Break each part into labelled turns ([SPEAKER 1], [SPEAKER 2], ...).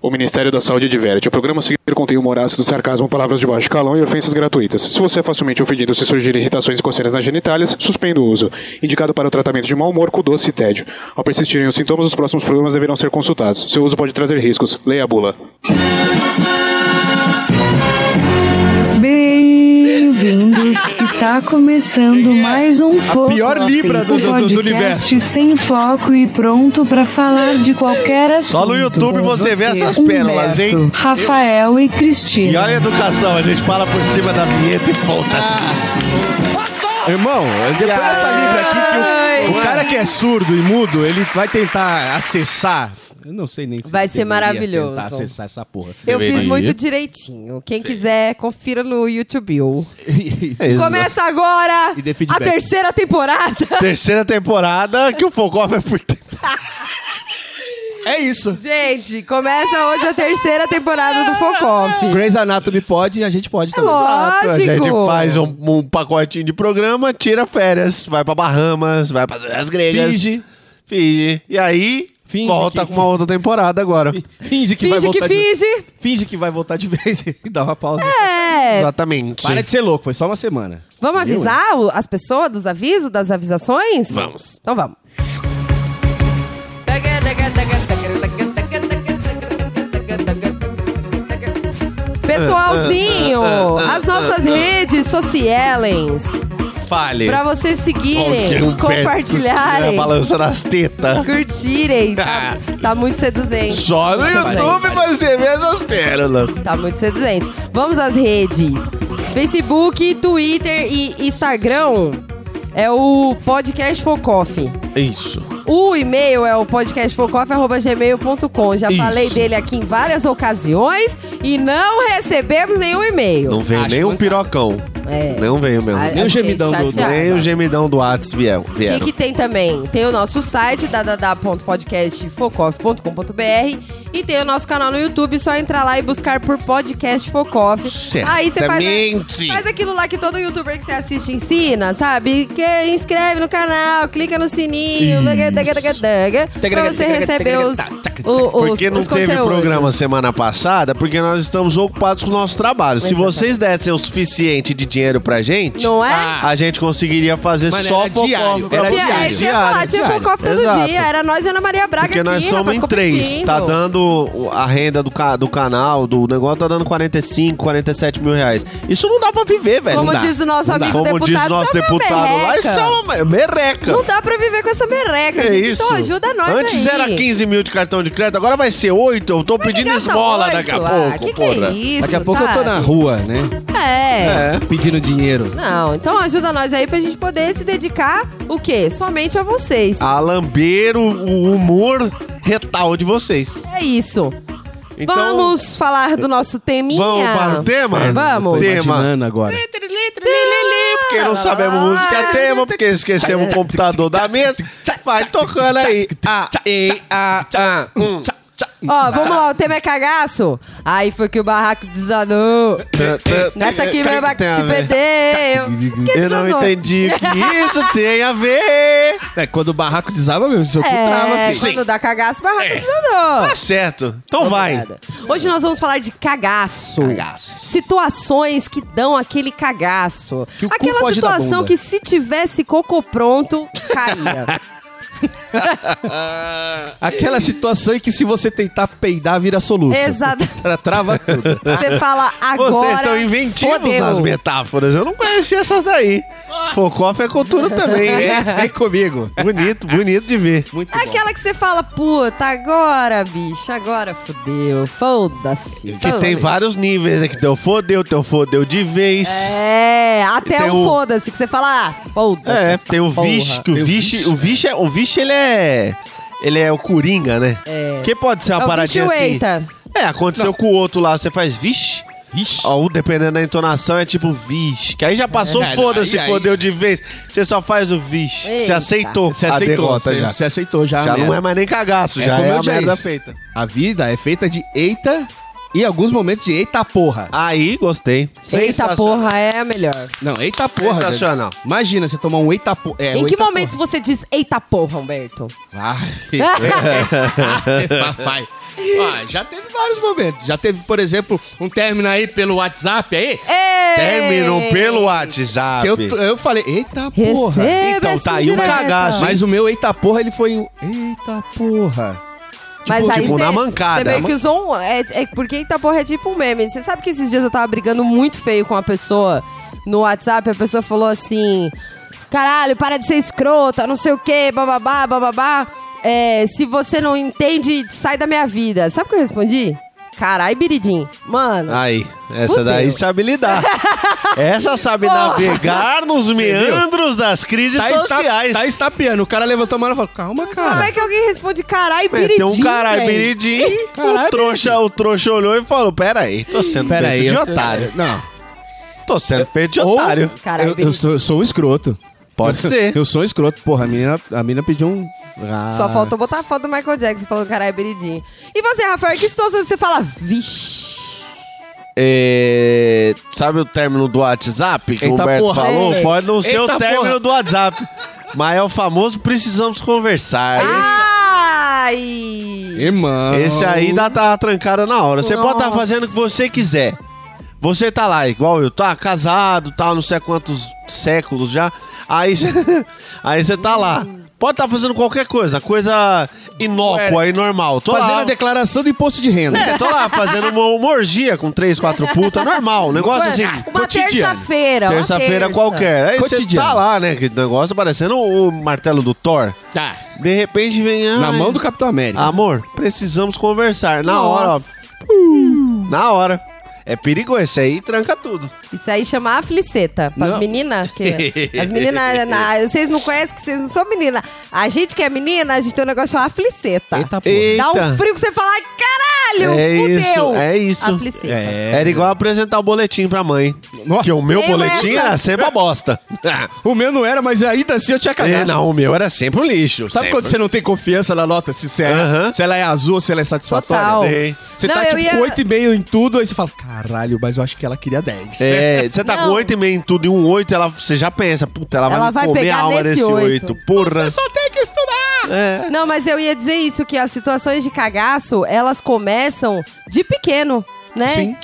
[SPEAKER 1] O Ministério da Saúde adverte. O programa seguinte contém humor ácido, sarcasmo, palavras de baixo calão e ofensas gratuitas. Se você é facilmente ofendido se surgirem irritações e coceiras nas genitálias, suspenda o uso. Indicado para o tratamento de mau humor com doce e tédio. Ao persistirem os sintomas, os próximos programas deverão ser consultados. Seu uso pode trazer riscos. Leia a bula.
[SPEAKER 2] Bem-vindos. Está começando mais um foco.
[SPEAKER 3] pior Libra do-
[SPEAKER 2] O
[SPEAKER 3] do- do
[SPEAKER 2] podcast
[SPEAKER 3] universo.
[SPEAKER 2] Sem foco e pronto pra falar de qualquer assunto.
[SPEAKER 3] Só no YouTube você vê essas pérolas, hein?
[SPEAKER 2] Humberto, Rafael e Cristina.
[SPEAKER 3] E olha a educação, a gente fala por cima da vinheta e assim. foda-se.
[SPEAKER 4] Irmão, depois dessa livra aqui que o, o cara que é surdo e mudo, ele vai tentar acessar. Eu não sei nem se
[SPEAKER 5] Vai
[SPEAKER 4] ele
[SPEAKER 5] ser
[SPEAKER 4] deveria
[SPEAKER 5] maravilhoso.
[SPEAKER 4] Tentar acessar essa porra.
[SPEAKER 5] Eu
[SPEAKER 3] Deveria.
[SPEAKER 5] fiz muito direitinho. Quem quiser, confira no YouTube.
[SPEAKER 3] É
[SPEAKER 5] Começa agora
[SPEAKER 4] E dê
[SPEAKER 5] a
[SPEAKER 4] feedback.
[SPEAKER 5] terceira temporada.
[SPEAKER 3] Terceira temporada que o Focoff é por
[SPEAKER 4] É isso.
[SPEAKER 5] Gente, começa hoje a terceira temporada do Focoff.
[SPEAKER 4] Grey's Anatomy pode e a gente pode também.
[SPEAKER 3] A gente
[SPEAKER 5] Lógico.
[SPEAKER 3] faz um, um pacotinho de programa, tira férias, vai pra Bahamas, vai pras Ilhas Gregas.
[SPEAKER 4] Finge.
[SPEAKER 3] Finge. E aí,
[SPEAKER 4] Finge
[SPEAKER 3] volta
[SPEAKER 4] que-
[SPEAKER 3] com uma outra temporada agora.
[SPEAKER 4] Finge que vai
[SPEAKER 5] Finge que
[SPEAKER 4] voltar de...
[SPEAKER 5] finge.
[SPEAKER 4] Finge que vai voltar de vez e dá uma pausa.
[SPEAKER 5] É.
[SPEAKER 3] Exatamente.
[SPEAKER 4] Para de ser louco, foi só uma semana.
[SPEAKER 5] Vamos
[SPEAKER 4] Viu?
[SPEAKER 5] avisar o- as pessoas dos avisos, das avisações?
[SPEAKER 3] Vamos.
[SPEAKER 5] Então vamos. Pessoalzinho,
[SPEAKER 4] Ah,
[SPEAKER 5] as nossas redes sociais,
[SPEAKER 3] Fale.
[SPEAKER 5] pra vocês seguirem,
[SPEAKER 3] Qualquer um pé- É,
[SPEAKER 5] compartilharem,
[SPEAKER 3] Balança nas tetas.
[SPEAKER 5] curtirem. Tá, tá muito seduzente.
[SPEAKER 3] Ah.
[SPEAKER 5] Tá
[SPEAKER 3] Só no
[SPEAKER 5] Muito bem.
[SPEAKER 3] YouTube você vê essas pérolas.
[SPEAKER 5] Tá muito seduzente. Vamos às redes. Facebook, Twitter e Instagram é o podcast Focoff.
[SPEAKER 3] Isso.
[SPEAKER 5] O e-mail é o podcastfocoff.gmail.com. Já
[SPEAKER 3] Isso.
[SPEAKER 5] falei dele aqui em várias ocasiões e não recebemos nenhum e-mail.
[SPEAKER 3] Não veio
[SPEAKER 4] Acho
[SPEAKER 3] nem um
[SPEAKER 4] mancada.
[SPEAKER 3] pirocão.
[SPEAKER 5] É.
[SPEAKER 3] Não veio mesmo.
[SPEAKER 5] tá. Ah,
[SPEAKER 4] Nem o
[SPEAKER 5] fiquei
[SPEAKER 4] gemidão do-
[SPEAKER 5] chateada.
[SPEAKER 3] nem o gemidão do Whats vieram.
[SPEAKER 5] O
[SPEAKER 3] vieram.
[SPEAKER 5] que, que tem também? Tem o nosso site, www.podcastfocoff.com.br e tem o nosso canal no YouTube, só entrar lá e buscar por Podcast Focoff. Aí você faz,
[SPEAKER 3] Certamente.
[SPEAKER 5] faz aquilo lá que todo youtuber que você assiste ensina, sabe? Que inscreve no canal, clica no sininho, pra você receber os, o- os,
[SPEAKER 3] Porque não
[SPEAKER 5] os
[SPEAKER 3] teve
[SPEAKER 5] conteúdos.
[SPEAKER 3] programa semana passada, porque nós estamos ocupados com o nosso trabalho. Se
[SPEAKER 5] Exatamente.
[SPEAKER 3] vocês dessem o suficiente de dinheiro pra gente,
[SPEAKER 5] Não é?
[SPEAKER 3] a gente conseguiria fazer
[SPEAKER 4] Mano,
[SPEAKER 3] só
[SPEAKER 4] era
[SPEAKER 3] foco
[SPEAKER 4] diário,
[SPEAKER 3] pra
[SPEAKER 4] era
[SPEAKER 5] Tinha,
[SPEAKER 3] vocês.
[SPEAKER 5] é,
[SPEAKER 4] diário,
[SPEAKER 5] isso que eu ia falar, tinha
[SPEAKER 3] Ah, diário.
[SPEAKER 5] Focoff todo
[SPEAKER 3] Exato.
[SPEAKER 5] dia. Era nós e Ana Maria Braga
[SPEAKER 3] Porque
[SPEAKER 5] aqui,
[SPEAKER 3] nós somos
[SPEAKER 5] rapaz,
[SPEAKER 3] em três.
[SPEAKER 5] competindo.
[SPEAKER 3] Tá dando. A renda do, ca- do canal, do negócio, tá dando 45, 47 mil reais. Isso não dá pra viver, velho.
[SPEAKER 5] Como
[SPEAKER 3] não dá.
[SPEAKER 5] diz o nosso
[SPEAKER 3] Não dá.
[SPEAKER 5] amigo
[SPEAKER 3] Como
[SPEAKER 5] deputado,
[SPEAKER 3] diz o nosso
[SPEAKER 5] isso é uma
[SPEAKER 3] deputado lá,
[SPEAKER 5] merreca.
[SPEAKER 3] isso é uma merreca.
[SPEAKER 5] Não dá pra viver com essa mereca,
[SPEAKER 3] É
[SPEAKER 5] gente.
[SPEAKER 3] isso.
[SPEAKER 5] Então ajuda nós
[SPEAKER 3] Antes
[SPEAKER 5] aí.
[SPEAKER 3] era 15 mil de cartão de crédito, agora vai ser 8. Eu tô pedindo
[SPEAKER 5] Gasta
[SPEAKER 3] esmola
[SPEAKER 5] oito,
[SPEAKER 3] daqui a
[SPEAKER 5] ah,
[SPEAKER 3] pouco,
[SPEAKER 5] que
[SPEAKER 3] porra.
[SPEAKER 5] Que é isso,
[SPEAKER 4] Daqui a pouco eu tô na
[SPEAKER 5] sabe?
[SPEAKER 4] rua, né?
[SPEAKER 5] É.
[SPEAKER 3] É.
[SPEAKER 4] Pedindo dinheiro.
[SPEAKER 5] Não, então ajuda nós aí pra gente poder se dedicar o quê? Somente a vocês.
[SPEAKER 3] A lamber o, o humor retal de vocês.
[SPEAKER 5] É isso.
[SPEAKER 3] Então,
[SPEAKER 5] vamos falar do nosso teminha.
[SPEAKER 3] vamos para o tema?
[SPEAKER 5] Vamos.
[SPEAKER 4] Tô
[SPEAKER 3] Tema.
[SPEAKER 4] imaginando agora.
[SPEAKER 3] Porque não sabemos música é tema, porque esquecemos o computador da mesa. Vai tocando aí. Ah, e, ah, ah, hum.
[SPEAKER 5] Ó, vamos lá, o tema é cagaço. Aí foi que o barraco desanou. Nessa aqui meu barco
[SPEAKER 3] Tem a
[SPEAKER 5] se
[SPEAKER 3] ver.
[SPEAKER 5] perdeu. Que
[SPEAKER 3] Eu não
[SPEAKER 5] desanou?
[SPEAKER 3] entendi o que isso tem a ver.
[SPEAKER 4] É, quando o barraco desaba, meu, seu cu trava,
[SPEAKER 5] É,
[SPEAKER 4] filho.
[SPEAKER 5] quando dá cagaço, barraco desanou.
[SPEAKER 3] Tá certo. Então vai.
[SPEAKER 5] Hoje nós vamos falar de cagaço.
[SPEAKER 3] Cagaços.
[SPEAKER 5] Situações que dão aquele cagaço.
[SPEAKER 4] Que o cu
[SPEAKER 5] Aquela
[SPEAKER 4] foge da
[SPEAKER 5] situação
[SPEAKER 4] bunda.
[SPEAKER 5] que se tivesse cocô pronto, caía.
[SPEAKER 4] Aquela situação em que se você tentar peidar, vira soluço.
[SPEAKER 5] Exato.
[SPEAKER 4] Tra- Trava tudo.
[SPEAKER 5] Você fala agora.
[SPEAKER 3] Vocês estão inventivos
[SPEAKER 5] fodeu.
[SPEAKER 3] nas metáforas. Eu não conheci essas daí. Focoff é cultura também, hein? É
[SPEAKER 4] Vem comigo.
[SPEAKER 3] Bonito, bonito de ver.
[SPEAKER 4] Muito
[SPEAKER 5] É aquela que você fala, puta, agora, bicho, agora fodeu. Foda-se.
[SPEAKER 3] Que tem
[SPEAKER 5] foda-se.
[SPEAKER 3] vários níveis, né? Que teu fodeu, teu fodeu de vez.
[SPEAKER 5] É, até
[SPEAKER 3] Tem
[SPEAKER 5] o
[SPEAKER 3] o-
[SPEAKER 5] foda-se, que você fala, ah, foda-se.
[SPEAKER 3] É,
[SPEAKER 5] essa
[SPEAKER 3] tem o
[SPEAKER 5] porra.
[SPEAKER 3] Vish, que
[SPEAKER 4] Tem
[SPEAKER 3] o
[SPEAKER 4] o
[SPEAKER 3] Vish,
[SPEAKER 4] Vish.
[SPEAKER 3] o Vish, é, o Vish ele é ele é o Coringa, né?
[SPEAKER 5] É.
[SPEAKER 3] Que pode ser uma
[SPEAKER 5] É o
[SPEAKER 3] paradinha
[SPEAKER 5] Vish
[SPEAKER 3] assim.
[SPEAKER 5] Waiter.
[SPEAKER 3] É, aconteceu com o outro lá, você faz Vish.
[SPEAKER 4] Vixe.
[SPEAKER 3] Ou um, dependendo da entonação é tipo Vish, que aí já passou,
[SPEAKER 4] É,
[SPEAKER 3] foda-se,
[SPEAKER 4] aí, aí.
[SPEAKER 3] fodeu de vez. Você só faz o Vish. Você
[SPEAKER 5] Eita.
[SPEAKER 3] aceitou,
[SPEAKER 4] Você
[SPEAKER 3] a
[SPEAKER 4] aceitou,
[SPEAKER 3] derrota
[SPEAKER 4] você,
[SPEAKER 3] já.
[SPEAKER 4] você aceitou já.
[SPEAKER 3] já
[SPEAKER 4] a merda.
[SPEAKER 3] não é mais nem cagaço, já
[SPEAKER 4] como
[SPEAKER 3] é
[SPEAKER 4] eu
[SPEAKER 3] a merda
[SPEAKER 4] disse,
[SPEAKER 3] feita.
[SPEAKER 4] A vida é feita de eita e alguns momentos de eita porra.
[SPEAKER 3] Aí, gostei.
[SPEAKER 5] Eita
[SPEAKER 3] Sensacional.
[SPEAKER 5] porra, é a melhor.
[SPEAKER 4] Não, eita porra. velho.
[SPEAKER 3] Sensacional.
[SPEAKER 4] Imagina você tomar um eita porra. É,
[SPEAKER 5] em
[SPEAKER 4] um
[SPEAKER 5] que
[SPEAKER 4] eita
[SPEAKER 5] momentos você diz eita porra, Humberto?
[SPEAKER 4] porra. Ai, papai. Ó, já teve vários momentos. Já teve, por exemplo, um término aí pelo WhatsApp aí.
[SPEAKER 5] Ei!
[SPEAKER 3] Terminou pelo WhatsApp.
[SPEAKER 4] Que eu, eu falei, eita porra.
[SPEAKER 5] Receba
[SPEAKER 3] Então, tá aí um
[SPEAKER 5] um
[SPEAKER 3] cagaço, hein?
[SPEAKER 4] Mas o meu eita porra, ele foi um eita porra.
[SPEAKER 5] Mas
[SPEAKER 3] Tipo-
[SPEAKER 5] aí
[SPEAKER 3] tipo,
[SPEAKER 5] cê-
[SPEAKER 3] na mancada.
[SPEAKER 5] cê meio que usou um. É, é porque eita porra é tipo um meme. Você sabe que esses dias eu tava brigando muito feio com uma pessoa no WhatsApp. A pessoa falou assim: caralho, para de ser escrota, não sei o quê, bababá, bababá. É, se você não entende, sai da minha vida. Sabe o que eu respondi? Carai, Biridim. Mano.
[SPEAKER 3] Aí, essa
[SPEAKER 5] Fudeu.
[SPEAKER 3] daí sabe lidar. essa sabe
[SPEAKER 5] Porra.
[SPEAKER 3] navegar nos meandros das crises
[SPEAKER 4] Tá, está,
[SPEAKER 3] sociais.
[SPEAKER 4] tá estapeando. O cara levantou a mão e falou, calma,
[SPEAKER 5] Como é
[SPEAKER 4] cara.
[SPEAKER 5] que alguém responde carai,
[SPEAKER 3] É,
[SPEAKER 5] Biridim?
[SPEAKER 3] Tem um caralho
[SPEAKER 5] velho?
[SPEAKER 3] biridim, o
[SPEAKER 4] Caralho,
[SPEAKER 3] trouxa, o trouxa olhou e falou, peraí, tô sendo
[SPEAKER 4] Pera
[SPEAKER 3] feito
[SPEAKER 4] aí.
[SPEAKER 3] de
[SPEAKER 4] eu-
[SPEAKER 3] otário.
[SPEAKER 4] Não.
[SPEAKER 3] Tô sendo feito de
[SPEAKER 4] Ou-
[SPEAKER 3] otário.
[SPEAKER 5] Caralho,
[SPEAKER 4] eu, eu
[SPEAKER 5] Biridim.
[SPEAKER 4] sou, sou um escroto. Pode ser. Eu sou um escroto. Porra, a mina, a mina pediu um... Ah.
[SPEAKER 5] Só faltou botar a foto do Michael Jackson falando carai, Biridim. é E você, Rafael, que situação você fala, vixe.
[SPEAKER 3] É, sabe o término do WhatsApp que o
[SPEAKER 4] Eita
[SPEAKER 3] Humberto
[SPEAKER 4] porra.
[SPEAKER 3] falou?
[SPEAKER 5] Ei.
[SPEAKER 3] Pode não ser
[SPEAKER 4] Eita
[SPEAKER 3] o término
[SPEAKER 4] porra.
[SPEAKER 3] do WhatsApp, mas é o famoso precisamos conversar.
[SPEAKER 4] Ah.
[SPEAKER 5] Ai!
[SPEAKER 4] Irmão.
[SPEAKER 3] Esse aí dá tá trancada na hora. Você pode estar
[SPEAKER 5] Nossa.
[SPEAKER 3] fazendo o que você quiser. Você tá lá, igual eu, tá casado, tá não sei quantos séculos já. Aí você aí você tá lá. Pode estar fazendo qualquer coisa, coisa inócua e normal. Tô
[SPEAKER 4] Fazendo
[SPEAKER 3] lá,
[SPEAKER 4] a declaração do imposto de renda.
[SPEAKER 3] é, tô lá fazendo uma, uma orgia com três, quatro putas, normal. Um negócio assim,
[SPEAKER 5] uma
[SPEAKER 3] cotidiano.
[SPEAKER 5] terça-feira. uma
[SPEAKER 3] Terça-feira
[SPEAKER 5] terça.
[SPEAKER 3] qualquer. Aí você
[SPEAKER 4] Cotidiano.
[SPEAKER 3] tá lá, né? Que negócio parecendo o martelo do Thor.
[SPEAKER 4] Tá.
[SPEAKER 3] De repente vem.
[SPEAKER 4] Na
[SPEAKER 3] "Ai,
[SPEAKER 4] mão do Capitão América.
[SPEAKER 3] Amor, precisamos conversar. Na hora, ó.
[SPEAKER 5] Nossa, Hum.
[SPEAKER 3] Na hora. É perigoso, esse aí tranca tudo.
[SPEAKER 5] Isso aí chama afliceta. Pras
[SPEAKER 4] Não.
[SPEAKER 5] meninas. que- As meninas. na- Vocês não conhecem que vocês não são menina. A gente que é menina, a gente tem um negócio chamado afliceta.
[SPEAKER 4] Eita porra.
[SPEAKER 3] Eita.
[SPEAKER 5] Dá um frio que você fala, ai, caralho!
[SPEAKER 3] É
[SPEAKER 5] fudeu.
[SPEAKER 3] isso, é isso.
[SPEAKER 5] Afliceta.
[SPEAKER 4] É.
[SPEAKER 3] Era igual apresentar o boletim pra mãe.
[SPEAKER 4] Nossa.
[SPEAKER 3] Porque o meu
[SPEAKER 5] Tem
[SPEAKER 3] boletim
[SPEAKER 5] essa.
[SPEAKER 3] era sempre a bosta.
[SPEAKER 4] O meu não era, mas ainda assim eu tinha
[SPEAKER 3] É,
[SPEAKER 4] cagado.
[SPEAKER 3] não, o meu era sempre um lixo.
[SPEAKER 4] Sabe quando você não tem confiança na nota? Se, você é-
[SPEAKER 3] Aham.
[SPEAKER 4] se ela é azul ou se ela é
[SPEAKER 5] Total.
[SPEAKER 4] satisfatória?
[SPEAKER 3] Sei.
[SPEAKER 4] Você
[SPEAKER 5] Não,
[SPEAKER 4] tá
[SPEAKER 5] eu
[SPEAKER 4] tipo
[SPEAKER 5] ia-
[SPEAKER 4] 8,5 em tudo, aí você fala, caralho, mas eu acho que ela queria 10.
[SPEAKER 3] É, você tá
[SPEAKER 5] Não.
[SPEAKER 3] com 8,5 em tudo e um 8, ela, você já pensa, puta, ela,
[SPEAKER 5] Ela
[SPEAKER 3] me
[SPEAKER 5] vai
[SPEAKER 3] comer
[SPEAKER 5] pegar
[SPEAKER 3] a alma
[SPEAKER 5] nesse
[SPEAKER 3] desse
[SPEAKER 5] oito.
[SPEAKER 3] 8. Porra.
[SPEAKER 4] só tem que estudar!
[SPEAKER 3] É.
[SPEAKER 5] Não, mas eu ia dizer isso, que as situações de cagaço, elas começam de pequeno, né?
[SPEAKER 4] Sim.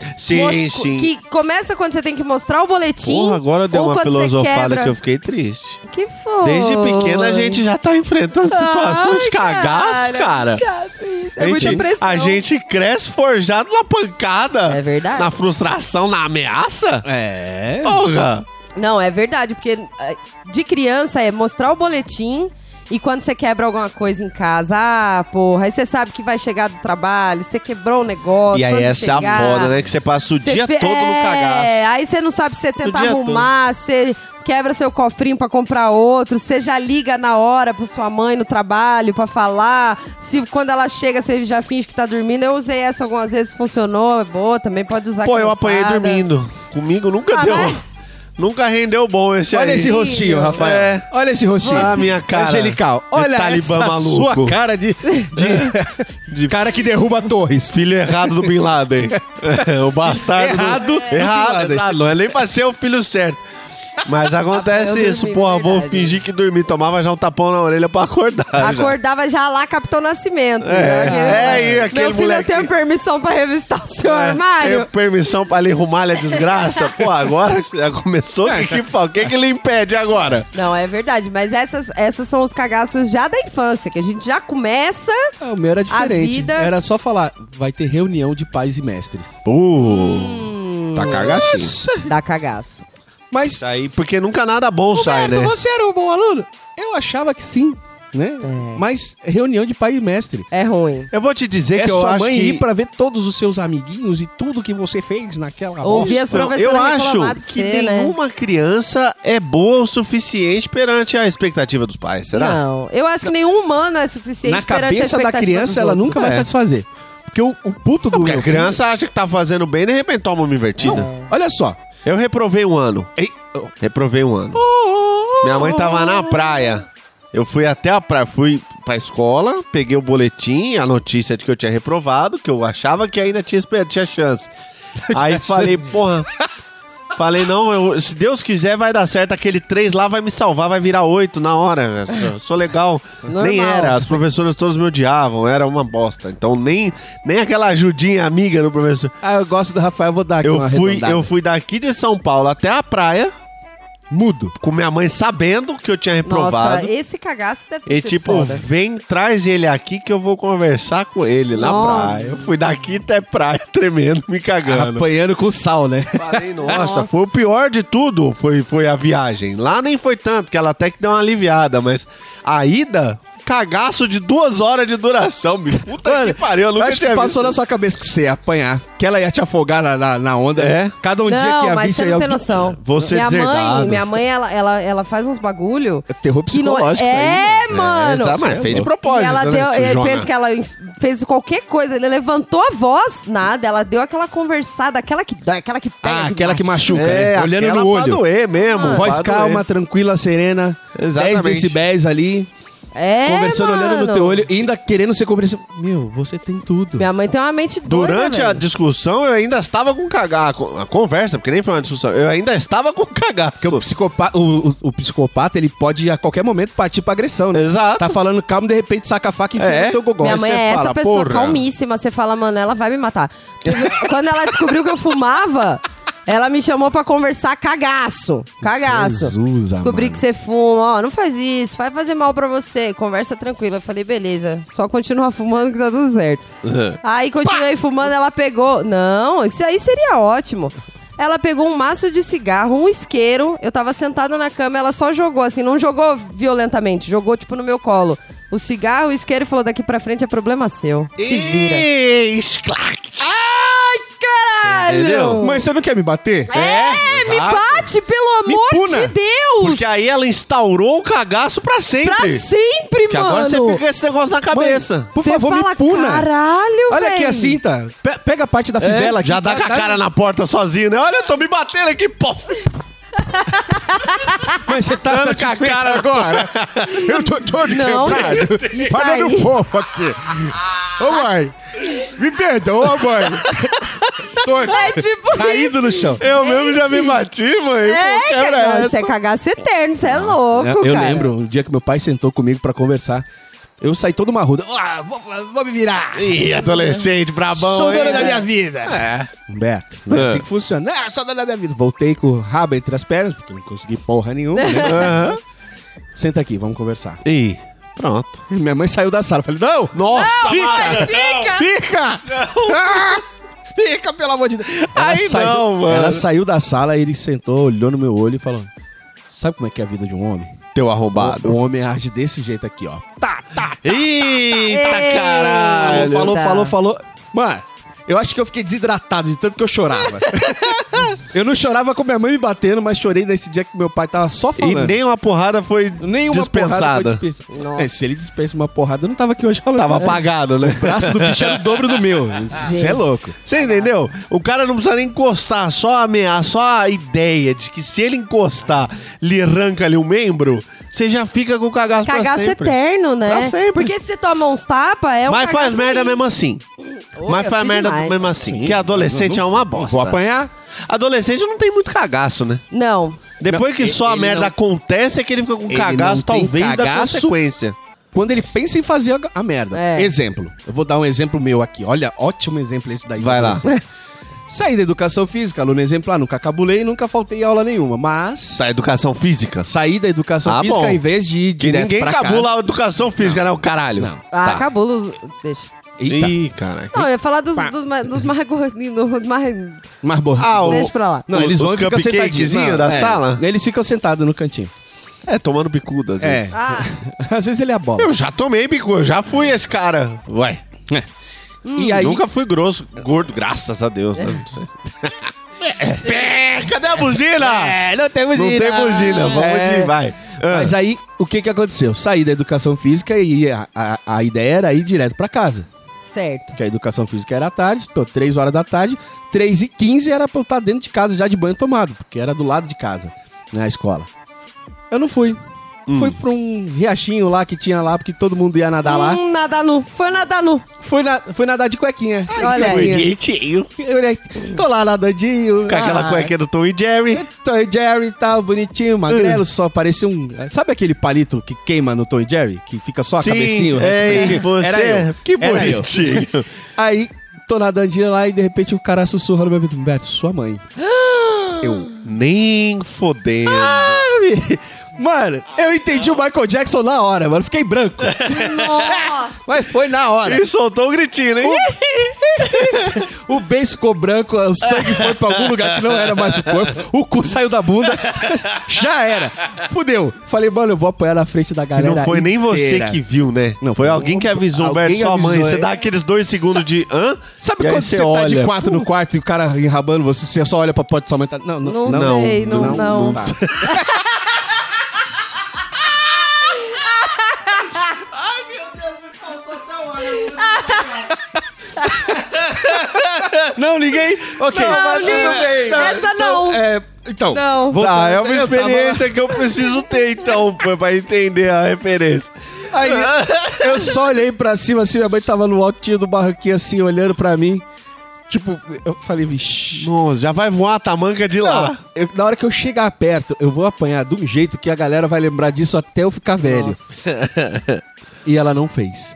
[SPEAKER 3] Sim,
[SPEAKER 5] Mos-
[SPEAKER 3] sim.
[SPEAKER 5] Que começa quando você tem que mostrar o boletim.
[SPEAKER 3] Porra, agora deu
[SPEAKER 5] ou
[SPEAKER 3] uma
[SPEAKER 5] quando você
[SPEAKER 3] filosofada
[SPEAKER 5] quebra.
[SPEAKER 3] que eu fiquei triste.
[SPEAKER 5] Que foi?
[SPEAKER 3] Desde pequena a gente já tá enfrentando situações de cagaço, cara.
[SPEAKER 5] Chato isso. É
[SPEAKER 3] a,
[SPEAKER 5] muita
[SPEAKER 3] gente,
[SPEAKER 5] pressão.
[SPEAKER 3] a gente cresce forjado na pancada.
[SPEAKER 5] É verdade.
[SPEAKER 3] Na frustração, na ameaça.
[SPEAKER 4] É.
[SPEAKER 3] Porra!
[SPEAKER 5] Não, é verdade, porque ah, de criança é mostrar o boletim e quando você quebra alguma coisa em casa, ah, porra, aí você sabe que vai chegar do trabalho, você quebrou o negócio.
[SPEAKER 3] E aí
[SPEAKER 5] quando
[SPEAKER 3] essa é a
[SPEAKER 5] chegar,
[SPEAKER 3] foda, né? Que você passa o
[SPEAKER 5] Cê
[SPEAKER 3] dia
[SPEAKER 5] fe-
[SPEAKER 3] todo no
[SPEAKER 5] É,
[SPEAKER 3] cagaço.
[SPEAKER 5] Aí você não sabe se você tenta
[SPEAKER 3] dia
[SPEAKER 5] arrumar, você quebra seu cofrinho pra comprar outro, você já liga na hora pra sua mãe no trabalho pra falar. Se quando ela chega, você já finge que tá dormindo. Eu usei essa algumas vezes, funcionou, é boa, também pode usar
[SPEAKER 3] Pô, eu apanhei
[SPEAKER 5] criançada.
[SPEAKER 3] dormindo. Comigo nunca
[SPEAKER 5] Tá Ah,
[SPEAKER 3] deu.
[SPEAKER 5] né?
[SPEAKER 3] Nunca rendeu bom esse
[SPEAKER 4] Olha
[SPEAKER 3] aí.
[SPEAKER 4] esse rostinho, Rafael.
[SPEAKER 3] É.
[SPEAKER 4] Olha esse rostinho.
[SPEAKER 3] Ah, minha cara.
[SPEAKER 4] Angelical. Olha
[SPEAKER 3] De talibã
[SPEAKER 4] essa
[SPEAKER 3] maluco.
[SPEAKER 4] sua cara de, de, de cara que derruba torres.
[SPEAKER 3] Filho errado do Bin Laden. É, o bastardo.
[SPEAKER 4] Errado do
[SPEAKER 3] Do... Errado.
[SPEAKER 4] Bin Laden.
[SPEAKER 3] exato. não é nem pra ser o filho certo. Mas acontece
[SPEAKER 5] Eu dormi,
[SPEAKER 3] isso,
[SPEAKER 5] na
[SPEAKER 3] porra, vou
[SPEAKER 5] verdade.
[SPEAKER 3] fingir que dormi. Tomava já um tapão na orelha pra acordar. já.
[SPEAKER 5] Acordava já lá, Capitão Nascimento.
[SPEAKER 3] É, e aquele
[SPEAKER 5] Meu filho,
[SPEAKER 3] moleque- É,
[SPEAKER 5] eu tenho permissão pra revistar o seu armário.
[SPEAKER 3] Tem permissão pra ele arrumar a desgraça? Pô, agora já começou? O que que, fa- o que que ele impede agora?
[SPEAKER 5] Não, é verdade, mas essas, essas são os cagaços já da infância, que a gente já começa.
[SPEAKER 4] Ah, o meu era diferente.
[SPEAKER 5] vida-
[SPEAKER 4] Era só falar, vai ter reunião de pais e mestres.
[SPEAKER 3] Uh,
[SPEAKER 5] Hum.
[SPEAKER 4] Tá cagacinho.
[SPEAKER 5] Dá cagaço.
[SPEAKER 4] Mas,
[SPEAKER 3] isso aí, porque nunca nada bom sai,
[SPEAKER 4] Roberto,
[SPEAKER 3] né?
[SPEAKER 4] você era um bom aluno? Eu achava que sim, né?
[SPEAKER 3] É.
[SPEAKER 4] Mas reunião de pai e mestre.
[SPEAKER 5] É ruim.
[SPEAKER 3] Eu vou te dizer
[SPEAKER 4] é
[SPEAKER 3] que eu
[SPEAKER 4] sua
[SPEAKER 3] acho
[SPEAKER 4] mãe
[SPEAKER 3] que...
[SPEAKER 4] ir pra ver todos os seus amiguinhos e tudo que você fez naquela
[SPEAKER 5] Ouvir as
[SPEAKER 3] Então,
[SPEAKER 5] professoras
[SPEAKER 3] eu acho
[SPEAKER 5] reclamar
[SPEAKER 3] que
[SPEAKER 5] de você, né?
[SPEAKER 3] nenhuma criança é boa o suficiente perante a expectativa dos pais, será?
[SPEAKER 5] Não, eu acho que nenhum humano é suficiente
[SPEAKER 4] Na
[SPEAKER 5] perante a
[SPEAKER 4] cabeça da
[SPEAKER 5] expectativa dos
[SPEAKER 4] criança, ela
[SPEAKER 5] outros.
[SPEAKER 4] nunca vai
[SPEAKER 3] É.
[SPEAKER 4] satisfazer. Porque o, o puto do
[SPEAKER 3] Porque
[SPEAKER 4] meu
[SPEAKER 3] a
[SPEAKER 4] filho-
[SPEAKER 3] criança é acha que tá fazendo bem e de repente toma uma invertida.
[SPEAKER 4] Não, olha só.
[SPEAKER 3] Eu reprovei um ano. Reprovei um ano. Minha mãe tava na praia. Eu fui até a praia, fui pra escola, peguei o boletim, a notícia de que eu tinha reprovado, que eu achava que ainda tinha, esper- tinha chance. Aí falei, porra. Falei, não, eu- se Deus quiser vai dar certo, aquele 3 lá vai me salvar, vai virar 8 na hora, velho. sou, sou legal. Nem
[SPEAKER 5] Normal.
[SPEAKER 3] era, as professoras todas me odiavam, era uma bosta. Então nem, nem aquela ajudinha amiga do professor.
[SPEAKER 4] Ah, eu gosto do Rafael, vou dar aqui
[SPEAKER 3] Eu
[SPEAKER 4] uma
[SPEAKER 3] fui,
[SPEAKER 4] arredondada.
[SPEAKER 3] eu fui daqui de São Paulo até a praia,
[SPEAKER 4] mudo.
[SPEAKER 3] com minha mãe sabendo que eu tinha reprovado.
[SPEAKER 5] Nossa, esse cagaço deve
[SPEAKER 4] é
[SPEAKER 3] E
[SPEAKER 5] ser
[SPEAKER 3] tipo,
[SPEAKER 5] foda.
[SPEAKER 3] vem, traz ele aqui que eu vou conversar com ele na
[SPEAKER 5] Nossa.
[SPEAKER 3] praia. Eu fui daqui até praia, tremendo, me cagando.
[SPEAKER 4] Apanhando com sal, né?
[SPEAKER 3] Falei, nossa,
[SPEAKER 5] Nossa.
[SPEAKER 3] foi o pior de tudo, foi, foi a viagem. Lá nem foi tanto, que ela até que deu uma aliviada, mas a ida, cagaço de duas horas de duração, bicho. Puta que pariu, eu nunca
[SPEAKER 4] acho
[SPEAKER 3] tinha
[SPEAKER 4] que
[SPEAKER 3] visto.
[SPEAKER 4] passou na sua cabeça que você ia apanhar, que ela ia te afogar na, na, na onda.
[SPEAKER 3] É?
[SPEAKER 4] Cada um dia que
[SPEAKER 5] não,
[SPEAKER 4] ia vir,
[SPEAKER 5] mas você
[SPEAKER 4] ia...
[SPEAKER 5] não tem noção.
[SPEAKER 3] Você
[SPEAKER 5] minha mãe,
[SPEAKER 3] deserdado.
[SPEAKER 5] minha mãe, ela, ela, ela faz uns bagulho.
[SPEAKER 4] É terror
[SPEAKER 5] que não-
[SPEAKER 4] psicológico isso aí. né?
[SPEAKER 5] É, mano.
[SPEAKER 3] Exato, mas fez de propósito.
[SPEAKER 5] E ela
[SPEAKER 3] né,
[SPEAKER 5] deu, ele
[SPEAKER 3] sujona?
[SPEAKER 5] pensa que ela inf- fez qualquer coisa, ele levantou a voz, nada, ela deu aquela conversada, aquela que dói, aquela que pega.
[SPEAKER 4] Ah,
[SPEAKER 5] demais.
[SPEAKER 4] aquela que machuca,
[SPEAKER 3] É,
[SPEAKER 4] né? olhando
[SPEAKER 3] aquela
[SPEAKER 4] no
[SPEAKER 3] pra
[SPEAKER 4] olho.
[SPEAKER 3] doer mesmo.
[SPEAKER 4] Voz
[SPEAKER 3] pra
[SPEAKER 4] calma,
[SPEAKER 3] doer.
[SPEAKER 4] tranquila, serena.
[SPEAKER 3] Exatamente.
[SPEAKER 4] 10 decibéis ali,
[SPEAKER 5] É,
[SPEAKER 4] conversando, olhando no
[SPEAKER 5] mano.
[SPEAKER 4] teu olho, e ainda querendo ser compreensível. Meu, você tem tudo.
[SPEAKER 5] Minha mãe tem uma mente doida,
[SPEAKER 3] Durante a
[SPEAKER 5] velho.
[SPEAKER 3] discussão, eu ainda estava com cagaço. A conversa, porque nem foi uma discussão. Eu ainda estava com cagaço.
[SPEAKER 4] Porque o psicopata, o, o- o psicopata, ele pode a qualquer momento partir pra agressão, né?
[SPEAKER 3] Exato.
[SPEAKER 4] Tá falando calmo, de repente saca a faca e enfia
[SPEAKER 3] É.
[SPEAKER 4] no teu gogó.
[SPEAKER 5] Minha
[SPEAKER 4] Aí
[SPEAKER 5] mãe
[SPEAKER 4] você
[SPEAKER 5] é essa
[SPEAKER 4] fala,
[SPEAKER 5] pessoa
[SPEAKER 4] "Porra,
[SPEAKER 5] calmíssima. Você fala, mano, ela vai me matar. Teve- Quando ela descobriu que eu fumava, ela me chamou pra conversar cagaço. Cagaço.
[SPEAKER 4] Jesus,
[SPEAKER 5] Descobri
[SPEAKER 4] amado.
[SPEAKER 5] que você fuma, ó, não faz isso, vai fazer mal pra você. Conversa tranquila. Eu falei, beleza, só continua fumando que tá tudo certo. aí continuei fumando, ela pegou. Não, isso aí seria ótimo. Ela pegou um maço de cigarro, um isqueiro. Eu tava sentada na cama, ela só jogou, assim, não jogou violentamente, jogou tipo no meu colo. O cigarro, o isqueiro e falou: daqui pra frente é problema seu. Se vira.
[SPEAKER 3] Ei, esclac.
[SPEAKER 5] Caralho!
[SPEAKER 3] Entendeu?
[SPEAKER 4] Mãe, você não quer me bater?
[SPEAKER 5] É, me
[SPEAKER 3] exato.
[SPEAKER 5] bate, pelo
[SPEAKER 4] Me
[SPEAKER 5] amor
[SPEAKER 4] puna.
[SPEAKER 5] de Deus!
[SPEAKER 3] Porque aí ela instaurou o cagaço pra sempre.
[SPEAKER 5] Pra sempre,
[SPEAKER 3] que
[SPEAKER 5] mano!
[SPEAKER 3] agora você fica com esse negócio na cabeça.
[SPEAKER 4] Por
[SPEAKER 5] Cê
[SPEAKER 4] favor, me
[SPEAKER 5] fala,
[SPEAKER 4] puna.
[SPEAKER 5] Caralho,
[SPEAKER 4] Olha
[SPEAKER 5] véi."
[SPEAKER 4] aqui assim, a cinta. Pe- pega a parte da
[SPEAKER 3] É,
[SPEAKER 4] fivela aqui.
[SPEAKER 3] já dá
[SPEAKER 4] tá-
[SPEAKER 3] com a
[SPEAKER 4] tá-
[SPEAKER 3] cara na porta sozinho, né? Olha, eu tô me batendo aqui, pof!
[SPEAKER 4] Mas você tá
[SPEAKER 3] Dando com a
[SPEAKER 4] satisfeito
[SPEAKER 3] cara
[SPEAKER 4] agora? Eu tô todo
[SPEAKER 5] Não,
[SPEAKER 4] cansado.
[SPEAKER 5] isso
[SPEAKER 4] Parando
[SPEAKER 5] aí.
[SPEAKER 4] um pouco aqui. Ô, mãe. Me perdoa, mãe. Tô
[SPEAKER 5] É tipo
[SPEAKER 4] caído no chão.
[SPEAKER 3] Eu mesmo já me
[SPEAKER 5] Gente.
[SPEAKER 3] bati, mãe.
[SPEAKER 5] É,
[SPEAKER 3] Pô, quebra
[SPEAKER 5] cara, não,
[SPEAKER 3] essa.
[SPEAKER 5] isso é cagaço eterno, você é louco,
[SPEAKER 4] eu
[SPEAKER 5] cara.
[SPEAKER 4] lembro um dia que meu pai sentou comigo pra conversar. Eu saí todo marrudo. Ah, vou, vou me virar.
[SPEAKER 3] Ih, adolescente, brabão.
[SPEAKER 4] sou
[SPEAKER 3] hein?
[SPEAKER 4] dono da minha vida.
[SPEAKER 3] É.
[SPEAKER 4] Humberto, não é
[SPEAKER 3] É.
[SPEAKER 4] assim que funciona. Ah, sou dono da minha vida. Voltei com o rabo entre as pernas, porque eu não consegui porra nenhuma. né?
[SPEAKER 3] Aham.
[SPEAKER 4] Senta aqui, vamos conversar.
[SPEAKER 3] Ih, pronto.
[SPEAKER 4] Minha mãe saiu da sala. Falei, não,
[SPEAKER 3] Nossa, mano.
[SPEAKER 5] Fica!
[SPEAKER 4] Fica! Ah, fica, pelo amor de Deus! Ela
[SPEAKER 3] Aí
[SPEAKER 4] saiu,
[SPEAKER 3] não, mano.
[SPEAKER 4] Ela saiu da sala, ele sentou, olhou no meu olho e falou: Sabe como é que é a vida de um homem?
[SPEAKER 3] Teu
[SPEAKER 4] O, o
[SPEAKER 3] arrombado.
[SPEAKER 4] homem age desse jeito aqui, ó.
[SPEAKER 3] Eita,
[SPEAKER 5] Eita.
[SPEAKER 3] caralho.
[SPEAKER 4] Falou, falou,
[SPEAKER 5] Tá.
[SPEAKER 4] falou, falou. Mano, eu acho que eu fiquei desidratado de tanto que eu chorava. eu não chorava com minha mãe me batendo, mas chorei nesse dia que meu pai tava só
[SPEAKER 3] E
[SPEAKER 4] falando.
[SPEAKER 3] nem uma porrada foi
[SPEAKER 4] Nenhuma
[SPEAKER 3] dispensada.
[SPEAKER 4] porrada foi dispensa-
[SPEAKER 5] Nossa.
[SPEAKER 4] É, se ele dispensa uma porrada, eu não tava aqui hoje falando.
[SPEAKER 3] Tava
[SPEAKER 4] É.
[SPEAKER 3] apagado, né?
[SPEAKER 4] O braço do bicho era o dobro do meu. Você é louco.
[SPEAKER 3] Você entendeu? O cara não precisa nem encostar, só ameaçar, só a ideia de que se ele encostar, lhe arranca ali um membro, você já fica com o cagaço, pra
[SPEAKER 5] Cagaço
[SPEAKER 3] sempre.
[SPEAKER 5] eterno, né?
[SPEAKER 3] Pra sempre.
[SPEAKER 5] Porque se você toma uns tapas, é um
[SPEAKER 3] Mas faz
[SPEAKER 5] cagaço
[SPEAKER 3] merda
[SPEAKER 5] que-
[SPEAKER 3] mesmo assim.
[SPEAKER 5] Oi,
[SPEAKER 3] Mas
[SPEAKER 5] eu
[SPEAKER 3] faz
[SPEAKER 5] fiz
[SPEAKER 3] merda
[SPEAKER 5] demais.
[SPEAKER 3] mesmo assim. Que adolescente é uma bosta.
[SPEAKER 4] Vou apanhar.
[SPEAKER 3] Adolescente não tem muito cagaço, né?
[SPEAKER 5] Não.
[SPEAKER 3] Depois
[SPEAKER 4] Não,
[SPEAKER 3] que só a
[SPEAKER 4] ele
[SPEAKER 3] merda
[SPEAKER 4] não-
[SPEAKER 3] acontece, é que ele fica com
[SPEAKER 4] Ele
[SPEAKER 3] cagaço, é
[SPEAKER 4] não tem
[SPEAKER 3] talvez, da
[SPEAKER 4] cagaço.
[SPEAKER 3] consequência.
[SPEAKER 4] quando ele pensa em fazer a, a merda.
[SPEAKER 5] É.
[SPEAKER 4] Exemplo. Eu vou dar um exemplo meu aqui. Olha, ótimo exemplo esse daí.
[SPEAKER 3] Vai lá.
[SPEAKER 4] Saí da educação física, aluno exemplar, nunca cabulei, nunca faltei aula nenhuma. Mas
[SPEAKER 3] Da educação física.
[SPEAKER 4] saí da educação
[SPEAKER 3] Tá. Ah,
[SPEAKER 4] física
[SPEAKER 3] bom.
[SPEAKER 4] em vez de ir
[SPEAKER 3] Que
[SPEAKER 4] direto
[SPEAKER 3] ninguém
[SPEAKER 4] pra
[SPEAKER 3] cabula a educação física, né, o caralho?
[SPEAKER 4] Não.
[SPEAKER 5] Ah,
[SPEAKER 3] Tá.
[SPEAKER 5] acabou. Luz... Deixa.
[SPEAKER 4] Eita.
[SPEAKER 3] Ih, caralho.
[SPEAKER 5] Não, eu ia falar dos, dos, ma- dos margorinhos. do Mar...
[SPEAKER 4] casa. Mas borra.
[SPEAKER 3] Ah, o-
[SPEAKER 5] Deixa pra lá.
[SPEAKER 4] Não, eles
[SPEAKER 3] os
[SPEAKER 4] vão ficar
[SPEAKER 3] cupcakezinho
[SPEAKER 4] sentadinhos. Não,
[SPEAKER 3] da
[SPEAKER 4] é.
[SPEAKER 3] sala?
[SPEAKER 4] Eles ficam sentados no cantinho.
[SPEAKER 3] É, tomando bicuda, às
[SPEAKER 4] É.
[SPEAKER 3] vezes.
[SPEAKER 5] Ah,
[SPEAKER 4] Às vezes ele é a bola.
[SPEAKER 3] Eu já tomei bicuda, eu já fui esse cara. Ué.
[SPEAKER 4] É. e aí, É.
[SPEAKER 3] Nunca fui grosso, gordo, graças a Deus. né? Não sei. Pé, Cadê a buzina?
[SPEAKER 4] É, não tem buzina.
[SPEAKER 3] Não tem buzina, vamos
[SPEAKER 4] É.
[SPEAKER 3] de vai. Ah.
[SPEAKER 4] Mas aí, o que que aconteceu? Saí da educação física e a, a, a ideia era ir direto pra casa.
[SPEAKER 5] certo.
[SPEAKER 4] que a educação física era à tarde, pô, 3 horas da tarde, 3 e 15 era pra eu tá estar dentro de casa já de banho tomado, porque era do lado de casa, né, a escola. Eu não fui.
[SPEAKER 3] Hum.
[SPEAKER 4] Foi pra um riachinho lá que tinha lá, porque todo mundo ia
[SPEAKER 3] Tá
[SPEAKER 4] nadar lá.
[SPEAKER 5] Hum, nadar nu. Foi nadar nu.
[SPEAKER 4] Foi, na, foi nadar de cuequinha.
[SPEAKER 5] Olha aí.
[SPEAKER 3] Bonitinho.
[SPEAKER 4] Eu olhei, tô lá nadadinho.
[SPEAKER 3] Com aquela
[SPEAKER 4] ah,
[SPEAKER 3] cuequinha do Tom e Jerry.
[SPEAKER 4] Tom e Jerry e tal, bonitinho,
[SPEAKER 3] Hum.
[SPEAKER 4] magrelo, só parecia um... Sabe aquele palito que queima no Tom e Jerry? Que fica só a cabecinha? o resto do
[SPEAKER 3] ei,
[SPEAKER 4] pedacinho?
[SPEAKER 3] é, você. é,
[SPEAKER 4] Era eu.
[SPEAKER 3] Que
[SPEAKER 4] Era eu.
[SPEAKER 3] bonitinho.
[SPEAKER 4] Aí, tô nadandinho lá e de repente o cara sussurra no meu ouvido, Humberto, sua mãe. eu...
[SPEAKER 3] Nem fodendo.
[SPEAKER 4] Ah! Sabe? Mano, eu entendi o Michael Jackson na hora, mano. Fiquei branco.
[SPEAKER 5] Nossa.
[SPEAKER 4] Mas foi na hora.
[SPEAKER 3] E soltou um gritinho, hein?
[SPEAKER 4] O beijo ficou branco, o sangue foi pra algum lugar que não era mais o corpo, o cu saiu da bunda, já era. Fudeu. Falei, mano, eu vou apoiar na frente da
[SPEAKER 3] E
[SPEAKER 4] galera.
[SPEAKER 3] não foi nem você
[SPEAKER 4] inteira.
[SPEAKER 3] que viu, né?
[SPEAKER 4] Não,
[SPEAKER 3] foi
[SPEAKER 4] foi
[SPEAKER 3] alguém que avisou,
[SPEAKER 4] alguém
[SPEAKER 3] Humberto, sua mãe.
[SPEAKER 4] avisou,
[SPEAKER 3] Você
[SPEAKER 4] é.
[SPEAKER 3] dá aqueles dois segundos de hã?
[SPEAKER 4] Sabe
[SPEAKER 3] E aí
[SPEAKER 4] quando você tá de
[SPEAKER 3] olha.
[SPEAKER 4] quatro no quarto e o cara enrabando você, você só olha pra porta e sua mãe tá. Não, não,
[SPEAKER 5] Não,
[SPEAKER 4] não.
[SPEAKER 3] Não,
[SPEAKER 5] sei, não,
[SPEAKER 3] não,
[SPEAKER 5] não. Tá.
[SPEAKER 3] não.
[SPEAKER 4] Não, ninguém? Ok.
[SPEAKER 5] Não,
[SPEAKER 4] Mas tudo
[SPEAKER 5] ninguém.
[SPEAKER 4] bem.
[SPEAKER 5] Essa
[SPEAKER 4] então,
[SPEAKER 5] não.
[SPEAKER 4] é, então,
[SPEAKER 5] Não.
[SPEAKER 4] voltando,
[SPEAKER 3] Tá, é uma
[SPEAKER 4] eu tava lá-
[SPEAKER 3] experiência que eu preciso ter, então, pra- pra entender a referência.
[SPEAKER 4] Aí eu só olhei pra cima, assim, minha mãe tava no altinho do barranquinho, assim, olhando pra mim. Tipo, eu falei, vixi.
[SPEAKER 3] Nossa, já vai voar a tamanca de
[SPEAKER 4] Não,
[SPEAKER 3] lá.
[SPEAKER 4] eu- na hora que eu chegar perto, eu vou apanhar de um jeito que a galera vai lembrar disso até eu ficar velho. E ela não fez.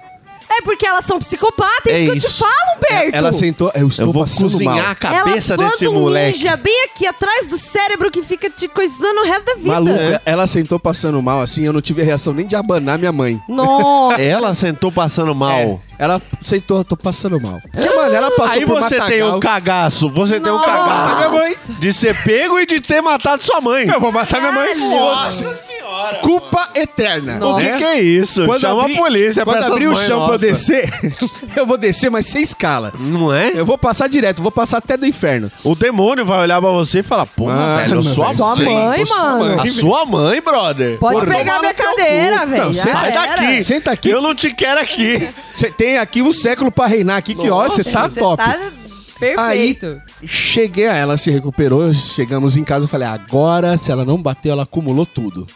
[SPEAKER 5] É porque elas são psicopatas, é
[SPEAKER 3] É
[SPEAKER 5] isso que eu
[SPEAKER 3] isso.
[SPEAKER 5] te falo, Humberto.
[SPEAKER 4] Ela sentou, eu estou
[SPEAKER 3] Então, Eu vou
[SPEAKER 4] passando
[SPEAKER 3] cozinhar a
[SPEAKER 4] mal.
[SPEAKER 3] cabeça
[SPEAKER 5] Elas
[SPEAKER 3] desse
[SPEAKER 5] plantam um
[SPEAKER 3] moleque.
[SPEAKER 5] ninja bem aqui, atrás do cérebro que fica te coisando o resto da vida. É.
[SPEAKER 4] Maluca, ela sentou passando mal, assim, eu não tive a reação nem de abanar minha mãe.
[SPEAKER 5] Nossa.
[SPEAKER 3] Ela sentou passando mal.
[SPEAKER 4] É, ela sentou, tô passando mal. Porque, mano, ela passou
[SPEAKER 3] Aí
[SPEAKER 4] por
[SPEAKER 3] você tem
[SPEAKER 4] matagal.
[SPEAKER 3] o cagaço, você tem o
[SPEAKER 5] Nossa.
[SPEAKER 4] Matar
[SPEAKER 3] cagaço
[SPEAKER 4] minha mãe.
[SPEAKER 3] de ser pego e de ter matado sua mãe.
[SPEAKER 4] Eu vou matar minha mãe.
[SPEAKER 5] Caralho.
[SPEAKER 4] Nossa
[SPEAKER 3] senhora.
[SPEAKER 4] Culpa eterna.
[SPEAKER 5] Nossa.
[SPEAKER 3] O
[SPEAKER 4] né?
[SPEAKER 3] que, que é isso? Chama
[SPEAKER 4] abrir-
[SPEAKER 3] a polícia
[SPEAKER 4] quando
[SPEAKER 3] pra essas
[SPEAKER 4] abrir
[SPEAKER 3] mães,
[SPEAKER 4] o chão pra eu
[SPEAKER 3] nossa.
[SPEAKER 4] descer, eu vou descer, mas sem escala.
[SPEAKER 3] Não é?
[SPEAKER 4] Eu vou passar direto, vou passar até do inferno.
[SPEAKER 3] O demônio vai olhar pra você e falar, pô,
[SPEAKER 4] Mano,
[SPEAKER 3] Ah,
[SPEAKER 5] Ah,
[SPEAKER 3] velho, sua,
[SPEAKER 4] velho.
[SPEAKER 5] Sua
[SPEAKER 3] mãe.
[SPEAKER 5] mãe, mano.
[SPEAKER 3] A sua mãe, brother.
[SPEAKER 5] Pode
[SPEAKER 3] Pô,
[SPEAKER 5] pegar
[SPEAKER 3] toma
[SPEAKER 5] minha
[SPEAKER 3] no teu
[SPEAKER 5] cadeira,
[SPEAKER 3] cu.
[SPEAKER 5] velho.
[SPEAKER 3] Não,
[SPEAKER 5] Já
[SPEAKER 3] Sai
[SPEAKER 5] era.
[SPEAKER 3] daqui.
[SPEAKER 4] Senta aqui.
[SPEAKER 3] Eu não te quero aqui.
[SPEAKER 4] Você tem aqui um século pra reinar aqui, que ó, você tá
[SPEAKER 5] Você
[SPEAKER 4] top.
[SPEAKER 5] tá perfeito.
[SPEAKER 4] Aí, cheguei a ela, se recuperou, chegamos em casa, eu falei, agora, se ela não bateu, ela acumulou tudo.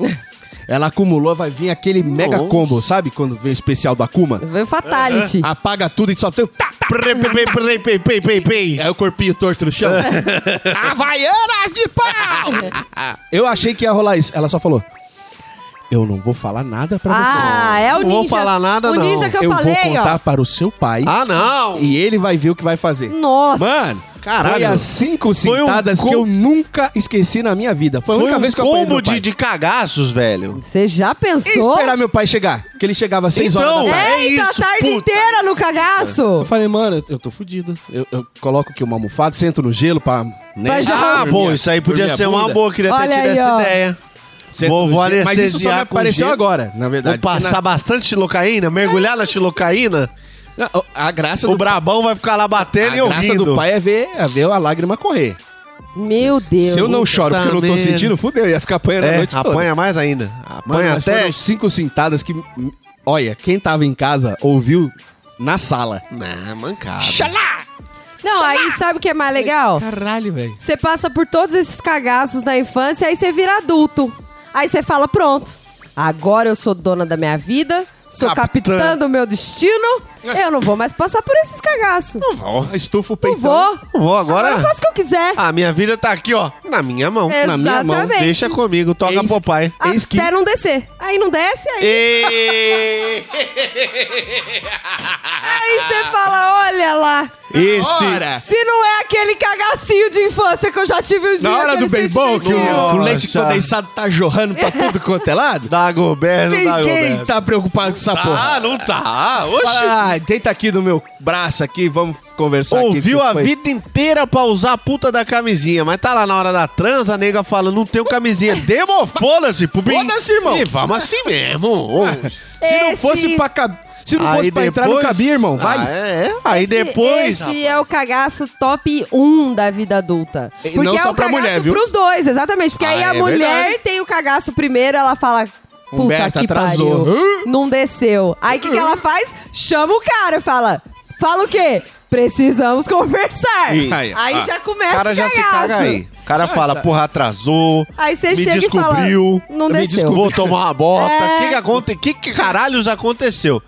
[SPEAKER 4] ela acumulou, vai vir aquele mega
[SPEAKER 3] Nossa.
[SPEAKER 4] combo, sabe? Quando vem o especial do Akuma.
[SPEAKER 5] Veio Fatality.
[SPEAKER 4] Apaga tudo e só tem o tá, tá.
[SPEAKER 3] Pre- pe- pe- pre- pe- pe- pe- pe.
[SPEAKER 4] Aí o corpinho torto no chão. Havaianas de pau! eu achei que ia rolar isso. Ela só falou, eu não vou falar nada pra você.
[SPEAKER 5] Ah, é o
[SPEAKER 3] Não
[SPEAKER 5] ninja.
[SPEAKER 3] vou falar nada,
[SPEAKER 5] o
[SPEAKER 3] não.
[SPEAKER 5] ninja que eu,
[SPEAKER 4] eu
[SPEAKER 5] falei,
[SPEAKER 4] vou contar
[SPEAKER 5] ó.
[SPEAKER 4] para o seu pai
[SPEAKER 3] Ah, não.
[SPEAKER 4] e ele vai ver o que vai fazer.
[SPEAKER 5] Nossa.
[SPEAKER 4] Mano,
[SPEAKER 3] Caralho.
[SPEAKER 4] foi as cinco
[SPEAKER 3] Foi um
[SPEAKER 4] cintadas
[SPEAKER 3] com-
[SPEAKER 4] que eu nunca esqueci na minha vida. Foi, a
[SPEAKER 3] Foi
[SPEAKER 4] única
[SPEAKER 3] um
[SPEAKER 4] vez que eu apanhei do
[SPEAKER 3] combo
[SPEAKER 4] meu pai.
[SPEAKER 3] de, de cagaços, velho.
[SPEAKER 5] Você já
[SPEAKER 4] E
[SPEAKER 5] pensou?
[SPEAKER 4] esperar meu pai chegar, que ele chegava às seis horas
[SPEAKER 3] Então,
[SPEAKER 4] da tarde.
[SPEAKER 3] É
[SPEAKER 5] Eita,
[SPEAKER 3] isso,
[SPEAKER 5] a tarde
[SPEAKER 3] puta.
[SPEAKER 5] inteira no cagaço.
[SPEAKER 4] Eu falei, mano, eu- eu tô fudido. Eu, eu coloco aqui uma almofada, sento no gelo pra... né?
[SPEAKER 5] Pra já-
[SPEAKER 3] Ah,
[SPEAKER 4] Dormir
[SPEAKER 3] bom,
[SPEAKER 4] minha-
[SPEAKER 3] isso aí podia
[SPEAKER 4] dormir a
[SPEAKER 3] ser uma
[SPEAKER 4] bunda.
[SPEAKER 3] boa. Queria ter
[SPEAKER 5] Olha
[SPEAKER 3] tido
[SPEAKER 5] aí,
[SPEAKER 3] essa
[SPEAKER 5] ó.
[SPEAKER 3] ideia.
[SPEAKER 4] Sento
[SPEAKER 3] Vou-
[SPEAKER 4] no
[SPEAKER 3] vou
[SPEAKER 4] gelo. Mas isso só me
[SPEAKER 3] anestesiar com
[SPEAKER 4] apareceu
[SPEAKER 3] gelo.
[SPEAKER 4] agora, na verdade.
[SPEAKER 3] Vou passar bastante xilocaína, mergulhar na xilocaína.
[SPEAKER 4] Porque na- na- A graça
[SPEAKER 3] O
[SPEAKER 4] do...
[SPEAKER 3] brabão vai ficar lá batendo
[SPEAKER 4] a
[SPEAKER 3] e
[SPEAKER 4] graça
[SPEAKER 3] ouvindo.
[SPEAKER 4] do pai é ver, é ver a lágrima correr.
[SPEAKER 5] Meu Deus.
[SPEAKER 4] É. Se eu não choro porque eu não tô
[SPEAKER 3] merda.
[SPEAKER 4] sentindo, fudeu, eu ia ficar apanhando a
[SPEAKER 3] tá É,
[SPEAKER 4] noite toda.
[SPEAKER 3] apanha mais ainda.
[SPEAKER 4] Mano,
[SPEAKER 3] Apanha
[SPEAKER 4] mas
[SPEAKER 3] até.
[SPEAKER 4] foram cinco cintadas que. Olha, quem tava em casa ouviu na sala.
[SPEAKER 3] Não, é mancada.
[SPEAKER 5] Não, aí sabe o que é mais legal?
[SPEAKER 4] Caralho, velho.
[SPEAKER 5] Você passa por todos esses cagaços na infância, aí você vira adulto. Aí você fala, pronto, agora eu sou dona da minha vida, sou
[SPEAKER 3] Capitã.
[SPEAKER 5] capitã, do meu destino, eu não vou mais passar por esses cagaços. Não vou.
[SPEAKER 4] Estufa o
[SPEAKER 5] Não
[SPEAKER 4] peitão.
[SPEAKER 5] vou.
[SPEAKER 3] Vou agora.
[SPEAKER 5] eu faço o que eu quiser.
[SPEAKER 3] A minha vida tá aqui, ó, na minha mão.
[SPEAKER 4] na minha mão,
[SPEAKER 5] Exatamente.
[SPEAKER 3] Deixa comigo, toca
[SPEAKER 4] Eis-
[SPEAKER 3] papai.
[SPEAKER 5] Até
[SPEAKER 4] Eis Ah, é que- É.
[SPEAKER 5] não descer. Aí não desce, aí,
[SPEAKER 3] E...
[SPEAKER 5] aí você fala, olha lá.
[SPEAKER 3] Esse.
[SPEAKER 4] Ora!
[SPEAKER 5] Se não é aquele cagacinho de infância que eu já tive um dia.
[SPEAKER 4] Na hora do
[SPEAKER 5] aquele
[SPEAKER 4] bem bom, que
[SPEAKER 5] sentimento.
[SPEAKER 4] o, que o leite
[SPEAKER 3] Nossa.
[SPEAKER 4] condensado tá jorrando pra tudo quanto é lado.
[SPEAKER 3] Dagoberto,
[SPEAKER 4] Ninguém
[SPEAKER 3] Dagoberto.
[SPEAKER 4] tá preocupado com essa
[SPEAKER 3] Ah,
[SPEAKER 4] porra.
[SPEAKER 3] não tá. Oxi.
[SPEAKER 4] Fala, Ah, deita aqui no meu braço aqui, vamos conversar aqui.
[SPEAKER 3] Ouviu
[SPEAKER 4] que
[SPEAKER 3] a
[SPEAKER 4] foi-
[SPEAKER 3] vida inteira pra usar a puta da camisinha, mas tá lá na hora da transa, a nega fala, não tenho camisinha. Demo, foda-se, pubim.
[SPEAKER 4] Foda-se, irmão.
[SPEAKER 3] E vamos assim mesmo. Ô.
[SPEAKER 4] Se não
[SPEAKER 5] Esse-
[SPEAKER 4] fosse pra, cab... Se não
[SPEAKER 3] Aí
[SPEAKER 4] fosse pra entrar, não
[SPEAKER 3] depois-
[SPEAKER 4] cabia, irmão. Vai.
[SPEAKER 3] Ah, é, é. Aí
[SPEAKER 5] Esse-
[SPEAKER 3] depois.
[SPEAKER 5] Esse é o cagaço top 1 da vida adulta.
[SPEAKER 4] E
[SPEAKER 5] Porque
[SPEAKER 4] não
[SPEAKER 5] é
[SPEAKER 4] só
[SPEAKER 5] o
[SPEAKER 4] pra
[SPEAKER 5] cagaço
[SPEAKER 4] mulher, viu?
[SPEAKER 5] pros dois, exatamente. Porque aí
[SPEAKER 3] Ah,
[SPEAKER 5] a
[SPEAKER 3] é
[SPEAKER 5] mulher
[SPEAKER 3] verdade.
[SPEAKER 5] tem o cagaço primeiro, ela fala. Puta
[SPEAKER 4] Humberto,
[SPEAKER 5] que
[SPEAKER 4] atrasou.
[SPEAKER 5] pariu. Não desceu. Aí o que, que ela faz? Chama o cara e fala. Fala o quê? Precisamos conversar.
[SPEAKER 3] Ih.
[SPEAKER 5] Aí,
[SPEAKER 3] Ah,
[SPEAKER 5] já começa
[SPEAKER 3] O cara
[SPEAKER 5] o
[SPEAKER 3] já se
[SPEAKER 5] cagaço.
[SPEAKER 3] caga aí. O cara fala, porra, atrasou.
[SPEAKER 5] Aí você
[SPEAKER 3] me
[SPEAKER 5] chega e fala,
[SPEAKER 3] descobriu.
[SPEAKER 5] não
[SPEAKER 3] me
[SPEAKER 5] desceu.
[SPEAKER 3] descobriu, Vou tomar uma bota. O
[SPEAKER 5] É.
[SPEAKER 3] que, que, aconte... que, que caralhos aconteceu?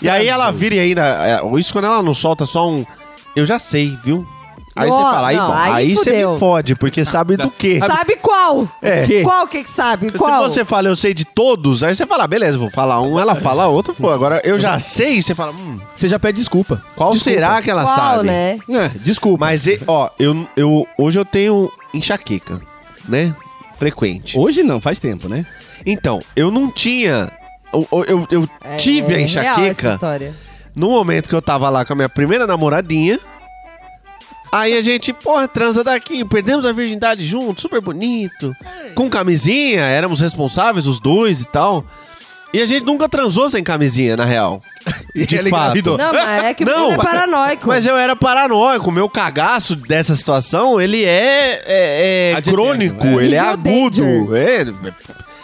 [SPEAKER 3] E aí ela vira e ainda. é, Isso quando ela não solta só um. Eu já sei, viu? Aí você
[SPEAKER 5] Ó,
[SPEAKER 3] fala, aí,
[SPEAKER 5] não,
[SPEAKER 3] bom,
[SPEAKER 5] aí
[SPEAKER 3] aí você
[SPEAKER 5] fudeu.
[SPEAKER 3] me fode, porque sabe do quê?
[SPEAKER 5] Sabe qual?
[SPEAKER 3] É.
[SPEAKER 4] quê?
[SPEAKER 5] Qual que que sabe? Qual?
[SPEAKER 3] Se você fala, eu sei de todos, aí você fala, "Ah, beleza, vou falar um, ela fala outro, foi. Agora eu já sei, você fala, hum,
[SPEAKER 4] Você já pede desculpa.
[SPEAKER 3] qual
[SPEAKER 4] Desculpa.
[SPEAKER 3] será que ela
[SPEAKER 5] qual,
[SPEAKER 3] sabe?
[SPEAKER 5] né?
[SPEAKER 4] É, desculpa.
[SPEAKER 3] Mas, e- ó, eu, eu, hoje eu tenho enxaqueca, né? Frequente.
[SPEAKER 4] Hoje não, faz tempo, né?
[SPEAKER 3] Então, eu não tinha. Eu, eu, eu
[SPEAKER 5] É,
[SPEAKER 3] tive
[SPEAKER 5] é
[SPEAKER 3] a
[SPEAKER 5] real essa
[SPEAKER 3] enxaqueca
[SPEAKER 5] história.
[SPEAKER 3] no momento que eu tava lá com a minha primeira namoradinha. Aí a gente, porra, transa daqui, perdemos a virgindade junto, super bonito.
[SPEAKER 4] É.
[SPEAKER 3] Com camisinha, éramos responsáveis os dois e tal. E a gente nunca transou sem camisinha, na real.
[SPEAKER 4] E
[SPEAKER 3] De
[SPEAKER 4] ela
[SPEAKER 3] fato.
[SPEAKER 4] engravidou.
[SPEAKER 5] Não, mas é que o
[SPEAKER 3] Não,
[SPEAKER 5] Bruno é paranoico.
[SPEAKER 3] Mas eu era paranoico, o meu cagaço dessa situação, ele é, é- é
[SPEAKER 4] Adjetiva,
[SPEAKER 3] crônico,
[SPEAKER 4] é.
[SPEAKER 3] ele é
[SPEAKER 5] Real
[SPEAKER 3] agudo. É,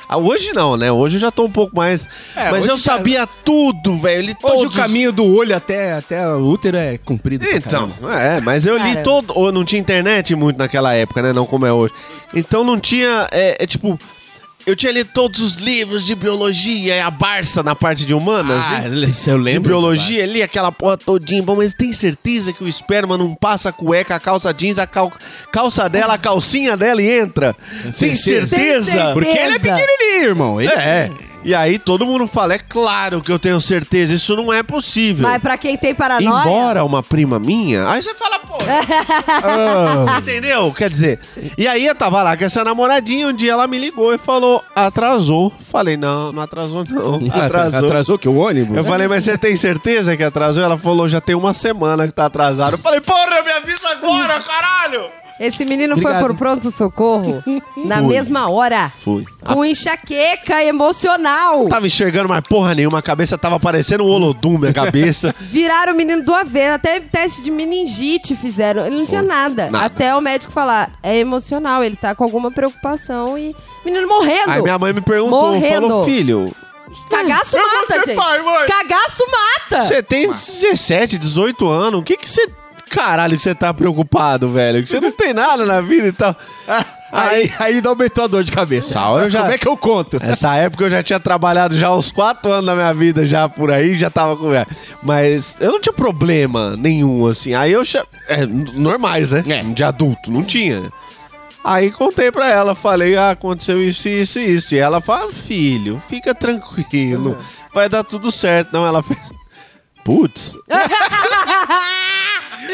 [SPEAKER 3] Ah, hoje não, né? Hoje eu já tô um pouco mais...
[SPEAKER 4] É,
[SPEAKER 3] mas
[SPEAKER 4] hoje
[SPEAKER 3] eu
[SPEAKER 4] já-
[SPEAKER 3] sabia tudo, velho. Ele
[SPEAKER 4] Hoje
[SPEAKER 3] todos
[SPEAKER 4] o caminho do olho até, até o útero é comprido. pra
[SPEAKER 3] Então,
[SPEAKER 4] caramba.
[SPEAKER 3] é, mas eu li
[SPEAKER 5] Cara.
[SPEAKER 3] todo. ou Não tinha internet muito naquela época, né? Não como é hoje. Então não tinha. É, é tipo. Eu tinha lido todos os livros de biologia e a Barça na parte de humanas.
[SPEAKER 4] Ah,
[SPEAKER 3] hein?
[SPEAKER 4] isso eu
[SPEAKER 3] de
[SPEAKER 4] lembro.
[SPEAKER 3] biologia, li aquela porra todinha. Bom, mas tem certeza que o esperma não passa a cueca, a calça jeans, a cal- calça dela, a calcinha dela e entra? Tem
[SPEAKER 4] certeza.
[SPEAKER 3] certeza?
[SPEAKER 4] Porque ele é pequenininho, irmão. Ele-
[SPEAKER 3] É. E aí todo mundo fala, é claro que eu tenho certeza, isso não é possível.
[SPEAKER 5] Mas pra quem tem paranoia...
[SPEAKER 3] Embora uma prima minha, aí você fala, pô,
[SPEAKER 4] Ah,
[SPEAKER 3] Você entendeu? Quer dizer, e aí eu tava lá com essa namoradinha, um dia ela me ligou e falou, atrasou. Falei, não, não atrasou não, Ah, atrasou.
[SPEAKER 4] Ah, Atrasou que o ônibus? né?
[SPEAKER 3] Eu falei, mas você tem certeza que atrasou? Ela falou, já tem uma semana que tá atrasado. Eu falei, porra, me avisa agora, caralho!
[SPEAKER 5] Esse menino
[SPEAKER 4] Obrigado.
[SPEAKER 5] foi pro pronto-socorro na
[SPEAKER 3] Fui.
[SPEAKER 5] mesma hora.
[SPEAKER 3] Fui. Ah. Tá.
[SPEAKER 5] Com enxaqueca emocional.
[SPEAKER 3] Tava enxergando mais porra nenhuma, a cabeça tava parecendo um holodum, minha cabeça.
[SPEAKER 5] Viraram o menino do avesso. Até teste de meningite fizeram. Ele não tinha nada.
[SPEAKER 3] Nada.
[SPEAKER 5] Até o médico falar, é emocional, ele tá com alguma preocupação e... Menino morrendo.
[SPEAKER 3] Aí minha mãe me perguntou,
[SPEAKER 5] Morrendo.
[SPEAKER 3] falou, filho, é
[SPEAKER 5] Cagaço mata, gente. Cagaço mata.
[SPEAKER 3] Você tem 17, 18 anos, o que que você. Caralho, que você tá preocupado, velho? Que você não tem nada na vida e tal.
[SPEAKER 4] Aí, aí ainda aumentou a dor de cabeça.
[SPEAKER 3] Essa hora eu já-
[SPEAKER 4] Como é que eu conto?
[SPEAKER 3] Essa época eu já tinha trabalhado já uns 4 anos da minha vida, já por aí, já tava com. Mas eu não tinha problema nenhum, assim. Aí eu. Cha... É, n- normais, né?
[SPEAKER 4] É.
[SPEAKER 3] De adulto, não tinha. Aí contei pra ela, falei, ah, aconteceu isso, isso e isso. E ela fala, filho, fica tranquilo, vai dar tudo certo. Não, ela fez. Putz,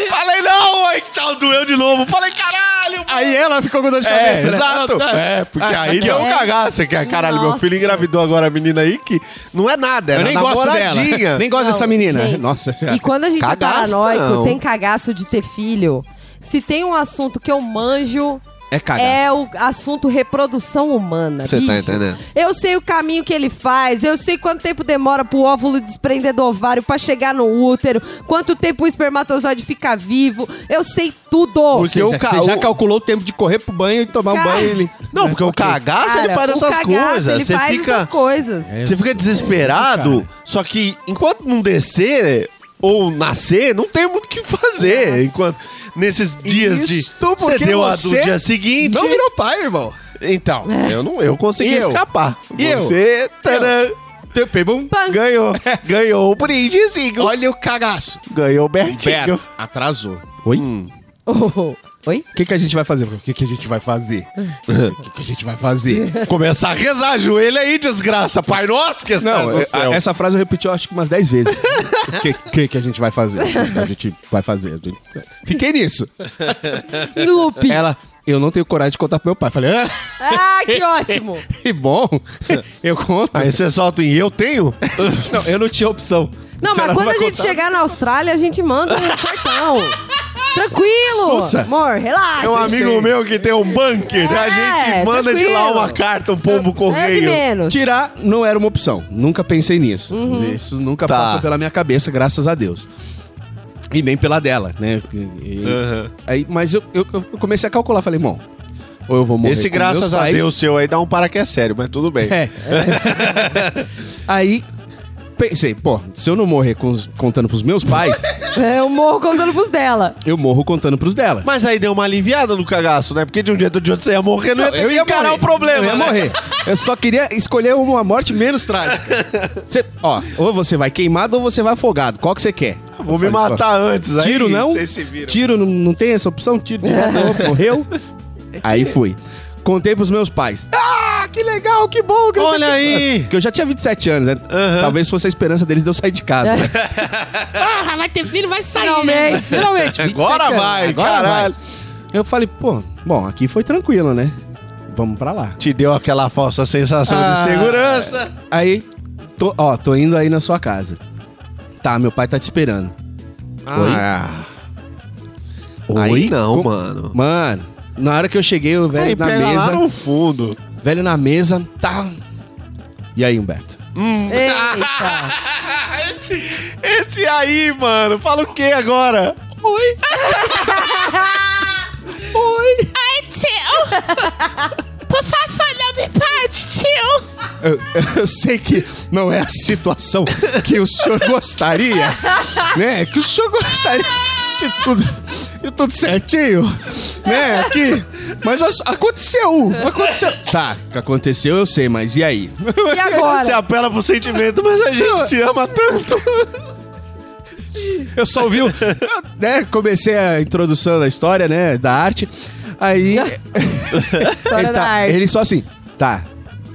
[SPEAKER 3] Falei, não, aí que tal, doeu de novo. Falei, caralho, mano.
[SPEAKER 4] Aí ela ficou com dor de
[SPEAKER 3] É,
[SPEAKER 4] cabeça. né?
[SPEAKER 3] exato. É, porque aí deu um cagaço. Que, caralho, meu
[SPEAKER 5] Nossa.
[SPEAKER 3] filho engravidou agora a menina aí que não é nada,
[SPEAKER 4] Eu
[SPEAKER 3] era
[SPEAKER 4] nem gosto
[SPEAKER 3] namoradinha.
[SPEAKER 4] dela. Nem gosto
[SPEAKER 5] Não,
[SPEAKER 4] dessa menina.
[SPEAKER 5] gente,
[SPEAKER 4] Nossa,
[SPEAKER 3] é
[SPEAKER 5] E quando a gente
[SPEAKER 3] Cagaço,
[SPEAKER 5] é paranoico,
[SPEAKER 3] não.
[SPEAKER 5] tem cagaço de ter filho. Se tem um assunto que eu manjo,
[SPEAKER 4] é cagado.
[SPEAKER 5] é o assunto reprodução humana.
[SPEAKER 3] Você tá
[SPEAKER 5] bicho.
[SPEAKER 3] entendendo?
[SPEAKER 5] Eu sei o caminho que ele faz, eu sei quanto tempo demora pro óvulo desprender do ovário pra chegar no útero, quanto tempo o espermatozoide fica vivo. Eu sei tudo.
[SPEAKER 4] Você,
[SPEAKER 3] Porque o
[SPEAKER 4] já,
[SPEAKER 3] ca-
[SPEAKER 4] você já
[SPEAKER 3] o-
[SPEAKER 4] calculou o tempo de correr pro banho e tomar um
[SPEAKER 5] Cara.
[SPEAKER 4] banho ele.
[SPEAKER 3] Não, porque o cagaço ele
[SPEAKER 5] Cara,
[SPEAKER 3] faz
[SPEAKER 5] o
[SPEAKER 3] essas
[SPEAKER 5] cagaço,
[SPEAKER 3] coisas.
[SPEAKER 5] Ele
[SPEAKER 3] Você
[SPEAKER 5] faz
[SPEAKER 3] fica, É.
[SPEAKER 5] essas coisas.
[SPEAKER 3] você fica desesperado, só que enquanto não descer ou nascer, não tem muito o que fazer. Enquanto nesses dias de
[SPEAKER 4] Isto porque
[SPEAKER 3] deu a do
[SPEAKER 4] você
[SPEAKER 3] dia seguinte.
[SPEAKER 4] Não virou pai, irmão.
[SPEAKER 3] Então,
[SPEAKER 5] É.
[SPEAKER 3] eu não, eu consegui
[SPEAKER 4] E eu?
[SPEAKER 3] escapar.
[SPEAKER 4] E eu?
[SPEAKER 3] você tadã,
[SPEAKER 4] Tem- pegou um-
[SPEAKER 5] Pan-
[SPEAKER 3] ganhou, ganhou o brindezinho.
[SPEAKER 4] Olha o cagaço.
[SPEAKER 3] Ganhou o Bertinho.
[SPEAKER 4] Beto, atrasou. Hum. Oi?
[SPEAKER 5] Oh, Oi?
[SPEAKER 4] O que, que a gente vai fazer? O que, que a gente vai fazer?
[SPEAKER 5] Ah.
[SPEAKER 4] O que, que a gente vai fazer?
[SPEAKER 3] Começar a rezar, joelho aí, desgraça. Pai nosso que está
[SPEAKER 4] Não,
[SPEAKER 3] no
[SPEAKER 4] é-
[SPEAKER 3] céu.
[SPEAKER 4] a- essa frase eu repeti eu acho que umas 10 vezes. O que, que, que a gente vai fazer? A gente vai fazer. Fiquei nisso.
[SPEAKER 5] Loop.
[SPEAKER 4] Ela, eu não tenho coragem de contar pro meu pai. Falei, ah,
[SPEAKER 5] Ah, que ótimo.
[SPEAKER 4] que bom. Eu conto.
[SPEAKER 3] Aí você solta em eu tenho?
[SPEAKER 4] Ah, Não, eu não tinha opção.
[SPEAKER 5] Não,
[SPEAKER 4] Se
[SPEAKER 5] mas
[SPEAKER 4] ela
[SPEAKER 5] quando
[SPEAKER 4] vai
[SPEAKER 5] a gente
[SPEAKER 4] contar-
[SPEAKER 5] chegar na Austrália, a gente manda um cartão. Tranquilo.
[SPEAKER 4] Sussa.
[SPEAKER 5] Amor, relaxa.
[SPEAKER 3] É um amigo
[SPEAKER 4] sei.
[SPEAKER 3] meu que tem um bunker. a gente manda de lá
[SPEAKER 5] É, tranquilo.
[SPEAKER 3] uma carta, um pombo
[SPEAKER 5] É de
[SPEAKER 3] correio.
[SPEAKER 5] menos.
[SPEAKER 4] Tirar não era uma opção. Nunca pensei nisso. Isso nunca
[SPEAKER 3] Tá.
[SPEAKER 4] passou pela minha cabeça, graças a Deus. E nem pela dela, né? E- e-
[SPEAKER 3] Uhum.
[SPEAKER 4] aí, mas eu, eu- eu comecei a calcular. Falei, bom, ou eu vou morrer
[SPEAKER 3] Esse
[SPEAKER 4] com
[SPEAKER 3] graças
[SPEAKER 4] meus
[SPEAKER 3] a
[SPEAKER 4] pais,
[SPEAKER 3] Deus seu aí dá um para que é sério, mas tudo bem.
[SPEAKER 4] É. Aí, pensei, pô, se eu não morrer com os- contando pros meus pais,
[SPEAKER 5] É, eu morro contando pros dela.
[SPEAKER 4] eu morro contando pros dela.
[SPEAKER 3] Mas aí deu uma aliviada no cagaço, né? Porque de um jeito ou de outro você ia morrer, não ia ter que encarar
[SPEAKER 4] morrer.
[SPEAKER 3] o problema,
[SPEAKER 4] Eu ia
[SPEAKER 3] né?
[SPEAKER 4] morrer. Eu só queria escolher uma morte menos trágica. Você- ó, ou você vai queimado ou você vai afogado. Qual que você quer?
[SPEAKER 3] Ah, Vou me matar antes. aí
[SPEAKER 4] Tiro não?
[SPEAKER 3] Vocês se viram.
[SPEAKER 4] Tiro não, não tem essa opção? Tiro de lado, morreu. Aí fui. Contei pros meus pais. Ah, que legal, que bom. que não sei
[SPEAKER 3] Olha
[SPEAKER 4] o quê.
[SPEAKER 3] aí.
[SPEAKER 4] Porque eu já tinha 27 anos, né? Talvez fosse a esperança deles de eu sair de casa. né? ah, vai ter filho, vai sair. Finalmente. Finalmente. 27
[SPEAKER 3] Agora
[SPEAKER 4] anos,
[SPEAKER 3] vai,
[SPEAKER 4] agora
[SPEAKER 3] caralho.
[SPEAKER 4] vai. Eu falei, pô, bom, aqui foi tranquilo, né? Vamos pra lá.
[SPEAKER 3] Te deu aquela falsa sensação
[SPEAKER 4] Ah.
[SPEAKER 3] de segurança.
[SPEAKER 4] Aí, tô, ó, tô indo aí na sua casa. Tá, meu pai tá te esperando.
[SPEAKER 3] Ah, é.
[SPEAKER 4] Oi?
[SPEAKER 3] Aí não,
[SPEAKER 4] Co-
[SPEAKER 3] mano.
[SPEAKER 4] Mano, na hora que eu cheguei, o velho
[SPEAKER 3] Aí
[SPEAKER 4] na
[SPEAKER 3] pega lá
[SPEAKER 4] mesa.
[SPEAKER 3] no fundo.
[SPEAKER 4] Velho na mesa, tá. E aí, Humberto?
[SPEAKER 5] Eita.
[SPEAKER 3] Esse, esse aí, mano. Fala o que agora?
[SPEAKER 4] Oi! Oi!
[SPEAKER 6] Por favor, não me bate, tio.
[SPEAKER 4] Eu, eu sei que não é a situação que o senhor gostaria, né? Que o senhor gostaria de tudo, de tudo certinho, né? Aqui. Mas as- aconteceu! Aconteceu! Tá, que aconteceu eu sei, mas e aí?
[SPEAKER 5] E agora?
[SPEAKER 3] Você apela pro sentimento, mas a gente se ama tanto.
[SPEAKER 4] Eu só ouvi, o- né? Comecei a introdução da história, né? Da arte. Aí.
[SPEAKER 5] História
[SPEAKER 4] ele,
[SPEAKER 5] da
[SPEAKER 4] tá-
[SPEAKER 5] arte.
[SPEAKER 4] ele só assim, tá.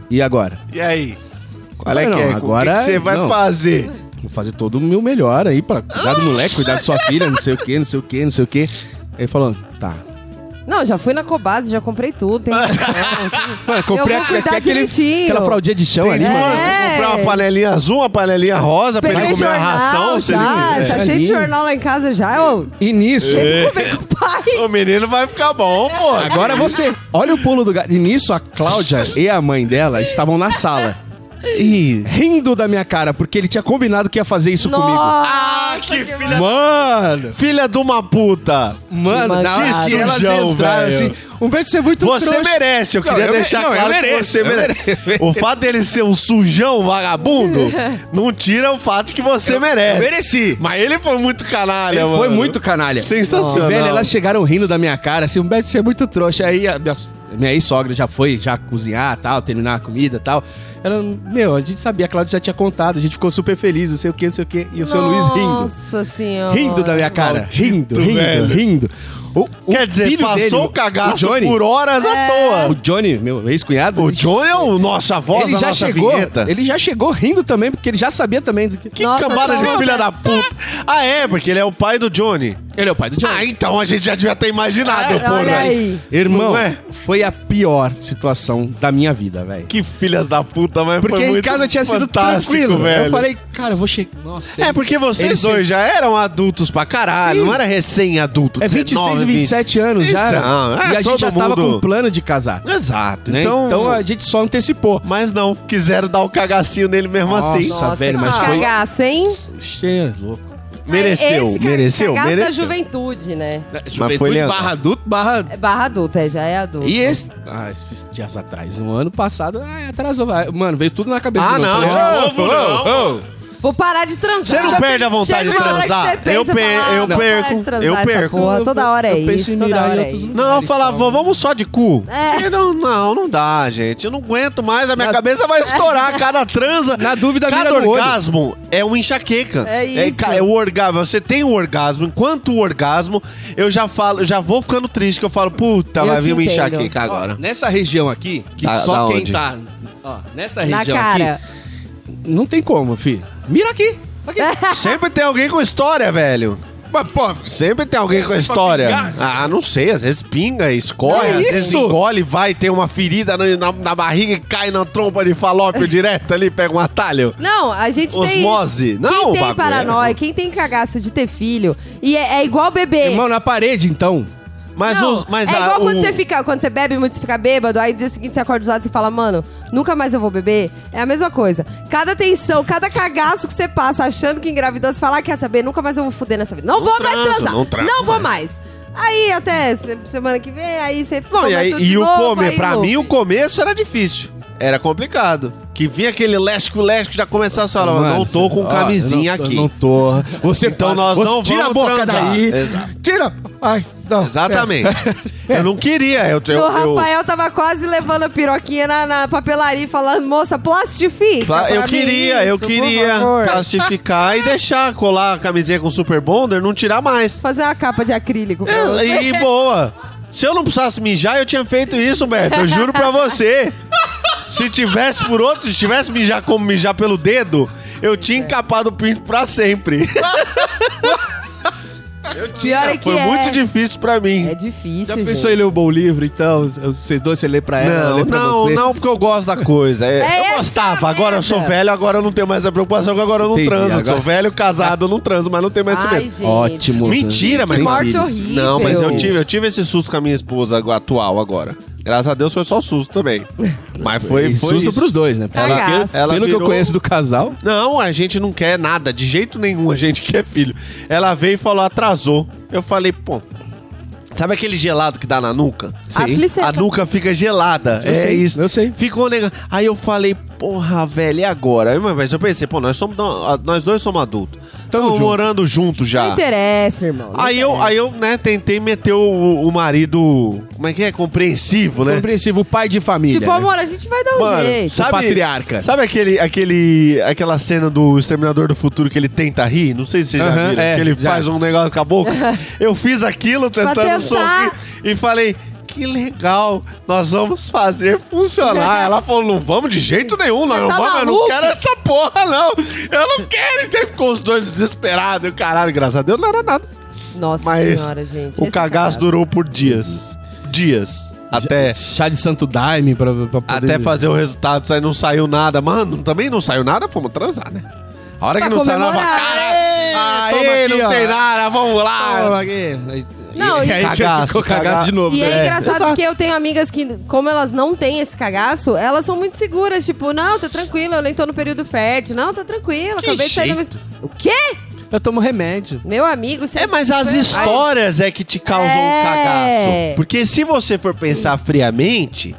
[SPEAKER 4] E agora?
[SPEAKER 3] E aí? Qual
[SPEAKER 4] é que é?
[SPEAKER 3] Agora, o que que você vai
[SPEAKER 4] não.
[SPEAKER 3] fazer?
[SPEAKER 4] Vou fazer todo o meu melhor aí pra cuidar do moleque, cuidar de sua filha, não sei o que, não sei o que, não sei o que. Ele falou, tá.
[SPEAKER 5] Não, já fui na Cobase, já comprei tudo. Tem né?
[SPEAKER 4] Mano,
[SPEAKER 5] Eu vou
[SPEAKER 4] comprei até
[SPEAKER 5] cuidar
[SPEAKER 4] aquele,
[SPEAKER 5] direitinho.
[SPEAKER 4] aquela fraldinha de chão ali,
[SPEAKER 3] Tem
[SPEAKER 4] mano.
[SPEAKER 3] mano, você comprar uma panelinha azul, uma panelinha rosa pra ele
[SPEAKER 5] Peguei
[SPEAKER 3] comer
[SPEAKER 5] jornal,
[SPEAKER 3] a ração. se ele-
[SPEAKER 5] já,
[SPEAKER 3] É.
[SPEAKER 5] tá cheio de
[SPEAKER 4] lindo.
[SPEAKER 5] jornal lá em casa já. Eu
[SPEAKER 4] E nisso,
[SPEAKER 5] vem com o pai.
[SPEAKER 3] O menino vai ficar bom, pô.
[SPEAKER 4] agora você. Olha o pulo do gato. E nisso, a Cláudia e a mãe dela estavam na sala. Rindo da minha cara, porque ele tinha combinado que ia fazer isso comigo.
[SPEAKER 3] Ah, que filha...
[SPEAKER 4] Mano!
[SPEAKER 3] Filha de uma puta.
[SPEAKER 4] Mano, na hora
[SPEAKER 3] Que
[SPEAKER 4] que elas
[SPEAKER 3] sujão,
[SPEAKER 4] entraram
[SPEAKER 3] velho.
[SPEAKER 4] assim. Humberto, você é muito
[SPEAKER 3] Você
[SPEAKER 4] trouxa.
[SPEAKER 3] merece, eu
[SPEAKER 4] Não,
[SPEAKER 3] queria
[SPEAKER 4] eu me-
[SPEAKER 3] deixar
[SPEAKER 4] não, eu
[SPEAKER 3] claro que
[SPEAKER 4] mereço,
[SPEAKER 3] você
[SPEAKER 4] eu
[SPEAKER 3] merece.
[SPEAKER 4] mereço.
[SPEAKER 3] O fato dele ser um sujão vagabundo não tira o fato que você merece.
[SPEAKER 4] eu mereci.
[SPEAKER 3] Mas ele foi muito canalha,
[SPEAKER 4] Ele
[SPEAKER 3] mano.
[SPEAKER 4] foi muito canalha.
[SPEAKER 3] Sensacional.
[SPEAKER 4] Velho, elas chegaram rindo da minha cara, assim, Humberto, você é muito trouxa. Aí a minha, minha ex-sogra já foi já cozinhar tal, terminar a comida tal. Ela, meu, a gente sabia, a Cláudia já tinha contado, a gente ficou super feliz, não sei o que, não sei o que. E o seu Luiz rindo.
[SPEAKER 5] Nossa senhora.
[SPEAKER 4] Rindo da minha cara.
[SPEAKER 3] Maldito,
[SPEAKER 4] rindo, rindo,
[SPEAKER 3] velho.
[SPEAKER 4] rindo. O- o
[SPEAKER 3] Quer dizer,
[SPEAKER 4] filho
[SPEAKER 3] passou
[SPEAKER 4] dele,
[SPEAKER 3] o cagaço
[SPEAKER 4] Johnny,
[SPEAKER 3] por horas
[SPEAKER 5] É.
[SPEAKER 3] à
[SPEAKER 4] O
[SPEAKER 3] toa.
[SPEAKER 4] Johnny, meu ex-cunhado.
[SPEAKER 3] O Johnny é o nossa voz,
[SPEAKER 4] ele
[SPEAKER 3] a
[SPEAKER 4] já
[SPEAKER 3] nossa
[SPEAKER 4] chegou,
[SPEAKER 3] vinheta.
[SPEAKER 4] ele já chegou rindo também, porque ele já sabia também do que.
[SPEAKER 3] Que
[SPEAKER 5] Nossa
[SPEAKER 3] cambada de
[SPEAKER 5] senhora.
[SPEAKER 3] filha da puta. Ah, é, porque ele é o pai do Johnny.
[SPEAKER 4] Ele é o pai do Johnny.
[SPEAKER 3] Ah, então a gente já devia ter imaginado,
[SPEAKER 5] Ah, Olha
[SPEAKER 3] porra.
[SPEAKER 5] aí.
[SPEAKER 4] Irmão,
[SPEAKER 3] Não é?
[SPEAKER 4] foi a pior situação da minha vida, velho.
[SPEAKER 3] Que filhas da puta, mas
[SPEAKER 4] Porque
[SPEAKER 3] foi
[SPEAKER 4] em
[SPEAKER 3] muito
[SPEAKER 4] casa tinha sido
[SPEAKER 3] fantástico,
[SPEAKER 4] tranquilo.
[SPEAKER 3] velho.
[SPEAKER 4] Eu falei, cara, eu vou chegar. Nossa.
[SPEAKER 3] É, porque vocês
[SPEAKER 4] Eles-
[SPEAKER 3] dois já eram adultos pra caralho,
[SPEAKER 4] Sim.
[SPEAKER 3] não era recém-adulto.
[SPEAKER 4] é 26
[SPEAKER 3] 19,
[SPEAKER 4] e 27 anos já.
[SPEAKER 3] Então, é,
[SPEAKER 4] e a gente
[SPEAKER 3] todo
[SPEAKER 4] já tava
[SPEAKER 3] mundo-
[SPEAKER 4] com um plano de casar.
[SPEAKER 3] Exato.
[SPEAKER 4] né? Então,
[SPEAKER 3] Então,
[SPEAKER 4] a gente só antecipou.
[SPEAKER 3] Mas não, quiseram dar o cagacinho nele mesmo
[SPEAKER 4] Nossa,
[SPEAKER 3] assim.
[SPEAKER 5] Nossa,
[SPEAKER 4] velho,
[SPEAKER 5] que
[SPEAKER 4] mas foi-
[SPEAKER 5] cagaço, hein?
[SPEAKER 3] é
[SPEAKER 4] Cheia, louco.
[SPEAKER 3] Mereceu,
[SPEAKER 5] Esse ca-
[SPEAKER 3] mereceu,
[SPEAKER 5] cagaço da
[SPEAKER 3] mereceu.
[SPEAKER 5] juventude, né?
[SPEAKER 4] Juventude
[SPEAKER 3] foi legal.
[SPEAKER 4] barra adulto, barra.
[SPEAKER 5] É Barra adulta, é, já é adulto.
[SPEAKER 4] E esse. Ah, esses dias atrás, no ano passado, ah, atrasou. Ah, Mano, veio tudo na cabeça
[SPEAKER 3] Ah,
[SPEAKER 4] do meu.
[SPEAKER 3] não,
[SPEAKER 4] Eu
[SPEAKER 3] de
[SPEAKER 4] "Oh,
[SPEAKER 3] novo
[SPEAKER 4] oh,
[SPEAKER 3] não."
[SPEAKER 4] oh."
[SPEAKER 5] Vou parar de
[SPEAKER 3] Você
[SPEAKER 5] transar.
[SPEAKER 3] não perde a vontade
[SPEAKER 5] Chega
[SPEAKER 3] de
[SPEAKER 5] uma hora que
[SPEAKER 3] transar?
[SPEAKER 5] você pensa,
[SPEAKER 3] Eu per-
[SPEAKER 5] fala,
[SPEAKER 3] eu
[SPEAKER 5] "Ah, vou parar de
[SPEAKER 3] perco,
[SPEAKER 5] transar
[SPEAKER 3] eu
[SPEAKER 5] essa
[SPEAKER 3] perco.
[SPEAKER 5] porra,
[SPEAKER 4] Eu-
[SPEAKER 5] toda hora é
[SPEAKER 4] eu penso
[SPEAKER 5] isso,
[SPEAKER 4] em
[SPEAKER 5] toda
[SPEAKER 4] mirar em
[SPEAKER 5] hora é
[SPEAKER 4] outros então,
[SPEAKER 5] isso.
[SPEAKER 3] Não, eu falava,
[SPEAKER 4] né?"
[SPEAKER 3] "Vô, vamos só de cu.
[SPEAKER 5] É.
[SPEAKER 3] E Não, não, não dá, gente. Eu não aguento mais, a minha cabeça vai estourar. Cada transa.
[SPEAKER 4] Na dúvida,
[SPEAKER 3] cada
[SPEAKER 4] mira no olho.
[SPEAKER 3] orgasmo é um enxaqueca.
[SPEAKER 5] É isso.
[SPEAKER 3] ca- É, o orgasmo. Você tem o orgasmo. Enquanto o orgasmo, eu já falo, já vou ficando triste, que eu falo, puta,
[SPEAKER 5] Eu
[SPEAKER 3] vai
[SPEAKER 5] te
[SPEAKER 3] vir uma
[SPEAKER 5] entendo.
[SPEAKER 3] enxaqueca
[SPEAKER 4] Ó,
[SPEAKER 3] agora.
[SPEAKER 4] nessa região aqui, que
[SPEAKER 3] Da-
[SPEAKER 4] só
[SPEAKER 3] da
[SPEAKER 4] quem
[SPEAKER 3] onde?
[SPEAKER 4] tá. Ó, nessa
[SPEAKER 5] Na
[SPEAKER 4] região
[SPEAKER 5] cara.
[SPEAKER 4] aqui. Não tem como, fi. Mira aqui. aqui.
[SPEAKER 5] É.
[SPEAKER 3] Sempre tem alguém com história, velho.
[SPEAKER 4] Mas, pô,
[SPEAKER 3] Sempre tem alguém com a história. Ah, não sei, às vezes pinga, escorre,
[SPEAKER 4] Não,
[SPEAKER 3] às vezes
[SPEAKER 4] isso.
[SPEAKER 3] engole, vai, tem uma ferida na, na- na barriga e cai na trompa de falópio direto ali, pega um atalho.
[SPEAKER 5] Não, a gente tem.
[SPEAKER 3] Osmose.
[SPEAKER 5] Quem
[SPEAKER 3] Não,
[SPEAKER 5] tem
[SPEAKER 3] bagulho.
[SPEAKER 5] paranoia, quem tem cagaço de ter filho. E é, é igual bebê.
[SPEAKER 4] irmão, na parede, então.
[SPEAKER 3] Mas
[SPEAKER 5] Não,
[SPEAKER 3] os. Mas
[SPEAKER 5] é
[SPEAKER 3] a-
[SPEAKER 5] igual quando
[SPEAKER 3] o-
[SPEAKER 5] você fica, quando você bebe muito, você fica bêbado, aí no dia seguinte você acorda do lado e fala, mano, nunca mais eu vou beber. É a mesma coisa. Cada tensão, cada cagaço que você passa achando que engravidou, você fala, ah, quer saber, nunca mais eu vou foder nessa vida. Não, vou mais
[SPEAKER 3] transo,
[SPEAKER 5] transar.
[SPEAKER 3] não
[SPEAKER 5] Não,
[SPEAKER 3] transo é.
[SPEAKER 5] vou mais. Aí até se- semana que vem, aí você
[SPEAKER 3] Não, e,
[SPEAKER 5] toma
[SPEAKER 3] aí-
[SPEAKER 5] tudo
[SPEAKER 3] e
[SPEAKER 5] de
[SPEAKER 3] o
[SPEAKER 5] novo,
[SPEAKER 3] comer,
[SPEAKER 5] aí
[SPEAKER 3] pra
[SPEAKER 5] não.
[SPEAKER 3] mim o começo era difícil. era complicado. Que vinha aquele lesco, lesco, já começava a falar,
[SPEAKER 4] Mano,
[SPEAKER 3] não tô com
[SPEAKER 4] ó,
[SPEAKER 3] camisinha
[SPEAKER 4] eu não tô-
[SPEAKER 3] aqui.
[SPEAKER 4] eu Não tô. Você
[SPEAKER 3] Então
[SPEAKER 4] para-
[SPEAKER 3] nós
[SPEAKER 4] você
[SPEAKER 3] não
[SPEAKER 4] tira
[SPEAKER 3] vamos
[SPEAKER 4] a boca
[SPEAKER 3] transar.
[SPEAKER 4] daí.
[SPEAKER 3] Exato.
[SPEAKER 4] Tira. Ai, não. É.
[SPEAKER 3] Exatamente. Eu não queria. Eu, eu,
[SPEAKER 5] o
[SPEAKER 3] eu-
[SPEAKER 5] Rafael tava quase levando a piroquinha na, na papelaria e falando, moça, plastifica.
[SPEAKER 3] Pla-
[SPEAKER 5] pra
[SPEAKER 3] eu
[SPEAKER 5] mim
[SPEAKER 3] queria, eu
[SPEAKER 5] isso, por
[SPEAKER 3] queria
[SPEAKER 5] favor."
[SPEAKER 3] plastificar e deixar colar a camisinha com Super Bonder, não tirar mais.
[SPEAKER 5] Fazer uma capa de acrílico. pra
[SPEAKER 3] É,
[SPEAKER 5] você.
[SPEAKER 3] e boa. Se eu não precisasse mijar, eu tinha feito isso, Humberto. Eu juro pra você. Se tivesse por outro, se tivesse mijar como mijar pelo dedo, eu tinha encapado o pinto pra sempre.
[SPEAKER 5] Pior é que
[SPEAKER 3] Foi
[SPEAKER 5] é.
[SPEAKER 3] muito difícil pra mim.
[SPEAKER 5] É difícil,
[SPEAKER 4] Já
[SPEAKER 5] gente.
[SPEAKER 4] pensou em ler o bom livro, então? Vocês dois, você lê pra ela, eu
[SPEAKER 3] Não,
[SPEAKER 4] lê pra
[SPEAKER 3] não,
[SPEAKER 4] você.
[SPEAKER 3] não, porque eu gosto da coisa. É,
[SPEAKER 5] É essa
[SPEAKER 3] eu gostava, agora eu sou
[SPEAKER 5] merda.
[SPEAKER 3] velho, agora eu não tenho mais a preocupação, que agora eu não
[SPEAKER 4] Entendi,
[SPEAKER 3] transo.
[SPEAKER 4] agora-
[SPEAKER 3] Sou velho, casado, eu não transo, mas não tenho mais esse
[SPEAKER 5] Ai,
[SPEAKER 3] medo.
[SPEAKER 5] gente.
[SPEAKER 4] Ótimo.
[SPEAKER 3] Mentira, mas-
[SPEAKER 4] Sem
[SPEAKER 5] morte
[SPEAKER 4] filhos.
[SPEAKER 5] horrível.
[SPEAKER 3] Não, mas eu tive, eu tive esse susto com a minha esposa agu- atual agora. Graças a Deus foi só susto também. Mas foi,
[SPEAKER 4] E
[SPEAKER 3] foi
[SPEAKER 4] susto
[SPEAKER 3] isso.
[SPEAKER 4] pros dois, né?
[SPEAKER 5] Ela- Cagaço.
[SPEAKER 4] Pelo
[SPEAKER 3] ela
[SPEAKER 4] que eu
[SPEAKER 3] virou-
[SPEAKER 4] conheço do casal,
[SPEAKER 3] Não, a gente não quer nada, de jeito nenhum a gente quer filho. Ela veio e falou, atrasou. Eu falei, pô. Sabe aquele gelado que dá na nuca?
[SPEAKER 5] Sim. Afliceta.
[SPEAKER 3] A nuca fica gelada.
[SPEAKER 4] Eu
[SPEAKER 3] é
[SPEAKER 4] sei,
[SPEAKER 3] isso.
[SPEAKER 4] eu sei.
[SPEAKER 3] Ficou nega. Aí eu falei, porra, velho, e agora? Aí, mas eu pensei, pô, nós, somos, nós dois somos adultos. Estamos
[SPEAKER 4] junto.
[SPEAKER 3] morando juntos já.
[SPEAKER 5] Não interessa, irmão. Não
[SPEAKER 3] Aí eu, aí eu, né, tentei meter o, o marido. Como é que é? Compreensivo, né?
[SPEAKER 4] compreensível, o pai de família.
[SPEAKER 5] Tipo,
[SPEAKER 4] né?
[SPEAKER 5] amor, a gente vai dar um jeito.
[SPEAKER 4] sa- patriarca.
[SPEAKER 3] Sabe aquele, aquele, aquela cena do Exterminador do Futuro que ele tenta rir? Não sei se vocês já
[SPEAKER 4] Aham,
[SPEAKER 3] viram.
[SPEAKER 4] é,
[SPEAKER 3] que ele
[SPEAKER 4] já.
[SPEAKER 3] faz um negócio com a boca. eu fiz aquilo
[SPEAKER 5] tentar.
[SPEAKER 3] tentando sorrir e falei. Que legal, nós vamos fazer funcionar. Ela falou: não vamos de jeito nenhum, nós
[SPEAKER 5] Você
[SPEAKER 3] não
[SPEAKER 5] tá
[SPEAKER 3] vamos, eu não
[SPEAKER 5] maluco?
[SPEAKER 3] quero essa porra, não. Eu não quero. E daí ficou os dois desesperados. E o Caralho, graças a Deus, não era nada.
[SPEAKER 5] Nossa
[SPEAKER 3] Mas
[SPEAKER 5] senhora, gente.
[SPEAKER 3] o
[SPEAKER 5] esse
[SPEAKER 3] cagaço durou por dias. Dias. Até,
[SPEAKER 4] Chá de santo daime pra, pra poder...
[SPEAKER 3] até fazer o resultado, isso aí não saiu nada. Mano, também não saiu nada, fomos transar, né? A hora
[SPEAKER 5] Pra
[SPEAKER 3] que não saiu nada,
[SPEAKER 5] comemorar,
[SPEAKER 3] cara,
[SPEAKER 4] né? Toma
[SPEAKER 3] aê,
[SPEAKER 4] aqui,
[SPEAKER 3] não
[SPEAKER 4] ó.
[SPEAKER 3] tem nada, vamos lá.
[SPEAKER 4] Ah, aqui.
[SPEAKER 5] Não,
[SPEAKER 4] e
[SPEAKER 5] e-
[SPEAKER 4] aí
[SPEAKER 3] Cagaço,
[SPEAKER 4] ficou cagaço
[SPEAKER 3] caga-
[SPEAKER 4] de novo.
[SPEAKER 5] E é,
[SPEAKER 4] né?
[SPEAKER 5] engraçado
[SPEAKER 4] Exato.
[SPEAKER 5] porque eu tenho amigas que, como elas não têm esse cagaço, elas são muito seguras. Tipo, não, tá tranquilo, eu nem tô no período fértil. Não, tá tranquilo, acabei de sair da minha... O quê?
[SPEAKER 4] Eu tomo remédio.
[SPEAKER 5] Meu amigo, você...
[SPEAKER 3] É, mas as
[SPEAKER 5] Ai,
[SPEAKER 3] histórias é que te causam
[SPEAKER 5] É.
[SPEAKER 3] o cagaço. Porque se você for pensar friamente,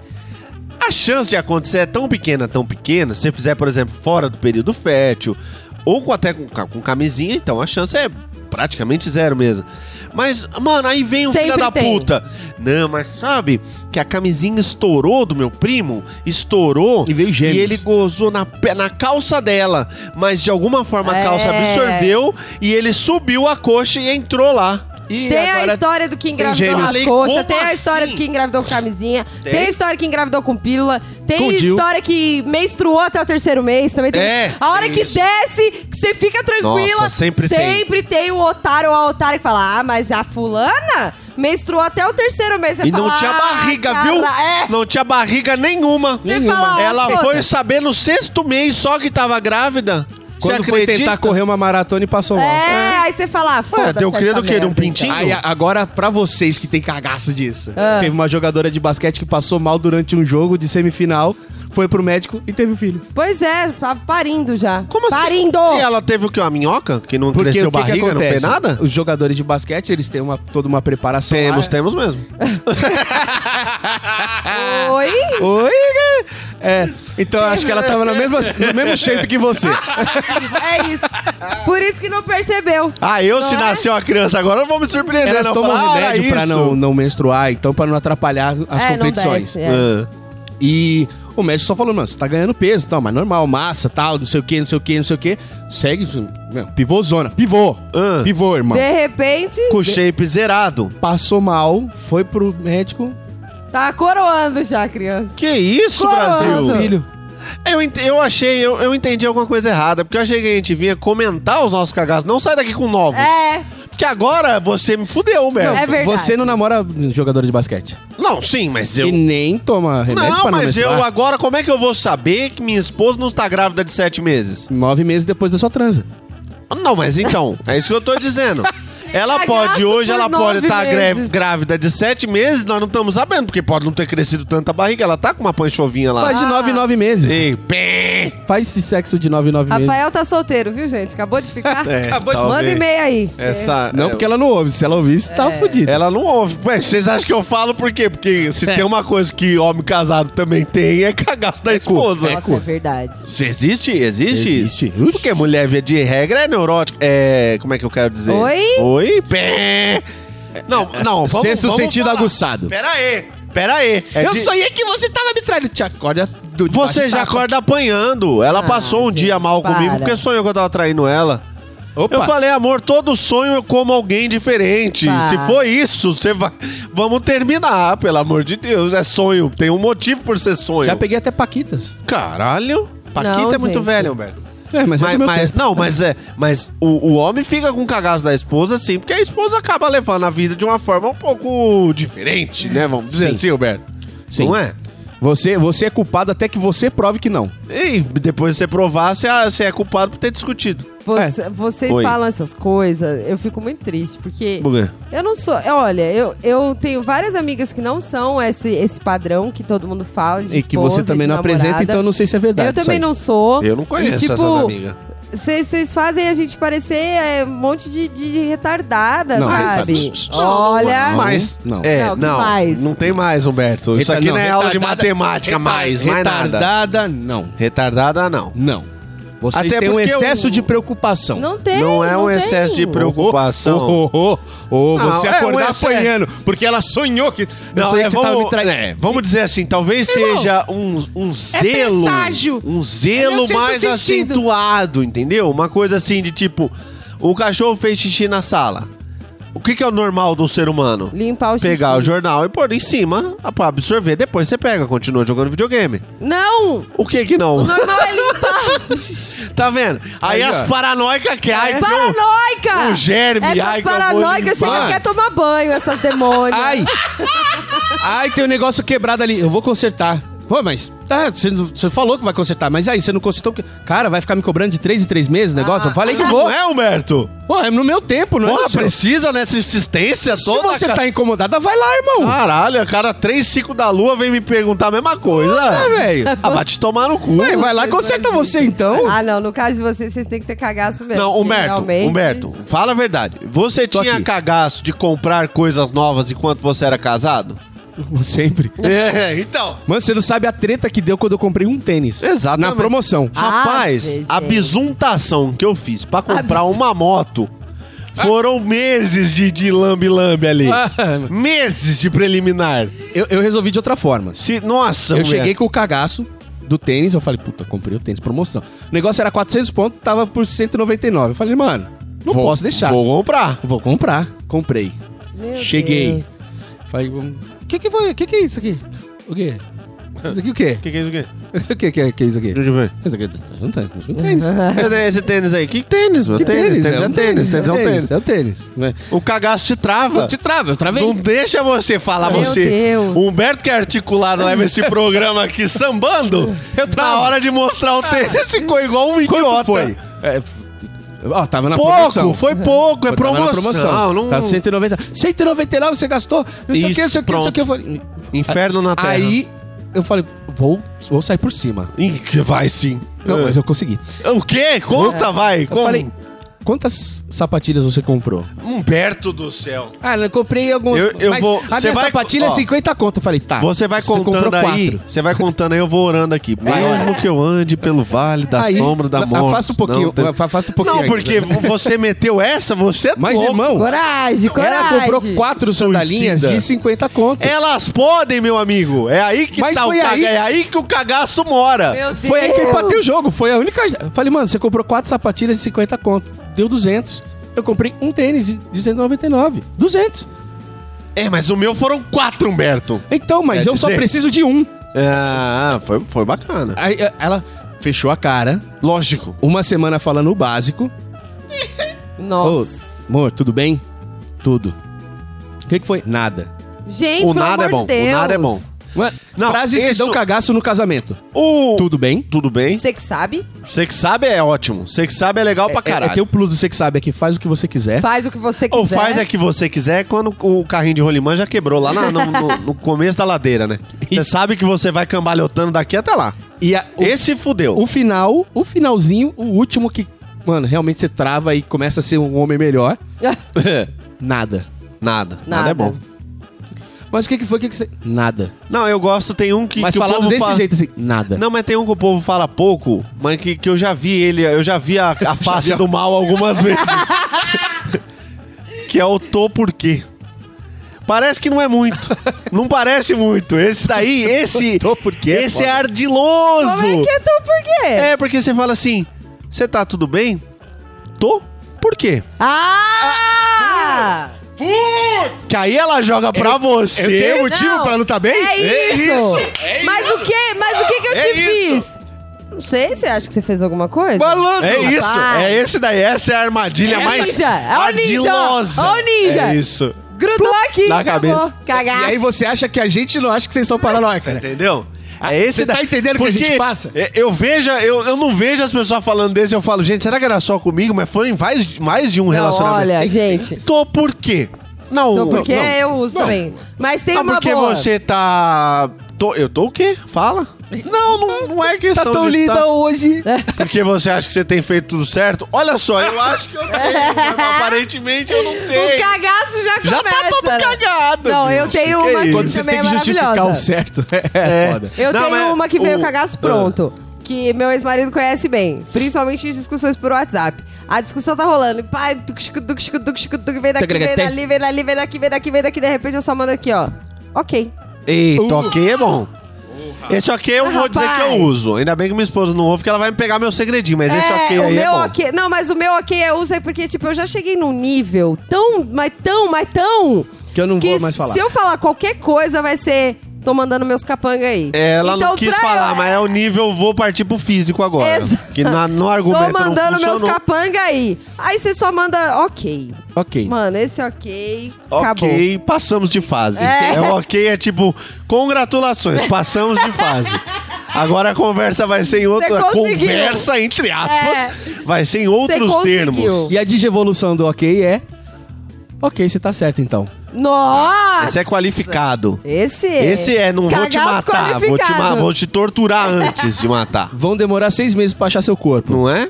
[SPEAKER 3] a chance de acontecer é tão pequena, tão pequena. Se você fizer, por exemplo, fora do período fértil, ou com, até com, ca- com camisinha, então a chance é praticamente zero mesmo. Mas, mano, aí vem o
[SPEAKER 5] Sempre
[SPEAKER 3] filho da
[SPEAKER 5] tem.
[SPEAKER 3] puta. Não, mas sabe que a camisinha estourou do meu primo? Estourou.
[SPEAKER 4] E veio gêmeos.
[SPEAKER 3] E ele gozou na, pe- na calça dela. Mas de alguma forma a calça
[SPEAKER 5] É.
[SPEAKER 3] absorveu e ele subiu a coxa e entrou lá.
[SPEAKER 4] E
[SPEAKER 5] Tem
[SPEAKER 4] agora-
[SPEAKER 5] a história do que engravidou
[SPEAKER 3] gêmeos.
[SPEAKER 5] com
[SPEAKER 3] Falei,
[SPEAKER 5] as coxas,
[SPEAKER 3] como
[SPEAKER 5] tem a história
[SPEAKER 3] assim?
[SPEAKER 5] do que engravidou com camisinha, tem,
[SPEAKER 3] Tem.
[SPEAKER 5] a história que engravidou com pílula, tem
[SPEAKER 4] Com Dil.
[SPEAKER 5] história que menstruou até o terceiro mês, também tem.
[SPEAKER 3] É,
[SPEAKER 5] a hora
[SPEAKER 3] tem
[SPEAKER 5] que
[SPEAKER 3] isso.
[SPEAKER 5] desce, que você fica tranquila,
[SPEAKER 3] Nossa, sempre tem.
[SPEAKER 5] sempre tem o otário ou a otária que fala: "Ah, mas a fulana menstruou até o terceiro mês". Você
[SPEAKER 3] E não
[SPEAKER 5] fala,
[SPEAKER 3] tinha
[SPEAKER 5] "Ah,
[SPEAKER 3] barriga,
[SPEAKER 5] cara,
[SPEAKER 3] viu?
[SPEAKER 5] É.
[SPEAKER 3] Não tinha barriga nenhuma.
[SPEAKER 5] Você fala,
[SPEAKER 3] Ela
[SPEAKER 5] "Ah,
[SPEAKER 3] foi
[SPEAKER 5] puta".
[SPEAKER 3] saber no sexto mês só que tava grávida. Você
[SPEAKER 4] Quando foi
[SPEAKER 3] acredita?
[SPEAKER 4] tentar correr uma maratona e passou mal.
[SPEAKER 5] É, aí você fala: ah,
[SPEAKER 3] Ué,
[SPEAKER 5] "Foda-se".
[SPEAKER 3] deu credo
[SPEAKER 5] essa
[SPEAKER 3] que era um
[SPEAKER 5] merda, então.
[SPEAKER 3] pintinho.
[SPEAKER 4] Aí, a- agora, pra vocês que tem cagaço disso,
[SPEAKER 3] Ah.
[SPEAKER 4] teve uma jogadora de basquete que passou mal durante um jogo de semifinal, foi pro médico e teve filho.
[SPEAKER 5] Pois é, tava parindo já.
[SPEAKER 3] Como assim?
[SPEAKER 5] parindo.
[SPEAKER 3] E ela teve o quê? Uma minhoca? Que não
[SPEAKER 4] Porque
[SPEAKER 3] cresceu
[SPEAKER 4] o Ah, é. que que
[SPEAKER 3] barriga, não
[SPEAKER 4] acontece?
[SPEAKER 3] fez nada?
[SPEAKER 4] Os jogadores de basquete, eles têm uma, toda uma preparação.
[SPEAKER 3] Temos,
[SPEAKER 4] lá.
[SPEAKER 3] temos mesmo.
[SPEAKER 5] Oi?
[SPEAKER 3] Ah.
[SPEAKER 4] Oi, cara. é, então acho que ela tava no mesmo, no mesmo shape que você.
[SPEAKER 5] É isso. Por isso que não percebeu.
[SPEAKER 3] Ah, eu se
[SPEAKER 5] Não é?
[SPEAKER 3] nasceu a criança agora, eu não vou me surpreender.
[SPEAKER 4] Elas
[SPEAKER 3] não.
[SPEAKER 4] tomam
[SPEAKER 3] Falar, ah,
[SPEAKER 4] remédio
[SPEAKER 3] era
[SPEAKER 4] pra
[SPEAKER 3] isso.
[SPEAKER 4] não, não menstruar, então pra não atrapalhar as
[SPEAKER 5] é, não
[SPEAKER 4] competições.
[SPEAKER 5] desce. É.
[SPEAKER 3] Ah.
[SPEAKER 4] E o médico só falou, mano, você tá ganhando peso, tal, mas normal, massa, tal, não sei o que, não sei o que, não sei o que. Segue, meu, pivôzona, pivô,
[SPEAKER 3] Ah.
[SPEAKER 4] pivô, irmão.
[SPEAKER 5] De repente,
[SPEAKER 3] Com o shape zerado.
[SPEAKER 4] Passou mal, foi pro médico,
[SPEAKER 5] tá coroando já a criança.
[SPEAKER 3] Que isso,
[SPEAKER 5] Coroando.
[SPEAKER 3] Brasil?
[SPEAKER 4] filho.
[SPEAKER 3] Eu, ent- eu achei, eu, eu entendi alguma coisa errada, porque eu achei que a gente vinha comentar os nossos cagaços. Não sai daqui com novos.
[SPEAKER 5] É,
[SPEAKER 3] Porque agora você me fudeu, meu.
[SPEAKER 5] É verdade.
[SPEAKER 4] Você não namora jogador de basquete.
[SPEAKER 3] Não, sim, mas eu.
[SPEAKER 4] E nem toma remédio
[SPEAKER 3] Não,
[SPEAKER 4] pra não
[SPEAKER 3] mas eu
[SPEAKER 4] menstruar.
[SPEAKER 3] agora, como é que eu vou saber que minha esposa não está grávida de sete meses?
[SPEAKER 4] Nove meses depois da sua transa.
[SPEAKER 3] Não, mas então, é isso que eu tô dizendo. Ela
[SPEAKER 5] Tá
[SPEAKER 3] pode,
[SPEAKER 5] graças
[SPEAKER 3] hoje
[SPEAKER 5] por
[SPEAKER 3] ela pode
[SPEAKER 5] nove
[SPEAKER 3] estar
[SPEAKER 5] meses.
[SPEAKER 3] grávida de sete meses, nós não estamos sabendo, porque pode não ter crescido tanta barriga. Ela tá com uma panchovinha lá.
[SPEAKER 4] Faz de nove em nove meses.
[SPEAKER 3] Ei, pé.
[SPEAKER 4] Faz esse sexo de nove em nove meses.
[SPEAKER 5] Rafael tá solteiro, viu, gente? Acabou de ficar.
[SPEAKER 3] É,
[SPEAKER 5] Acabou de...
[SPEAKER 3] talvez.
[SPEAKER 5] Manda e-mail aí.
[SPEAKER 3] Essa, é,
[SPEAKER 4] Não, porque ela não ouve. Se ela ouvisse, tá
[SPEAKER 5] É.
[SPEAKER 4] fodida.
[SPEAKER 3] Ela não ouve. Ué, vocês acham que eu falo por quê? Porque se tem uma coisa que homem casado também tem, é cagaço da esposa.
[SPEAKER 5] Nossa, é verdade.
[SPEAKER 3] Se existe, existe.
[SPEAKER 4] Existe.
[SPEAKER 3] isso? Porque mulher, via de regra, é neurótica. É. Como é que eu quero dizer? Oi?
[SPEAKER 5] Oi?
[SPEAKER 3] Pé. Não, não, vamos.
[SPEAKER 4] Sexto
[SPEAKER 3] vamos
[SPEAKER 4] sentido
[SPEAKER 3] falar.
[SPEAKER 4] aguçado.
[SPEAKER 3] Pera aí, pera aí. É
[SPEAKER 4] eu
[SPEAKER 3] de-
[SPEAKER 4] sonhei que você tava me traindo. Te acorda do
[SPEAKER 3] Você já acorda apanhando. Ela
[SPEAKER 5] Ah,
[SPEAKER 3] passou um
[SPEAKER 5] gente,
[SPEAKER 3] dia mal comigo
[SPEAKER 5] para.
[SPEAKER 3] porque sonhou que eu tava traindo ela.
[SPEAKER 4] Opa.
[SPEAKER 3] Eu falei, amor, todo sonho eu como alguém diferente.
[SPEAKER 5] Para.
[SPEAKER 3] Se for isso, você vai. Vamos terminar, pelo amor de Deus. É sonho. Tem um motivo por ser sonho.
[SPEAKER 4] Já peguei até Paquitas.
[SPEAKER 3] Caralho. Paquita
[SPEAKER 5] Não,
[SPEAKER 3] é muito
[SPEAKER 5] gente.
[SPEAKER 3] velha, Humberto.
[SPEAKER 4] É, mas, é
[SPEAKER 3] Mas,
[SPEAKER 4] do meu
[SPEAKER 3] mas-
[SPEAKER 4] tempo.
[SPEAKER 3] não, mas é. Mas o, o homem fica com o cagaço da esposa, sim, porque a esposa acaba levando a vida de uma forma um pouco diferente, né? Vamos dizer assim, Humberto.
[SPEAKER 4] Sim.
[SPEAKER 3] Não é?
[SPEAKER 4] Você, você é culpado até que você prove que não.
[SPEAKER 3] E depois de você provar, você é, você é culpado por ter discutido.
[SPEAKER 5] Você-
[SPEAKER 4] É.
[SPEAKER 5] Vocês
[SPEAKER 3] Oi.
[SPEAKER 5] falam essas coisas, eu fico muito triste, porque
[SPEAKER 3] Por quê?
[SPEAKER 5] eu não sou. Olha, eu, eu tenho várias amigas que não são esse, esse padrão que todo mundo fala. De
[SPEAKER 4] E que você
[SPEAKER 5] esposa,
[SPEAKER 4] também
[SPEAKER 5] de
[SPEAKER 4] não apresenta,
[SPEAKER 5] namorada.
[SPEAKER 4] então eu não sei se é verdade.
[SPEAKER 5] Eu
[SPEAKER 4] isso
[SPEAKER 5] também
[SPEAKER 4] aí.
[SPEAKER 5] não sou.
[SPEAKER 3] Eu não conheço
[SPEAKER 5] E, tipo,
[SPEAKER 3] essas amigas.
[SPEAKER 5] Vocês fazem a gente parecer é, um monte de, de retardada,
[SPEAKER 4] Não,
[SPEAKER 5] sabe?
[SPEAKER 4] mas-
[SPEAKER 5] Olha.
[SPEAKER 3] Mas.
[SPEAKER 4] não.
[SPEAKER 3] É,
[SPEAKER 5] Não,
[SPEAKER 3] não,
[SPEAKER 5] que
[SPEAKER 3] não,
[SPEAKER 5] mais?
[SPEAKER 3] tem mais, Humberto. Isso
[SPEAKER 4] Reta-
[SPEAKER 3] aqui não, é aula de
[SPEAKER 4] retardada-
[SPEAKER 3] matemática
[SPEAKER 4] reta-
[SPEAKER 3] mais, mais nada.
[SPEAKER 4] Retardada, não.
[SPEAKER 3] Retardada, não.
[SPEAKER 4] Não. Vocês
[SPEAKER 3] Até
[SPEAKER 4] têm um
[SPEAKER 3] porque
[SPEAKER 4] excesso
[SPEAKER 3] o-
[SPEAKER 4] de preocupação.
[SPEAKER 5] Não tem.
[SPEAKER 3] não é um
[SPEAKER 5] tem.
[SPEAKER 3] excesso de preocupação.
[SPEAKER 4] Ô, ô, ô, ô,
[SPEAKER 3] Não,
[SPEAKER 4] você
[SPEAKER 3] é
[SPEAKER 4] acordar
[SPEAKER 3] um excesso.
[SPEAKER 4] apanhando, porque ela sonhou que. Eu
[SPEAKER 3] Não,
[SPEAKER 4] sonhei
[SPEAKER 3] é,
[SPEAKER 4] que você
[SPEAKER 3] vamos,
[SPEAKER 4] tava me traindo.
[SPEAKER 3] é, vamos dizer assim, talvez seja um,
[SPEAKER 4] é
[SPEAKER 3] um zelo.
[SPEAKER 7] presságio.
[SPEAKER 3] Um
[SPEAKER 7] É
[SPEAKER 3] zelo
[SPEAKER 7] meu sexto
[SPEAKER 3] mais
[SPEAKER 7] sentido.
[SPEAKER 3] acentuado, entendeu? Uma coisa assim de tipo: o cachorro fez xixi na sala. O que, que é o normal do ser humano?
[SPEAKER 5] Limpar o xixi.
[SPEAKER 3] Pegar o jornal e pôr em cima a- pra absorver. Depois você pega, continua jogando videogame.
[SPEAKER 5] Não!
[SPEAKER 3] O que que não?
[SPEAKER 5] Normal é limpar.
[SPEAKER 3] Tá vendo? Aí,
[SPEAKER 4] Aí,
[SPEAKER 3] as
[SPEAKER 4] ó. É.
[SPEAKER 3] paranoicas que ai, que eu-
[SPEAKER 5] Paranoica!
[SPEAKER 3] o germe,
[SPEAKER 5] Essas
[SPEAKER 3] ai, que eu vou
[SPEAKER 5] paranoicas chegam
[SPEAKER 3] limpar.
[SPEAKER 5] e quer tomar banho, essas demônias.
[SPEAKER 4] Ai! Ai, tem um negócio quebrado ali. Eu vou consertar. Pô, mas. Tá, você, não- você falou que vai consertar, mas aí você não consertou. porque- Cara, vai ficar me cobrando de três em três meses o negócio? eu falei que vou.
[SPEAKER 3] Não é, Humberto?
[SPEAKER 4] Pô, é no meu tempo, não é?
[SPEAKER 3] Porra,
[SPEAKER 4] no seu.
[SPEAKER 3] precisa nessa insistência
[SPEAKER 4] Se
[SPEAKER 3] toda.
[SPEAKER 4] você
[SPEAKER 3] cara?
[SPEAKER 4] tá incomodada, vai lá, irmão.
[SPEAKER 3] Caralho, a cara 3, 5 da lua vem me perguntar a mesma coisa.
[SPEAKER 4] Ah, velho.
[SPEAKER 3] Ah, vai te tomar no cu.
[SPEAKER 4] Ué, vai lá e conserta você então.
[SPEAKER 5] Ah, não, no caso de vocês, vocês têm que ter cagaço mesmo.
[SPEAKER 3] Não,
[SPEAKER 5] porque
[SPEAKER 3] Humberto,
[SPEAKER 5] realmente-
[SPEAKER 3] Humberto, fala a verdade. Você
[SPEAKER 4] Tô
[SPEAKER 3] tinha
[SPEAKER 4] aqui.
[SPEAKER 3] cagaço de comprar coisas novas enquanto você era casado?
[SPEAKER 4] Como sempre.
[SPEAKER 3] É, então.
[SPEAKER 4] Mano, você não sabe a treta que deu quando eu comprei um tênis.
[SPEAKER 3] Exatamente.
[SPEAKER 4] Na promoção.
[SPEAKER 3] Ah, Rapaz,
[SPEAKER 5] gente.
[SPEAKER 3] a bisuntação que eu fiz pra comprar uma moto foram meses de, de lambe-lambe ali.
[SPEAKER 4] Ah,
[SPEAKER 3] meses de preliminar.
[SPEAKER 4] Eu, eu resolvi de outra forma.
[SPEAKER 3] Se, nossa,
[SPEAKER 4] Eu
[SPEAKER 3] mulher.
[SPEAKER 4] cheguei com o cagaço do tênis, eu falei, puta, comprei o tênis, promoção. O negócio era 400 pontos, tava por 199. Eu falei, mano, não
[SPEAKER 3] Vou-
[SPEAKER 4] posso deixar.
[SPEAKER 3] Vou comprar.
[SPEAKER 4] Vou comprar. Comprei.
[SPEAKER 5] Meu
[SPEAKER 4] Cheguei.
[SPEAKER 5] Deus.
[SPEAKER 4] Falei, o que que foi? O que que é isso aqui? O quê? Isso aqui o quê?
[SPEAKER 3] O que, que é isso aqui?
[SPEAKER 4] O que que é, que é isso aqui?
[SPEAKER 3] Deixa eu ver.
[SPEAKER 4] Isso aqui é um tênis. Um tênis.
[SPEAKER 3] Cadê esse tênis aí? Que tênis, meu?
[SPEAKER 4] Que
[SPEAKER 3] tênis, tênis, é um tênis, tênis, é um tênis.
[SPEAKER 4] É um tênis. né?
[SPEAKER 3] O cagaço te trava.
[SPEAKER 4] Te trava, eu travei.
[SPEAKER 3] Não deixa você falar,
[SPEAKER 5] Meu
[SPEAKER 3] você.
[SPEAKER 5] Deus.
[SPEAKER 3] O Humberto que é articulado leva esse programa aqui sambando. Na hora de mostrar o tênis, ficou igual um idiota.
[SPEAKER 4] foi? É, ó, tava na promoção.
[SPEAKER 3] Pouco, foi pouco, é
[SPEAKER 4] Pô, tava na
[SPEAKER 3] promoção. Não,
[SPEAKER 4] Tá 190. 199 você gastou. Não sei o
[SPEAKER 3] Isso,
[SPEAKER 4] que, não sei o que, não sei o que. Eu falei,
[SPEAKER 3] Inferno na terra.
[SPEAKER 4] Aí eu falei, vou, vou sair por cima.
[SPEAKER 3] Ih, que vai sim.
[SPEAKER 4] Não, mas eu consegui.
[SPEAKER 3] O quê? Conta, vai.
[SPEAKER 4] Eu
[SPEAKER 3] É. como?
[SPEAKER 4] falei, quantas sapatilhas você comprou?
[SPEAKER 3] Humberto do céu.
[SPEAKER 4] Ah, eu comprei algumas.
[SPEAKER 3] Eu- eu vou-
[SPEAKER 4] A
[SPEAKER 3] você
[SPEAKER 4] minha
[SPEAKER 3] vai-
[SPEAKER 4] sapatilha
[SPEAKER 3] ó,
[SPEAKER 4] é 50 conto. Eu falei, tá.
[SPEAKER 3] Você vai contando
[SPEAKER 4] comprou
[SPEAKER 3] aí.
[SPEAKER 4] quatro. É.
[SPEAKER 3] Você vai contando aí, eu vou orando aqui. Mesmo que eu ande pelo vale da
[SPEAKER 4] Aí,
[SPEAKER 3] sombra da
[SPEAKER 4] a-
[SPEAKER 3] morte.
[SPEAKER 4] afasta um pouquinho,
[SPEAKER 3] não tem-
[SPEAKER 4] afasta um pouquinho
[SPEAKER 3] Não,
[SPEAKER 4] ainda.
[SPEAKER 3] porque vo- você meteu essa, você é
[SPEAKER 4] Mas,
[SPEAKER 3] louco.
[SPEAKER 4] irmão,
[SPEAKER 5] Coragem, coragem. É,
[SPEAKER 4] ela comprou quatro
[SPEAKER 3] Suicida.
[SPEAKER 4] sandalinhas de 50 conto.
[SPEAKER 3] Elas podem, meu amigo. É aí que
[SPEAKER 4] Mas
[SPEAKER 3] tá o
[SPEAKER 4] foi
[SPEAKER 3] caga...
[SPEAKER 4] aí-
[SPEAKER 3] É aí que o cagaço mora.
[SPEAKER 5] Meu Deus.
[SPEAKER 4] Foi aí que eu empatei o jogo. Foi a única. Eu falei, mano, você comprou quatro sapatilhas de 50 conto. Deu 200. Eu comprei um tênis de de 199. 200.
[SPEAKER 3] É, mas o meu foram quatro, Humberto.
[SPEAKER 4] Então, mas
[SPEAKER 3] Quer
[SPEAKER 4] eu só
[SPEAKER 3] dizer-
[SPEAKER 4] preciso de um.
[SPEAKER 3] Ah, foi, foi bacana.
[SPEAKER 4] Aí eh, ela fechou a cara.
[SPEAKER 3] Lógico.
[SPEAKER 4] Uma semana falando o básico. Ô,
[SPEAKER 5] Nossa.
[SPEAKER 4] amor, tudo bem? Tudo. O que, que foi? Nada.
[SPEAKER 5] Gente,
[SPEAKER 3] O
[SPEAKER 5] pelo
[SPEAKER 3] nada é
[SPEAKER 5] amor
[SPEAKER 3] bom.
[SPEAKER 5] de Deus.
[SPEAKER 3] O nada é bom.
[SPEAKER 8] Ué,
[SPEAKER 3] Não,
[SPEAKER 8] frases que
[SPEAKER 3] isso-
[SPEAKER 8] dão cagaço no casamento.
[SPEAKER 3] O...
[SPEAKER 8] Tudo bem?
[SPEAKER 3] Tudo bem.
[SPEAKER 5] Você que sabe,
[SPEAKER 3] Você que sabe é ótimo. Você que sabe é legal pra
[SPEAKER 8] É,
[SPEAKER 3] caralho.
[SPEAKER 8] é teu plus do você que sabe aqui. Faz o que você quiser.
[SPEAKER 5] faz o que você quiser.
[SPEAKER 3] É? Ou faz a que você quiser quando o carrinho de rolimã já quebrou lá na- no, no- no começo da ladeira, né? Você sabe que você vai cambalhotando daqui até lá.
[SPEAKER 8] E a- o,
[SPEAKER 3] Esse fudeu.
[SPEAKER 8] o final, o finalzinho, o último que, mano, realmente você trava e começa a ser um homem melhor. Nada.
[SPEAKER 3] nada, nada.
[SPEAKER 5] Nada.
[SPEAKER 3] é bom.
[SPEAKER 8] Mas o que, que foi? O que, que você. Nada.
[SPEAKER 3] Não, eu gosto, tem um que,
[SPEAKER 8] Mas
[SPEAKER 3] que o
[SPEAKER 8] falado
[SPEAKER 3] povo
[SPEAKER 8] desse
[SPEAKER 3] fala...
[SPEAKER 8] jeito assim, nada.
[SPEAKER 3] Não, mas tem um que o povo fala pouco, mas que, que eu já vi ele, eu já vi a, a face do mal algumas vezes. que é o tô por quê. Parece que não é muito. Não parece muito. Esse daí, esse.
[SPEAKER 8] Tô por quê,
[SPEAKER 3] Esse é
[SPEAKER 8] foda.
[SPEAKER 3] ardiloso.
[SPEAKER 5] Como é que é tu? Por quê?
[SPEAKER 3] É, porque você fala assim, você tá tudo bem? Tô? Por quê?
[SPEAKER 5] Ah!
[SPEAKER 3] Que aí ela joga pra você.
[SPEAKER 8] Eu tenho motivo
[SPEAKER 5] Não,
[SPEAKER 8] pra não tá bem?
[SPEAKER 5] É isso! Mas o que? Mas o que que eu
[SPEAKER 3] É
[SPEAKER 5] te
[SPEAKER 3] isso.
[SPEAKER 5] fiz? Não sei, você acha que você fez alguma coisa?
[SPEAKER 8] Malandro!
[SPEAKER 3] É isso,
[SPEAKER 5] Claro.
[SPEAKER 3] é esse daí, essa é a armadilha
[SPEAKER 5] Tá. É
[SPEAKER 3] mais
[SPEAKER 5] ninja, é o ninja,
[SPEAKER 3] ardilosa.
[SPEAKER 5] é o ninja.
[SPEAKER 3] É isso.
[SPEAKER 5] Grudou aqui,
[SPEAKER 3] na
[SPEAKER 5] acabou.
[SPEAKER 3] cabeça.
[SPEAKER 5] Cagaço.
[SPEAKER 8] E aí você acha que a gente não acha que vocês são né? paranoicos, cara.
[SPEAKER 3] Entendeu? É esse
[SPEAKER 8] você tá
[SPEAKER 3] daí.
[SPEAKER 8] entendendo o que a gente passa?
[SPEAKER 3] é, Eu vejo, eu, eu não vejo as pessoas falando desse, eu falo, gente, será que era só comigo? Mas foram em mais, mais de um
[SPEAKER 5] Não,
[SPEAKER 3] relacionamento.
[SPEAKER 5] olha, gente.
[SPEAKER 3] Tô por quê? Não,
[SPEAKER 5] Então, porque
[SPEAKER 3] não.
[SPEAKER 5] eu uso também. Mas tem
[SPEAKER 3] Ah,
[SPEAKER 5] uma
[SPEAKER 3] porque
[SPEAKER 5] boa.
[SPEAKER 3] você tá. tô- eu tô o quê? Fala. Não, não, não é questão
[SPEAKER 8] Tá tão
[SPEAKER 3] de
[SPEAKER 8] linda
[SPEAKER 3] tá-
[SPEAKER 8] hoje.
[SPEAKER 5] É.
[SPEAKER 3] Porque você acha que você tem feito tudo certo? Olha só, eu acho que eu tenho. mas aparentemente eu não
[SPEAKER 5] O
[SPEAKER 3] tenho.
[SPEAKER 5] cagaço já começa.
[SPEAKER 3] Já tá todo
[SPEAKER 5] né?
[SPEAKER 3] cagado.
[SPEAKER 5] Não, eu
[SPEAKER 3] bicho.
[SPEAKER 5] tenho
[SPEAKER 3] Que
[SPEAKER 5] uma
[SPEAKER 3] isso?
[SPEAKER 5] aqui
[SPEAKER 8] Você
[SPEAKER 5] também
[SPEAKER 8] tem
[SPEAKER 5] é
[SPEAKER 8] que justificar o
[SPEAKER 5] maravilhosa.
[SPEAKER 8] certo. É, foda.
[SPEAKER 5] Eu
[SPEAKER 3] Não,
[SPEAKER 5] tenho
[SPEAKER 3] mas
[SPEAKER 5] uma que veio
[SPEAKER 3] o- Ah.
[SPEAKER 5] cagaço pronto. Que meu ex-marido conhece bem, principalmente em discussões por WhatsApp. A discussão tá rolando. e Pai, tuc, chico, tuc, chico, tuc, chico, tuc, vem daqui, vem
[SPEAKER 8] Tecregetê.
[SPEAKER 5] dali, vem dali, vem daqui, vem daqui, vem daqui. De repente eu só mando aqui, ó. Ok.
[SPEAKER 3] Eita, ok, é bom. Esse ok eu
[SPEAKER 5] Ah,
[SPEAKER 3] vou dizer que
[SPEAKER 5] rapaz.
[SPEAKER 3] eu uso. Ainda bem que minha esposa não ouve, que ela vai me pegar meu segredinho, mas esse
[SPEAKER 5] É,
[SPEAKER 3] ok
[SPEAKER 5] o
[SPEAKER 3] aí
[SPEAKER 5] meu
[SPEAKER 3] é bom.
[SPEAKER 5] ok. Não, mas o meu ok eu uso é porque, tipo, eu já cheguei num nível tão, mas tão, mas tão.
[SPEAKER 8] Que eu não vou mais falar.
[SPEAKER 5] Se eu falar qualquer coisa, vai ser. Tô mandando meus capanga aí.
[SPEAKER 3] É, Ela
[SPEAKER 5] Então,
[SPEAKER 3] não quis
[SPEAKER 5] pra
[SPEAKER 3] falar,
[SPEAKER 5] eu-
[SPEAKER 3] mas é o nível, vou partir pro físico agora.
[SPEAKER 5] Exato.
[SPEAKER 3] Que na, no
[SPEAKER 5] Tô
[SPEAKER 3] argumento
[SPEAKER 5] mandando
[SPEAKER 3] não
[SPEAKER 5] meus
[SPEAKER 3] funcionou.
[SPEAKER 5] capanga aí. Aí você só manda ok.
[SPEAKER 8] Ok.
[SPEAKER 5] Mano, esse ok. Acabou.
[SPEAKER 3] Ok, passamos de fase.
[SPEAKER 5] É.
[SPEAKER 3] É. o ok, é tipo, congratulações, passamos de fase. Agora a conversa vai ser em outra.
[SPEAKER 5] conseguiu.
[SPEAKER 3] Conversa, entre aspas,
[SPEAKER 5] É.
[SPEAKER 3] vai ser em outros
[SPEAKER 5] conseguiu.
[SPEAKER 3] termos.
[SPEAKER 8] E a digievolução do ok é... Ok, você tá certo então.
[SPEAKER 5] Nossa!
[SPEAKER 3] Esse é qualificado.
[SPEAKER 5] Esse é.
[SPEAKER 3] Esse é, não vou te
[SPEAKER 5] Cagaço
[SPEAKER 3] matar, vou te,
[SPEAKER 5] qualificado.
[SPEAKER 3] ma- vou te torturar antes de matar.
[SPEAKER 8] Vão demorar seis meses pra achar seu corpo.
[SPEAKER 3] Não é?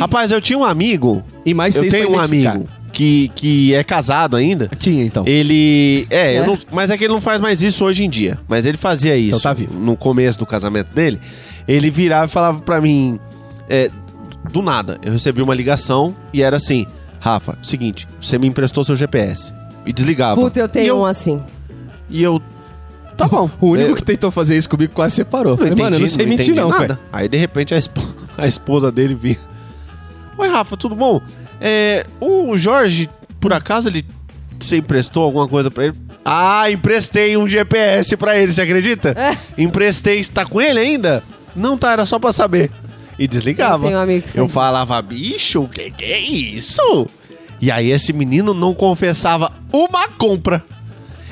[SPEAKER 3] Rapaz, eu tinha um amigo.
[SPEAKER 8] E mais
[SPEAKER 3] eu
[SPEAKER 8] seis pra
[SPEAKER 3] tenho um
[SPEAKER 8] identificar.
[SPEAKER 3] amigo que, que é casado ainda.
[SPEAKER 8] Tinha, então.
[SPEAKER 3] Ele. É, eu
[SPEAKER 5] É.
[SPEAKER 3] não- mas é que ele não faz mais isso hoje em dia. Mas ele fazia isso
[SPEAKER 8] tá vivo.
[SPEAKER 3] no começo do casamento dele. Ele virava e falava pra mim. é, do nada, eu recebi uma ligação e era assim: Rafa, seguinte, você me emprestou seu GPS. E desligava.
[SPEAKER 5] Puta, eu tenho
[SPEAKER 3] e eu,
[SPEAKER 5] um assim.
[SPEAKER 3] E eu. Tá bom.
[SPEAKER 8] O único
[SPEAKER 3] Eu-
[SPEAKER 8] que tentou fazer isso comigo quase separou.
[SPEAKER 3] não
[SPEAKER 8] Falei,
[SPEAKER 3] entendi,
[SPEAKER 8] mano, eu não sei mentir
[SPEAKER 3] entendi
[SPEAKER 8] não,
[SPEAKER 3] nada.
[SPEAKER 8] cara.
[SPEAKER 3] Aí de repente a, espo- a esposa dele vinha. Oi, Rafa, tudo bom? É, o Jorge, por acaso, ele você emprestou alguma coisa pra ele? Ah, emprestei um GPS pra ele, você acredita?
[SPEAKER 5] É.
[SPEAKER 3] Emprestei, está com ele ainda? Não tá, era só pra saber. E desligava.
[SPEAKER 5] Eu tenho um amigo que
[SPEAKER 3] Eu
[SPEAKER 5] faz
[SPEAKER 3] falava, bicho, o que, que é isso? E aí esse menino não confessava uma compra.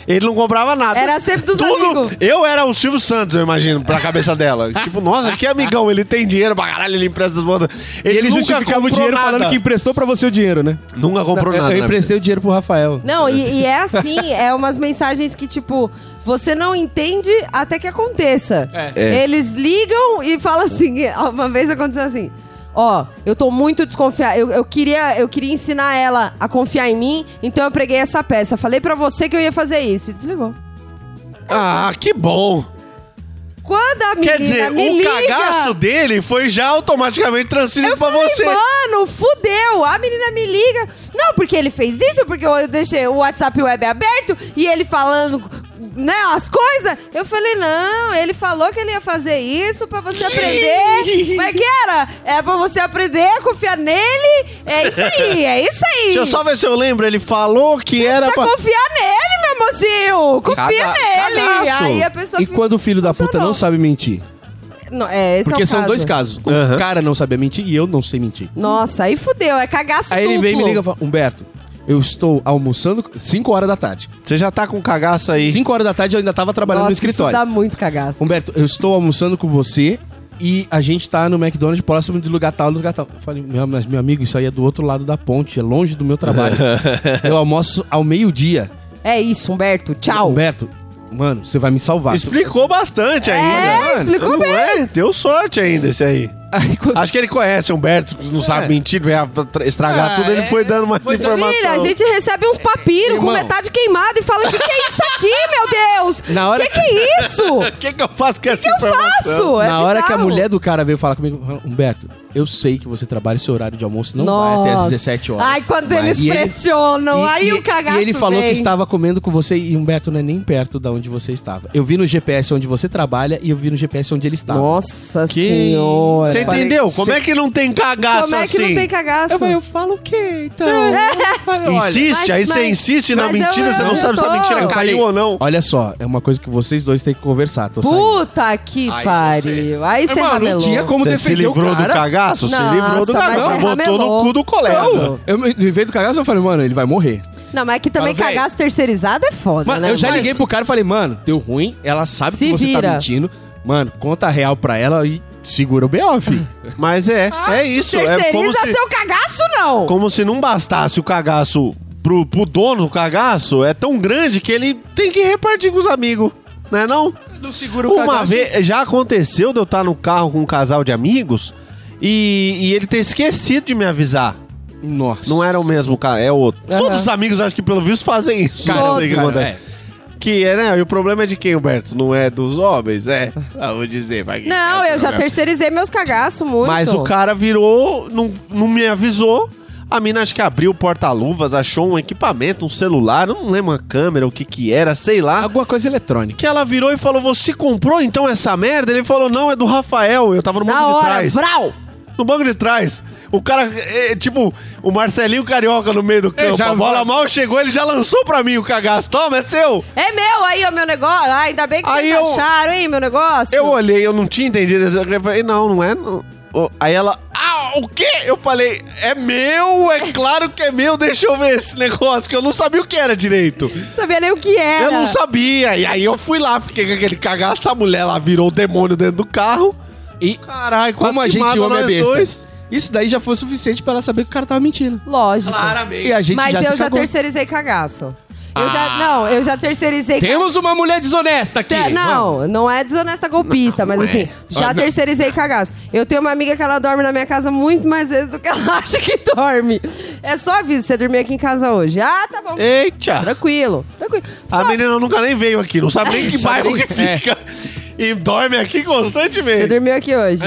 [SPEAKER 3] Ele não comprava nada.
[SPEAKER 5] Era sempre dos
[SPEAKER 3] Tudo,
[SPEAKER 5] amigos.
[SPEAKER 3] eu era o Silvio Santos, eu imagino, pra cabeça dela. tipo, nossa, que amigão, ele tem dinheiro pra caralho, ele empresta as bandas.
[SPEAKER 8] E ele
[SPEAKER 3] nunca
[SPEAKER 8] justificava o
[SPEAKER 3] comprou
[SPEAKER 8] dinheiro
[SPEAKER 3] nada.
[SPEAKER 8] falando que emprestou pra você o dinheiro, né?
[SPEAKER 3] Nunca comprou
[SPEAKER 8] eu,
[SPEAKER 3] nada.
[SPEAKER 8] eu
[SPEAKER 3] né?
[SPEAKER 8] emprestei o dinheiro pro Rafael.
[SPEAKER 5] Não, e, e é assim, é umas mensagens que, tipo, você não entende até que aconteça.
[SPEAKER 3] É.
[SPEAKER 5] Eles ligam e falam assim, uma vez aconteceu assim. Ó, eu tô muito desconfiada. Eu, eu queria, eu queria ensinar ela a confiar em mim, então eu preguei essa peça. Falei pra você que eu ia fazer isso. E desligou.
[SPEAKER 3] Ah, que bom.
[SPEAKER 5] Quando a menina
[SPEAKER 3] Quer dizer,
[SPEAKER 5] me
[SPEAKER 3] o
[SPEAKER 5] liga,
[SPEAKER 3] cagaço dele foi já automaticamente transferido pra
[SPEAKER 5] falei,
[SPEAKER 3] você.
[SPEAKER 5] Mano, fudeu. A menina me liga. Não, porque ele fez isso, porque eu deixei o WhatsApp web aberto e ele falando, né, as coisas. Eu falei, não, ele falou que ele ia fazer isso pra você aprender. Mas que era? É pra você aprender, confiar nele. É isso aí, é isso aí.
[SPEAKER 3] Deixa eu só ver se eu lembro, ele falou que era
[SPEAKER 5] Precisa
[SPEAKER 3] pra...
[SPEAKER 5] confiar nele, meu mocinho. Confia
[SPEAKER 3] Caga-
[SPEAKER 5] nele.
[SPEAKER 3] cagaço.
[SPEAKER 5] Aí a pessoa
[SPEAKER 8] E
[SPEAKER 5] fica-
[SPEAKER 8] quando o filho da puta
[SPEAKER 5] funcionou.
[SPEAKER 8] não sabe mentir?
[SPEAKER 5] Não, é, esse é
[SPEAKER 8] Porque
[SPEAKER 5] o
[SPEAKER 8] são
[SPEAKER 5] caso.
[SPEAKER 8] dois casos. O
[SPEAKER 3] Aham.
[SPEAKER 8] cara não sabia mentir e eu não sei mentir.
[SPEAKER 5] Nossa, aí fudeu, é cagaço
[SPEAKER 8] Aí ele vem e me
[SPEAKER 5] duplo.
[SPEAKER 8] liga e fala, Humberto,
[SPEAKER 4] Eu estou almoçando 5 horas da tarde.
[SPEAKER 3] Você já tá com cagaço aí.
[SPEAKER 4] 5 horas da tarde eu ainda tava trabalhando
[SPEAKER 5] Nossa,
[SPEAKER 4] no escritório. Um
[SPEAKER 5] Isso dá muito cagaço.
[SPEAKER 4] Humberto, eu estou almoçando com você e a gente tá no McDonald's próximo de lugar tal, lugar tal. Eu falei, meu, mas meu amigo, isso aí é do outro lado da ponte, é longe do meu trabalho. eu almoço ao meio-dia.
[SPEAKER 5] É isso, Humberto. Tchau.
[SPEAKER 4] Humberto, mano, você vai me salvar.
[SPEAKER 3] Explicou bastante ainda. Mano,
[SPEAKER 5] explicou
[SPEAKER 3] não
[SPEAKER 5] bem.
[SPEAKER 3] É? Deu sorte ainda esse aí.
[SPEAKER 4] Aí
[SPEAKER 5] Ah,
[SPEAKER 4] quando-
[SPEAKER 3] Acho que ele conhece o Humberto,
[SPEAKER 5] É.
[SPEAKER 3] que não sabe mentir, vai estragar
[SPEAKER 8] Ah,
[SPEAKER 3] tudo. Ele
[SPEAKER 8] é.
[SPEAKER 3] foi dando mais informação.
[SPEAKER 5] Filha, a gente recebe uns papiros com
[SPEAKER 4] Irmão.
[SPEAKER 5] metade queimada e fala: o que, que é isso aqui, meu Deus?
[SPEAKER 4] Na hora
[SPEAKER 5] que, que é isso?
[SPEAKER 3] O que, que eu faço com essa
[SPEAKER 5] que eu
[SPEAKER 3] informação?
[SPEAKER 5] faço? É
[SPEAKER 4] Na hora que a
[SPEAKER 5] bizarro.
[SPEAKER 4] mulher do cara veio falar comigo, falou, Humberto, eu sei que você trabalha esse horário de almoço, não vai até
[SPEAKER 5] Nossa.
[SPEAKER 4] as 17 horas.
[SPEAKER 5] Ai, quando
[SPEAKER 4] Vai.
[SPEAKER 5] eles
[SPEAKER 4] E ele-
[SPEAKER 5] pressionam,
[SPEAKER 4] e-
[SPEAKER 5] aí
[SPEAKER 4] e-
[SPEAKER 5] o cagaço
[SPEAKER 4] E ele falou
[SPEAKER 5] vem.
[SPEAKER 4] que estava comendo com você e Humberto não é nem perto da onde você estava. Eu vi no GPS onde você trabalha e eu vi no GPS onde ele estava.
[SPEAKER 5] Nossa
[SPEAKER 3] Que-
[SPEAKER 5] senhora.
[SPEAKER 3] Você
[SPEAKER 5] Falei,
[SPEAKER 3] entendeu? Como é que não tem cagaço
[SPEAKER 5] Como é que
[SPEAKER 3] assim?
[SPEAKER 5] não tem cagaço?
[SPEAKER 4] tá Eu falei, eu falo o quê, então? Eu falei, olha,
[SPEAKER 3] Insiste,
[SPEAKER 5] mas-
[SPEAKER 3] aí você
[SPEAKER 5] mas-
[SPEAKER 3] insiste na
[SPEAKER 5] mas
[SPEAKER 3] mentira,
[SPEAKER 5] eu-
[SPEAKER 3] você
[SPEAKER 5] eu
[SPEAKER 3] não sabe se a
[SPEAKER 5] tô-
[SPEAKER 3] mentira
[SPEAKER 5] Eu
[SPEAKER 3] caiu ou não.
[SPEAKER 4] olha só, é uma coisa que vocês dois têm que conversar. Tô saindo.
[SPEAKER 5] Puta que
[SPEAKER 3] Aí
[SPEAKER 5] pariu. Aí você
[SPEAKER 4] Irmão, não
[SPEAKER 5] ramelou.
[SPEAKER 4] tinha como
[SPEAKER 3] Você se
[SPEAKER 4] defender o
[SPEAKER 3] livrou do
[SPEAKER 4] cara.
[SPEAKER 3] cagaço?
[SPEAKER 5] Nossa,
[SPEAKER 3] se livrou do
[SPEAKER 5] mas
[SPEAKER 3] cagaço.
[SPEAKER 5] você
[SPEAKER 3] Botou
[SPEAKER 5] ramelou.
[SPEAKER 3] no cu do colega.
[SPEAKER 4] É, Não, eu me livrei do cagaço e eu falei, mano, ele vai morrer.
[SPEAKER 3] Tá
[SPEAKER 5] Não, mas é que também
[SPEAKER 3] Fala, véi.
[SPEAKER 5] cagaço terceirizado é foda,
[SPEAKER 4] Mano,
[SPEAKER 5] né?
[SPEAKER 4] eu já
[SPEAKER 5] Mas-
[SPEAKER 4] liguei pro cara e falei, mano, deu ruim, ela sabe
[SPEAKER 5] Se
[SPEAKER 4] que você
[SPEAKER 5] vira.
[SPEAKER 4] tá mentindo. Mano, conta a real pra ela e segura o B.O., filho.
[SPEAKER 3] Mas é, é isso. É como
[SPEAKER 5] Ah, Terceiriza
[SPEAKER 3] se,
[SPEAKER 5] seu cagaço, não!
[SPEAKER 3] como se não bastasse o cagaço pro, pro dono do cagaço, é tão grande que ele tem que repartir com os amigos. Não é não?
[SPEAKER 4] Não segura
[SPEAKER 3] Uma vez, já aconteceu de eu estar no carro com um casal de amigos e, e ele ter esquecido de me avisar.
[SPEAKER 4] Nossa.
[SPEAKER 3] Não era o mesmo cara, é outro.
[SPEAKER 5] Aham.
[SPEAKER 3] Todos os amigos, acho que pelo visto, fazem isso.
[SPEAKER 4] Cara,
[SPEAKER 3] Não sei o que
[SPEAKER 4] cara,
[SPEAKER 3] acontece.
[SPEAKER 4] é.
[SPEAKER 3] Que é, né? E o problema é de quem, Humberto? Não é dos homens, é? Ah, vou dizer, vai. que- é
[SPEAKER 5] Não, eu já terceirizei meus cagaços muito.
[SPEAKER 3] Mas o cara virou, não, não me avisou. A mina acho que abriu o porta-luvas, achou um equipamento, um celular, eu não lembro uma câmera, o que que era, sei lá.
[SPEAKER 4] Alguma coisa eletrônica.
[SPEAKER 3] Que ela virou e falou: Você comprou então essa merda? Ele falou: Não, é do Rafael. Eu tava no banco
[SPEAKER 5] Na
[SPEAKER 3] de
[SPEAKER 5] hora,
[SPEAKER 3] trás.
[SPEAKER 5] brau!
[SPEAKER 3] No banco de trás. O cara, é, tipo, o Marcelinho Carioca no meio do campo.
[SPEAKER 4] já-
[SPEAKER 3] a bola mal chegou, ele já lançou pra mim o cagaço. Toma, é seu.
[SPEAKER 5] É meu aí, ó, meu negócio. Ah, ainda bem que
[SPEAKER 3] Aí
[SPEAKER 5] vocês
[SPEAKER 3] eu-
[SPEAKER 5] acharam, hein, meu negócio.
[SPEAKER 3] Eu olhei, eu não tinha entendido. Eu falei, não, não é. não. Ô, Aí ela, ah, o quê? Eu falei, é meu, é claro que é meu, deixa eu ver esse negócio, que eu não sabia o que era direito.
[SPEAKER 5] Não sabia nem o que era.
[SPEAKER 3] Eu não sabia. E aí eu fui lá, fiquei com aquele cagaço, a mulher lá virou o demônio dentro do carro.
[SPEAKER 4] E
[SPEAKER 3] Caralho, quase
[SPEAKER 4] como a gente
[SPEAKER 3] queimado
[SPEAKER 4] homem é
[SPEAKER 3] nós
[SPEAKER 4] besta.
[SPEAKER 3] dois.
[SPEAKER 4] Isso daí já foi suficiente pra ela saber que o cara tava mentindo.
[SPEAKER 5] Lógico.
[SPEAKER 4] E a gente
[SPEAKER 5] Mas
[SPEAKER 4] já se
[SPEAKER 5] eu já
[SPEAKER 4] cagou.
[SPEAKER 5] terceirizei cagaço. Eu
[SPEAKER 3] Ah.
[SPEAKER 5] já, não, eu já terceirizei
[SPEAKER 8] Temos uma mulher desonesta aqui.
[SPEAKER 5] Te- Não, não é desonesta golpista, mas
[SPEAKER 3] é.
[SPEAKER 5] assim,
[SPEAKER 3] Ah,
[SPEAKER 5] já terceirizei cagaço. Eu tenho uma amiga que ela dorme na minha casa muito mais vezes do que ela acha que dorme. É só aviso, você dormiu aqui em casa hoje. Ah, tá bom.
[SPEAKER 3] Eita!
[SPEAKER 5] Tranquilo, tranquilo.
[SPEAKER 3] É. A
[SPEAKER 5] Só-
[SPEAKER 3] menina nunca nem veio aqui, não sabe nem que
[SPEAKER 4] Sabe
[SPEAKER 3] bairro
[SPEAKER 4] nem-
[SPEAKER 3] que fica. E dorme aqui
[SPEAKER 5] é. Você
[SPEAKER 3] constantemente.
[SPEAKER 5] dormiu aqui hoje.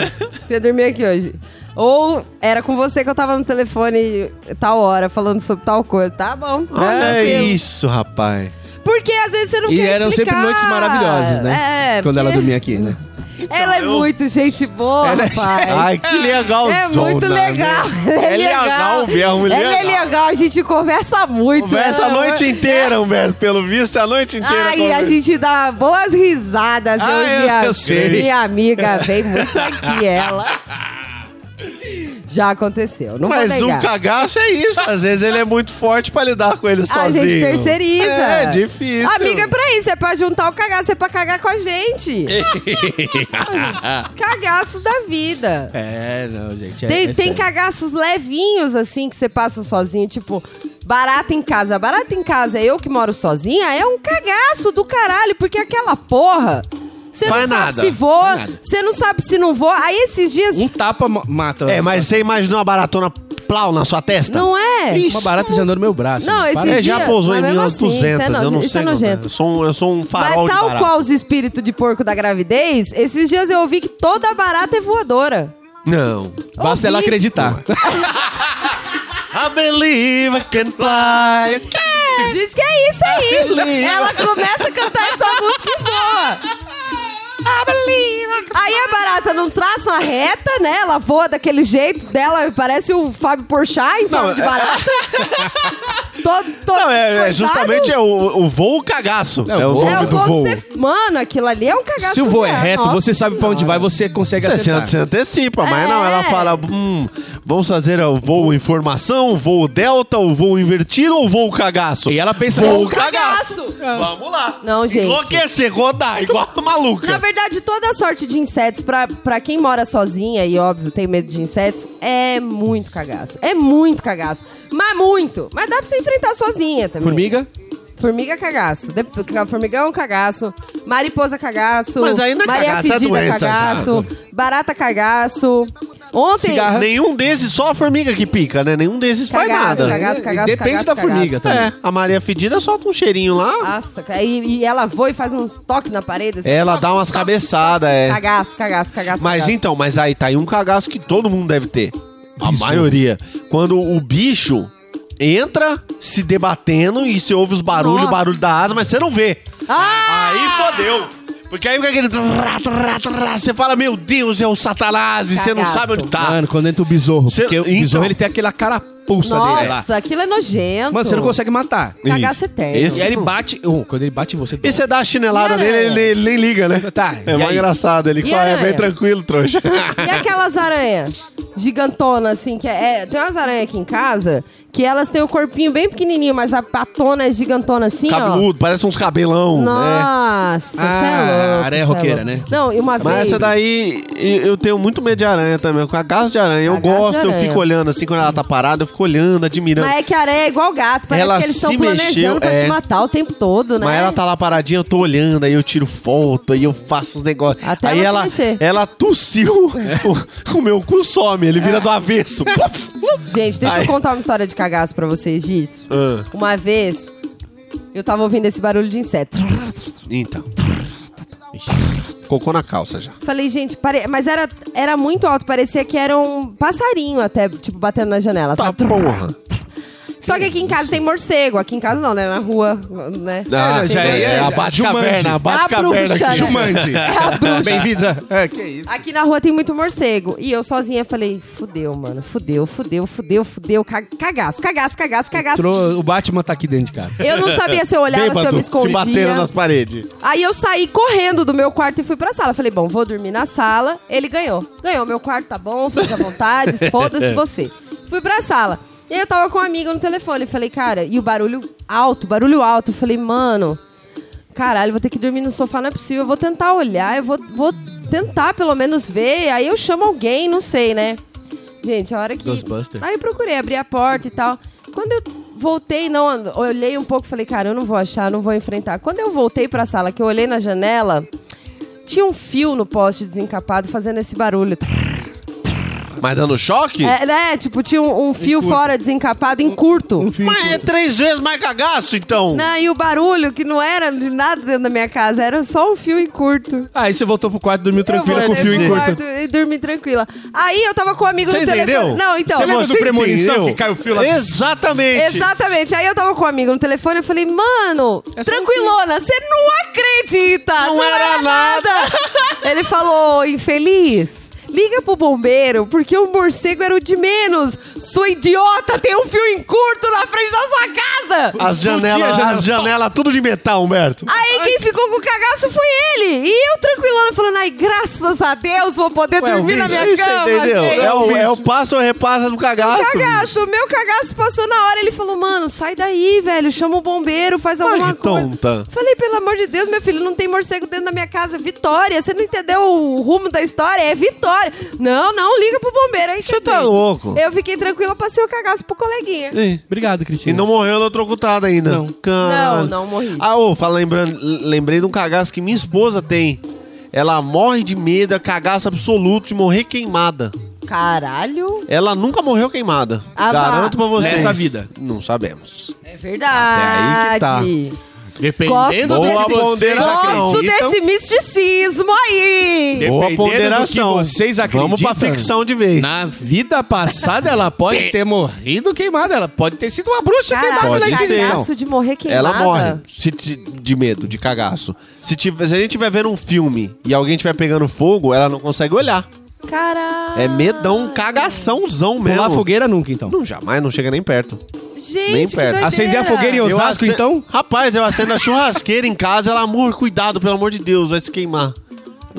[SPEAKER 5] Você dormiu aqui hoje. Ou era com você que eu tava no telefone tal hora falando sobre tal coisa. Tá bom.
[SPEAKER 3] Olha
[SPEAKER 5] tranquilo.
[SPEAKER 3] isso, rapaz.
[SPEAKER 5] Porque às vezes você não
[SPEAKER 4] E
[SPEAKER 5] quer
[SPEAKER 4] eram
[SPEAKER 5] explicar.
[SPEAKER 4] sempre noites maravilhosas, né?
[SPEAKER 5] É.
[SPEAKER 4] Quando ela
[SPEAKER 5] porque
[SPEAKER 4] dormia aqui, né?
[SPEAKER 5] Ela é
[SPEAKER 3] eu-
[SPEAKER 5] muito gente boa,
[SPEAKER 4] Ela é-
[SPEAKER 5] rapaz.
[SPEAKER 3] Ai, que legal,
[SPEAKER 5] É muito legal. Ele é legal.
[SPEAKER 3] mesmo,
[SPEAKER 5] Ele é
[SPEAKER 3] legal.
[SPEAKER 5] legal, a gente conversa muito.
[SPEAKER 3] Conversa a
[SPEAKER 5] né?
[SPEAKER 3] noite inteira, Humberto. Pelo visto, é a noite inteira.
[SPEAKER 5] Ai, a
[SPEAKER 3] conversa.
[SPEAKER 5] gente dá boas risadas.
[SPEAKER 3] Ah,
[SPEAKER 5] eu,
[SPEAKER 3] eu-
[SPEAKER 5] e minha,
[SPEAKER 3] eu sei.
[SPEAKER 5] minha amiga vem muito aqui, ela. Já aconteceu. Não
[SPEAKER 3] Mas
[SPEAKER 5] vou
[SPEAKER 3] um
[SPEAKER 5] negar.
[SPEAKER 3] cagaço é isso. Às vezes ele é muito forte pra lidar com ele
[SPEAKER 5] A
[SPEAKER 3] sozinho.
[SPEAKER 5] gente terceiriza.
[SPEAKER 3] É difícil.
[SPEAKER 5] Amiga é pra isso, é pra juntar o cagaço, é pra cagar com a gente. Cagaços da vida.
[SPEAKER 4] É, não, gente.
[SPEAKER 5] Tem, tem cagaços levinhos, assim, que você passa sozinho, tipo, barata em casa. Barata em casa, eu que moro sozinha, é um cagaço do caralho, porque aquela porra. Você não
[SPEAKER 3] Faz
[SPEAKER 5] sabe
[SPEAKER 3] nada,
[SPEAKER 5] se voa, você não sabe se não voa. Aí esses dias.
[SPEAKER 4] Um tapa ma- mata.
[SPEAKER 3] É, mas você imaginou uma baratona plau na sua testa?
[SPEAKER 5] Não é?
[SPEAKER 3] Ih,
[SPEAKER 4] Uma barata já andou no meu braço.
[SPEAKER 5] Não,
[SPEAKER 8] né?
[SPEAKER 4] mano.
[SPEAKER 5] esse-
[SPEAKER 4] Para-
[SPEAKER 3] É, já
[SPEAKER 5] dia-
[SPEAKER 3] pousou
[SPEAKER 5] mas
[SPEAKER 3] em mim
[SPEAKER 5] mesmo
[SPEAKER 3] umas
[SPEAKER 5] assim, isso é
[SPEAKER 3] 200. eu não
[SPEAKER 5] nojento, isso
[SPEAKER 3] sei.
[SPEAKER 5] é
[SPEAKER 3] não,
[SPEAKER 5] nojento.
[SPEAKER 3] cara. Eu sou, um, eu sou um farol
[SPEAKER 5] Mas
[SPEAKER 3] de
[SPEAKER 5] tal
[SPEAKER 3] barata.
[SPEAKER 5] qual os espíritos de porco da gravidez, esses dias eu ouvi que toda barata é voadora.
[SPEAKER 3] Não.
[SPEAKER 4] Basta ela
[SPEAKER 5] Ouvi.
[SPEAKER 4] acreditar.
[SPEAKER 3] I believe I can fly.
[SPEAKER 5] Diz que é isso aí.
[SPEAKER 3] Beleza.
[SPEAKER 5] Ela começa a cantar essa música e voa. Aí a barata não traça uma reta, né? Ela voa daquele jeito dela, parece o Fábio Porchat em forma de barata. Todo, todo
[SPEAKER 3] Não, é, é
[SPEAKER 5] coisado.
[SPEAKER 3] justamente é o, o voo cagaço.
[SPEAKER 8] É,
[SPEAKER 3] É o
[SPEAKER 8] voo
[SPEAKER 3] nome
[SPEAKER 5] É, o
[SPEAKER 3] do
[SPEAKER 5] voo
[SPEAKER 3] voo.
[SPEAKER 5] que você- Mano, aquilo ali é um cagaço.
[SPEAKER 8] Se o voo é
[SPEAKER 5] real,
[SPEAKER 8] reto,
[SPEAKER 5] nossa
[SPEAKER 8] você sabe pra onde vai, você consegue
[SPEAKER 3] Você, se
[SPEAKER 8] acertar.
[SPEAKER 3] an- se antecipa, mas não, ela
[SPEAKER 5] É.
[SPEAKER 3] fala, hum, vamos fazer o voo informação, o voo delta, o voo invertido ou o voo cagaço? É.
[SPEAKER 8] E ela pensa...
[SPEAKER 3] Vou
[SPEAKER 5] Senhora. É um Cagaço!
[SPEAKER 3] Vamos lá.
[SPEAKER 5] Não, gente.
[SPEAKER 3] Enlouquecer, rodar, igual a
[SPEAKER 5] Na
[SPEAKER 3] maluca.
[SPEAKER 5] verdade, toda sorte de insetos, pra, pra quem mora sozinha e, óbvio, tem medo de insetos, é muito cagaço. É muito cagaço. Mas muito. Mas dá pra você enfrentar sozinha também.
[SPEAKER 8] Formiga?
[SPEAKER 5] Formiga é cagaço. De- Formigão é cagaço. Mariposa é cagaço.
[SPEAKER 3] Mas aí não é
[SPEAKER 5] Maria
[SPEAKER 3] cagaço, é
[SPEAKER 5] fedida
[SPEAKER 3] doença já.
[SPEAKER 5] cagaço. Barata cagaço. Ontem.
[SPEAKER 8] Cigarra.
[SPEAKER 3] Nenhum desses, só a formiga que pica, né? Nenhum desses faz
[SPEAKER 5] Cagaço,
[SPEAKER 3] nada.
[SPEAKER 5] Cagaço, cagaço,
[SPEAKER 8] Depende
[SPEAKER 5] cagaço,
[SPEAKER 8] da
[SPEAKER 5] cagaço.
[SPEAKER 8] formiga também.
[SPEAKER 3] É, a Maria Fedida solta um cheirinho lá.
[SPEAKER 5] Nossa, ca- e, e ela voa e faz uns toques na parede. assim,
[SPEAKER 3] Ela
[SPEAKER 5] toque,
[SPEAKER 3] dá umas
[SPEAKER 5] toque,
[SPEAKER 3] cabeçadas, é.
[SPEAKER 5] Cagaço, cagaço, cagaço.
[SPEAKER 3] Mas
[SPEAKER 5] cagaço.
[SPEAKER 3] então, mas aí tá aí um cagaço que todo mundo deve ter. A maioria. Quando o bicho entra se debatendo e você ouve os barulhos, o
[SPEAKER 5] Nossa.
[SPEAKER 3] barulho da asa, mas você não vê.
[SPEAKER 5] Ah!
[SPEAKER 3] Aí fodeu. Porque aí fica aquele. trrrá, trrrá, trrrá, Você fala, meu Deus, é o Satanás, e você não
[SPEAKER 5] Cagaço.
[SPEAKER 3] sabe onde tá.
[SPEAKER 8] Mano, quando entra o besouro.
[SPEAKER 3] Cê-
[SPEAKER 8] porque o
[SPEAKER 3] então.
[SPEAKER 8] besouro, ele tem aquela carapuça dele lá.
[SPEAKER 5] Nossa, aquilo é nojento.
[SPEAKER 8] Mano, você não consegue matar.
[SPEAKER 5] Cagaço eterno.
[SPEAKER 3] Esse-
[SPEAKER 8] E aí ele bate... Oh, quando ele bate em você...
[SPEAKER 3] E você dá a chinelada
[SPEAKER 5] E
[SPEAKER 3] nele,
[SPEAKER 5] aranha?
[SPEAKER 3] ele, ele nem liga, né?
[SPEAKER 8] Tá,
[SPEAKER 3] É
[SPEAKER 8] e
[SPEAKER 3] mais
[SPEAKER 8] aí?
[SPEAKER 3] engraçado. Ele
[SPEAKER 5] E
[SPEAKER 3] qual é,
[SPEAKER 5] aranha?
[SPEAKER 3] bem tranquilo, trouxa.
[SPEAKER 5] E aquelas aranhas gigantonas, assim, que é, é- Tem umas aranhas aqui em casa que elas têm o corpinho bem pequenininho, mas a patona é gigantona assim, ó.
[SPEAKER 3] Cabeludo, parece uns cabelão, né?
[SPEAKER 5] Nossa, cê
[SPEAKER 8] Ah,
[SPEAKER 5] é louco.
[SPEAKER 8] aranha
[SPEAKER 5] cê é
[SPEAKER 8] roqueira,
[SPEAKER 5] louco.
[SPEAKER 8] né?
[SPEAKER 5] Não, e uma vez...
[SPEAKER 3] Mas essa daí, eu eu tenho muito medo de aranha também. Com a gás de aranha, eu
[SPEAKER 5] Cagaço de
[SPEAKER 3] gosto, eu
[SPEAKER 5] aranha.
[SPEAKER 3] fico olhando assim, quando ela tá parada, eu fico olhando, admirando.
[SPEAKER 5] Mas
[SPEAKER 3] Mas,
[SPEAKER 5] é que a aranha é igual gato, parece
[SPEAKER 3] Ela
[SPEAKER 5] que eles estão
[SPEAKER 3] se
[SPEAKER 5] planejando
[SPEAKER 3] mexeu,
[SPEAKER 5] pra
[SPEAKER 3] é.
[SPEAKER 5] te matar o tempo todo, né?
[SPEAKER 3] ela tá lá paradinha, eu tô olhando, aí eu tiro foto, aí eu faço uns negócios.
[SPEAKER 5] Até
[SPEAKER 3] aí
[SPEAKER 5] ela
[SPEAKER 3] ela,
[SPEAKER 5] se mexer.
[SPEAKER 3] ela tossiu, o, o meu cu some, ele vira do avesso. Plof, plof.
[SPEAKER 5] Gente, deixa
[SPEAKER 3] Ai.
[SPEAKER 5] eu contar uma história de cagaço pra vocês disso.
[SPEAKER 3] Ah,
[SPEAKER 5] Uma vez, eu tava ouvindo esse barulho de inseto.
[SPEAKER 3] então. Ixi, Cocô na calça já.
[SPEAKER 5] Falei, gente, pare... mas era, era muito alto, parecia que era um passarinho até, tipo, batendo na janela.
[SPEAKER 3] Tá
[SPEAKER 5] sabe?
[SPEAKER 3] porra. Tá
[SPEAKER 5] Só que aqui em casa tem morcego. Aqui em casa não, né? Na rua, né?
[SPEAKER 3] Ah,
[SPEAKER 5] Tem
[SPEAKER 3] já é,
[SPEAKER 5] morcego.
[SPEAKER 3] é a bate-caverna, a
[SPEAKER 5] bruxa,
[SPEAKER 3] bate-caverna.
[SPEAKER 5] né?
[SPEAKER 3] aqui.
[SPEAKER 8] Jumante.
[SPEAKER 5] É a bruxa.
[SPEAKER 8] Bem-vinda. É, que isso.
[SPEAKER 5] Aqui na rua tem muito morcego. E eu sozinha falei, fudeu, mano. Fudeu, fudeu, fudeu, fudeu. ca- Cagaço, cagaço, cagaço, cagaço.
[SPEAKER 8] Entrou- o Batman tá aqui dentro de casa.
[SPEAKER 5] Eu não sabia se eu olhava, se eu me
[SPEAKER 3] Bêbado, se
[SPEAKER 5] escondia.
[SPEAKER 3] bateram nas paredes.
[SPEAKER 5] Aí eu saí correndo do meu quarto e fui pra sala. Falei, bom, vou dormir na sala. Ele ganhou. Ganhou meu quarto, tá bom, fica à vontade, foda-se você. Fui pra sala. E aí eu tava com um amigo no telefone. Falei, cara, e o barulho alto, barulho alto. Falei, mano, caralho, vou ter que dormir no sofá, não é possível. Eu vou tentar olhar, eu vou, vou tentar pelo menos ver. Aí eu chamo alguém, não sei, né? Gente, a hora que.
[SPEAKER 8] Ghostbusters.
[SPEAKER 5] Aí eu procurei, abri a porta e tal. Quando eu voltei, não, olhei um pouco, falei, cara, eu não vou achar, não vou enfrentar. Quando eu voltei pra sala, que eu olhei na janela, tinha um fio no poste desencapado fazendo esse barulho.
[SPEAKER 3] Mas dando choque?
[SPEAKER 5] É, né? Tipo, tinha um, um fio fora desencapado em curto.
[SPEAKER 3] Mas é três vezes mais cagaço, então.
[SPEAKER 5] Não, Né? e o barulho, que não era de nada dentro da minha casa, era só um fio em curto.
[SPEAKER 8] Aí Ah, você voltou pro quarto, dormiu tranquilo
[SPEAKER 5] eu
[SPEAKER 8] com o
[SPEAKER 5] voltei
[SPEAKER 8] fio
[SPEAKER 5] pro
[SPEAKER 8] em curto.
[SPEAKER 5] quarto E dormi tranquila. Aí eu tava com um amigo
[SPEAKER 3] Você
[SPEAKER 5] no
[SPEAKER 3] entendeu?
[SPEAKER 5] telefone. Não, então.
[SPEAKER 3] Você
[SPEAKER 8] lembra do Premonição que cai o fio lá?
[SPEAKER 3] Exatamente.
[SPEAKER 5] Exatamente. Aí eu tava com um amigo no telefone e falei, mano, tranquilona, você não acredita. Não,
[SPEAKER 3] era
[SPEAKER 5] nada. Ele falou, infeliz. Liga pro bombeiro, porque o morcego era o de menos. Sua idiota, tem um fio em curto na frente da sua casa.
[SPEAKER 3] As
[SPEAKER 8] Explodia a
[SPEAKER 3] janelas,
[SPEAKER 8] janela.
[SPEAKER 3] as janelas tudo de metal, Humberto.
[SPEAKER 5] Aí quem ficou com o cagaço foi ele. E eu tranquilona falando, ai, graças a Deus, vou poder
[SPEAKER 8] Ué, o
[SPEAKER 5] dormir na
[SPEAKER 8] bicho,
[SPEAKER 5] minha
[SPEAKER 3] Aí
[SPEAKER 5] cama.
[SPEAKER 3] você entendeu?
[SPEAKER 5] gente."
[SPEAKER 3] É o, é o passo ou repassa do cagaço.
[SPEAKER 5] Cagaço, meu cagaço passou na hora. Ele falou, mano, sai daí, velho. Chama o bombeiro, faz alguma
[SPEAKER 3] que
[SPEAKER 5] coisa.
[SPEAKER 3] tonta.
[SPEAKER 5] Falei, pelo amor de Deus, meu filho, não tem morcego dentro da minha casa. Vitória, você não entendeu o rumo da história? É vitória. Não, não, liga pro bombeiro. Aí,
[SPEAKER 3] Você
[SPEAKER 5] quer
[SPEAKER 3] tá
[SPEAKER 5] dizer,
[SPEAKER 3] louco.
[SPEAKER 5] Eu fiquei tranquila, passei o cagaço pro coleguinha.
[SPEAKER 3] Ih,
[SPEAKER 8] Obrigado,
[SPEAKER 3] E
[SPEAKER 8] Cristina.
[SPEAKER 3] não morreu eletrocutada ainda.
[SPEAKER 8] Não.
[SPEAKER 3] Caralho.
[SPEAKER 5] Não, não morri.
[SPEAKER 3] Ah, ô, fala, lembrando, lembrei de um cagaço que minha esposa tem. Ela morre de medo, é cagaço absoluto de morrer queimada.
[SPEAKER 5] Caralho.
[SPEAKER 3] Ela nunca morreu queimada.
[SPEAKER 5] Ah, vá.
[SPEAKER 3] Garanto pra vocês.
[SPEAKER 8] Nessa vida.
[SPEAKER 3] Não sabemos.
[SPEAKER 5] É verdade.
[SPEAKER 3] Até aí
[SPEAKER 5] Gosto
[SPEAKER 8] do
[SPEAKER 3] Boa
[SPEAKER 8] que
[SPEAKER 5] desse,
[SPEAKER 3] vocês
[SPEAKER 5] gosto
[SPEAKER 8] acreditam.
[SPEAKER 5] desse misticismo aí.
[SPEAKER 3] Boa
[SPEAKER 8] Dependendo
[SPEAKER 3] ponderação.
[SPEAKER 8] do que vocês
[SPEAKER 3] Vamos pra
[SPEAKER 8] acreditam.
[SPEAKER 3] ficção de vez.
[SPEAKER 8] Na vida passada, ela pode ter morrido queimada. Ela pode ter sido uma bruxa
[SPEAKER 5] Caralho,
[SPEAKER 8] queimada
[SPEAKER 3] pode
[SPEAKER 8] na
[SPEAKER 3] ser.
[SPEAKER 8] igreja.
[SPEAKER 5] cagaço de morrer queimada.
[SPEAKER 3] Ela morre se ti- de medo, de cagaço. Se, tiver, se a gente estiver vendo um filme e alguém estiver pegando fogo, ela não consegue olhar.
[SPEAKER 5] Caralho. Ah.
[SPEAKER 3] É medão, um cagaçãozão mesmo.
[SPEAKER 4] Pular fogueira nunca, então.
[SPEAKER 3] Não, jamais, não chega nem perto.
[SPEAKER 5] Gente,
[SPEAKER 3] nem perto.
[SPEAKER 5] que doideira.
[SPEAKER 4] Acender a fogueira em
[SPEAKER 3] Eu
[SPEAKER 4] Osasco,
[SPEAKER 3] acen-
[SPEAKER 4] então?
[SPEAKER 3] Rapaz, eu acendo a churrasqueira em casa, ela, amor, cuidado, pelo amor de Deus, vai se queimar.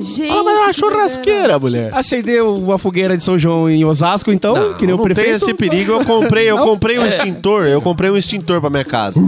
[SPEAKER 5] Gente,
[SPEAKER 3] Ah, mas é uma
[SPEAKER 5] que doideira.
[SPEAKER 3] churrasqueira, mulher.
[SPEAKER 4] Acender uma fogueira de São João em Osasco, então, que nem o
[SPEAKER 3] não tem
[SPEAKER 4] prefeito.
[SPEAKER 3] esse perigo. Eu comprei, eu comprei um extintor, eu comprei um extintor pra minha casa.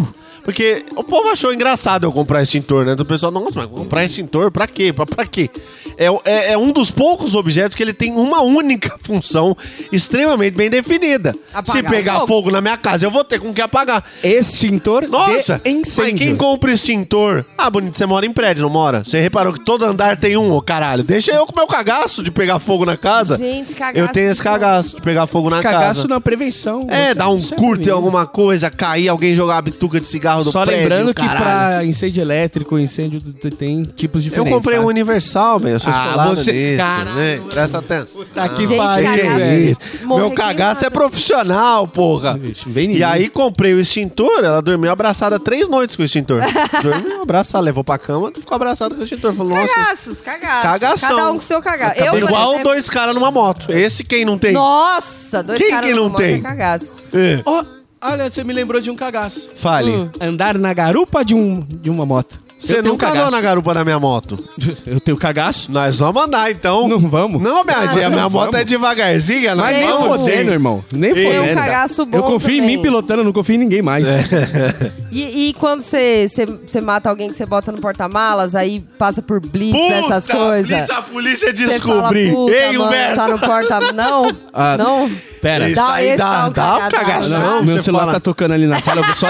[SPEAKER 3] Porque o povo achou engraçado eu comprar extintor, né? Do pessoal, nossa, mas comprar extintor pra quê? Pra, pra quê? É, é- é um dos poucos objetos que ele tem uma única função extremamente bem definida.
[SPEAKER 5] Apagar
[SPEAKER 3] Se pegar
[SPEAKER 5] fogo.
[SPEAKER 3] fogo. na minha casa, eu vou ter com que apagar.
[SPEAKER 4] Extintor
[SPEAKER 3] Nossa,
[SPEAKER 4] de incêndio.
[SPEAKER 3] mas quem compra extintor? Ah, bonito, você mora em prédio, não mora? Você reparou que todo andar tem um, ô caralho. Deixa eu com o meu cagaço de pegar fogo na casa.
[SPEAKER 5] Gente, cagaço
[SPEAKER 3] Eu tenho esse
[SPEAKER 5] de
[SPEAKER 3] cagaço de pegar fogo na
[SPEAKER 4] Cagaço
[SPEAKER 3] casa.
[SPEAKER 4] na prevenção.
[SPEAKER 3] É,
[SPEAKER 4] Você-
[SPEAKER 3] dar um
[SPEAKER 4] você
[SPEAKER 3] curto em
[SPEAKER 4] mesmo.
[SPEAKER 3] alguma coisa, cair, alguém jogar a bituca de cigarro do
[SPEAKER 4] Só
[SPEAKER 3] prédio,
[SPEAKER 4] lembrando que
[SPEAKER 3] caralho.
[SPEAKER 4] pra incêndio elétrico, incêndio do- do- tem tipos
[SPEAKER 3] Eu
[SPEAKER 4] diferentes.
[SPEAKER 3] comprei
[SPEAKER 4] tá?
[SPEAKER 3] um universal, meu, eu sou
[SPEAKER 4] Ah,
[SPEAKER 3] escolado
[SPEAKER 4] você-
[SPEAKER 3] nisso,
[SPEAKER 4] caralho.
[SPEAKER 3] né? Presta atenção.
[SPEAKER 4] Tá que
[SPEAKER 5] Gente,
[SPEAKER 4] pariu,
[SPEAKER 5] cagaço.
[SPEAKER 4] velho.
[SPEAKER 3] é isso.
[SPEAKER 5] Morrer
[SPEAKER 3] Meu cagaço
[SPEAKER 5] queimado.
[SPEAKER 3] é profissional, porra.
[SPEAKER 4] Vixe, vem
[SPEAKER 3] E
[SPEAKER 4] ninguém.
[SPEAKER 3] aí comprei o extintor, ela dormiu abraçada três noites com o extintor. dormiu abraçada, levou pra cama, ficou abraçada com o extintor. Falou, nossa,
[SPEAKER 5] Cagaços, cagaços.
[SPEAKER 3] Cagação.
[SPEAKER 5] Cada um com seu cagaço. Eu, por
[SPEAKER 3] igual
[SPEAKER 5] exemplo-
[SPEAKER 3] dois caras numa moto. Esse quem não tem?
[SPEAKER 5] Nossa, dois
[SPEAKER 3] Quem
[SPEAKER 5] caras
[SPEAKER 3] que
[SPEAKER 5] no
[SPEAKER 3] não
[SPEAKER 5] moto é
[SPEAKER 3] tem?
[SPEAKER 5] cagaço.
[SPEAKER 3] É.
[SPEAKER 4] Ó, olha, você me lembrou de um cagaço.
[SPEAKER 3] Fale.
[SPEAKER 5] Hum.
[SPEAKER 4] Andar na garupa de, um, de uma moto.
[SPEAKER 3] Você
[SPEAKER 4] Eu tenho um
[SPEAKER 3] nunca andou
[SPEAKER 4] cagaço.
[SPEAKER 3] na garupa da minha moto.
[SPEAKER 4] Eu tenho cagaço.
[SPEAKER 3] Nós vamos andar, então.
[SPEAKER 4] Não vamos?
[SPEAKER 3] Não, minha, a minha
[SPEAKER 4] vamos.
[SPEAKER 3] moto é devagarzinha. nós
[SPEAKER 4] Mas é nem
[SPEAKER 3] vamos.
[SPEAKER 4] fodendo, irmão. Nem
[SPEAKER 3] Tem um
[SPEAKER 4] fodendo.
[SPEAKER 5] cagaço bom
[SPEAKER 4] Eu confio em
[SPEAKER 5] também.
[SPEAKER 4] mim pilotando, eu não confio em ninguém mais.
[SPEAKER 3] É.
[SPEAKER 5] E, e quando você você- você mata alguém que você bota no porta-malas, aí passa por blitz,
[SPEAKER 3] Puta,
[SPEAKER 5] essas coisas.
[SPEAKER 3] blitz, A polícia
[SPEAKER 5] Você fala,
[SPEAKER 3] descobri.
[SPEAKER 5] "Puta,
[SPEAKER 3] Ei,
[SPEAKER 5] mano,
[SPEAKER 3] Humberto.
[SPEAKER 5] Tá no porta... Não,
[SPEAKER 4] Ah,
[SPEAKER 5] não.
[SPEAKER 4] Pera.
[SPEAKER 3] É Isso
[SPEAKER 5] Dá-
[SPEAKER 3] aí
[SPEAKER 5] esse
[SPEAKER 3] dá,
[SPEAKER 5] dá um
[SPEAKER 3] dá um
[SPEAKER 5] cagaço.
[SPEAKER 3] cagação.
[SPEAKER 5] Não,
[SPEAKER 4] meu
[SPEAKER 3] você
[SPEAKER 4] celular
[SPEAKER 3] fala,
[SPEAKER 4] tá tocando ali na sala, eu vou só...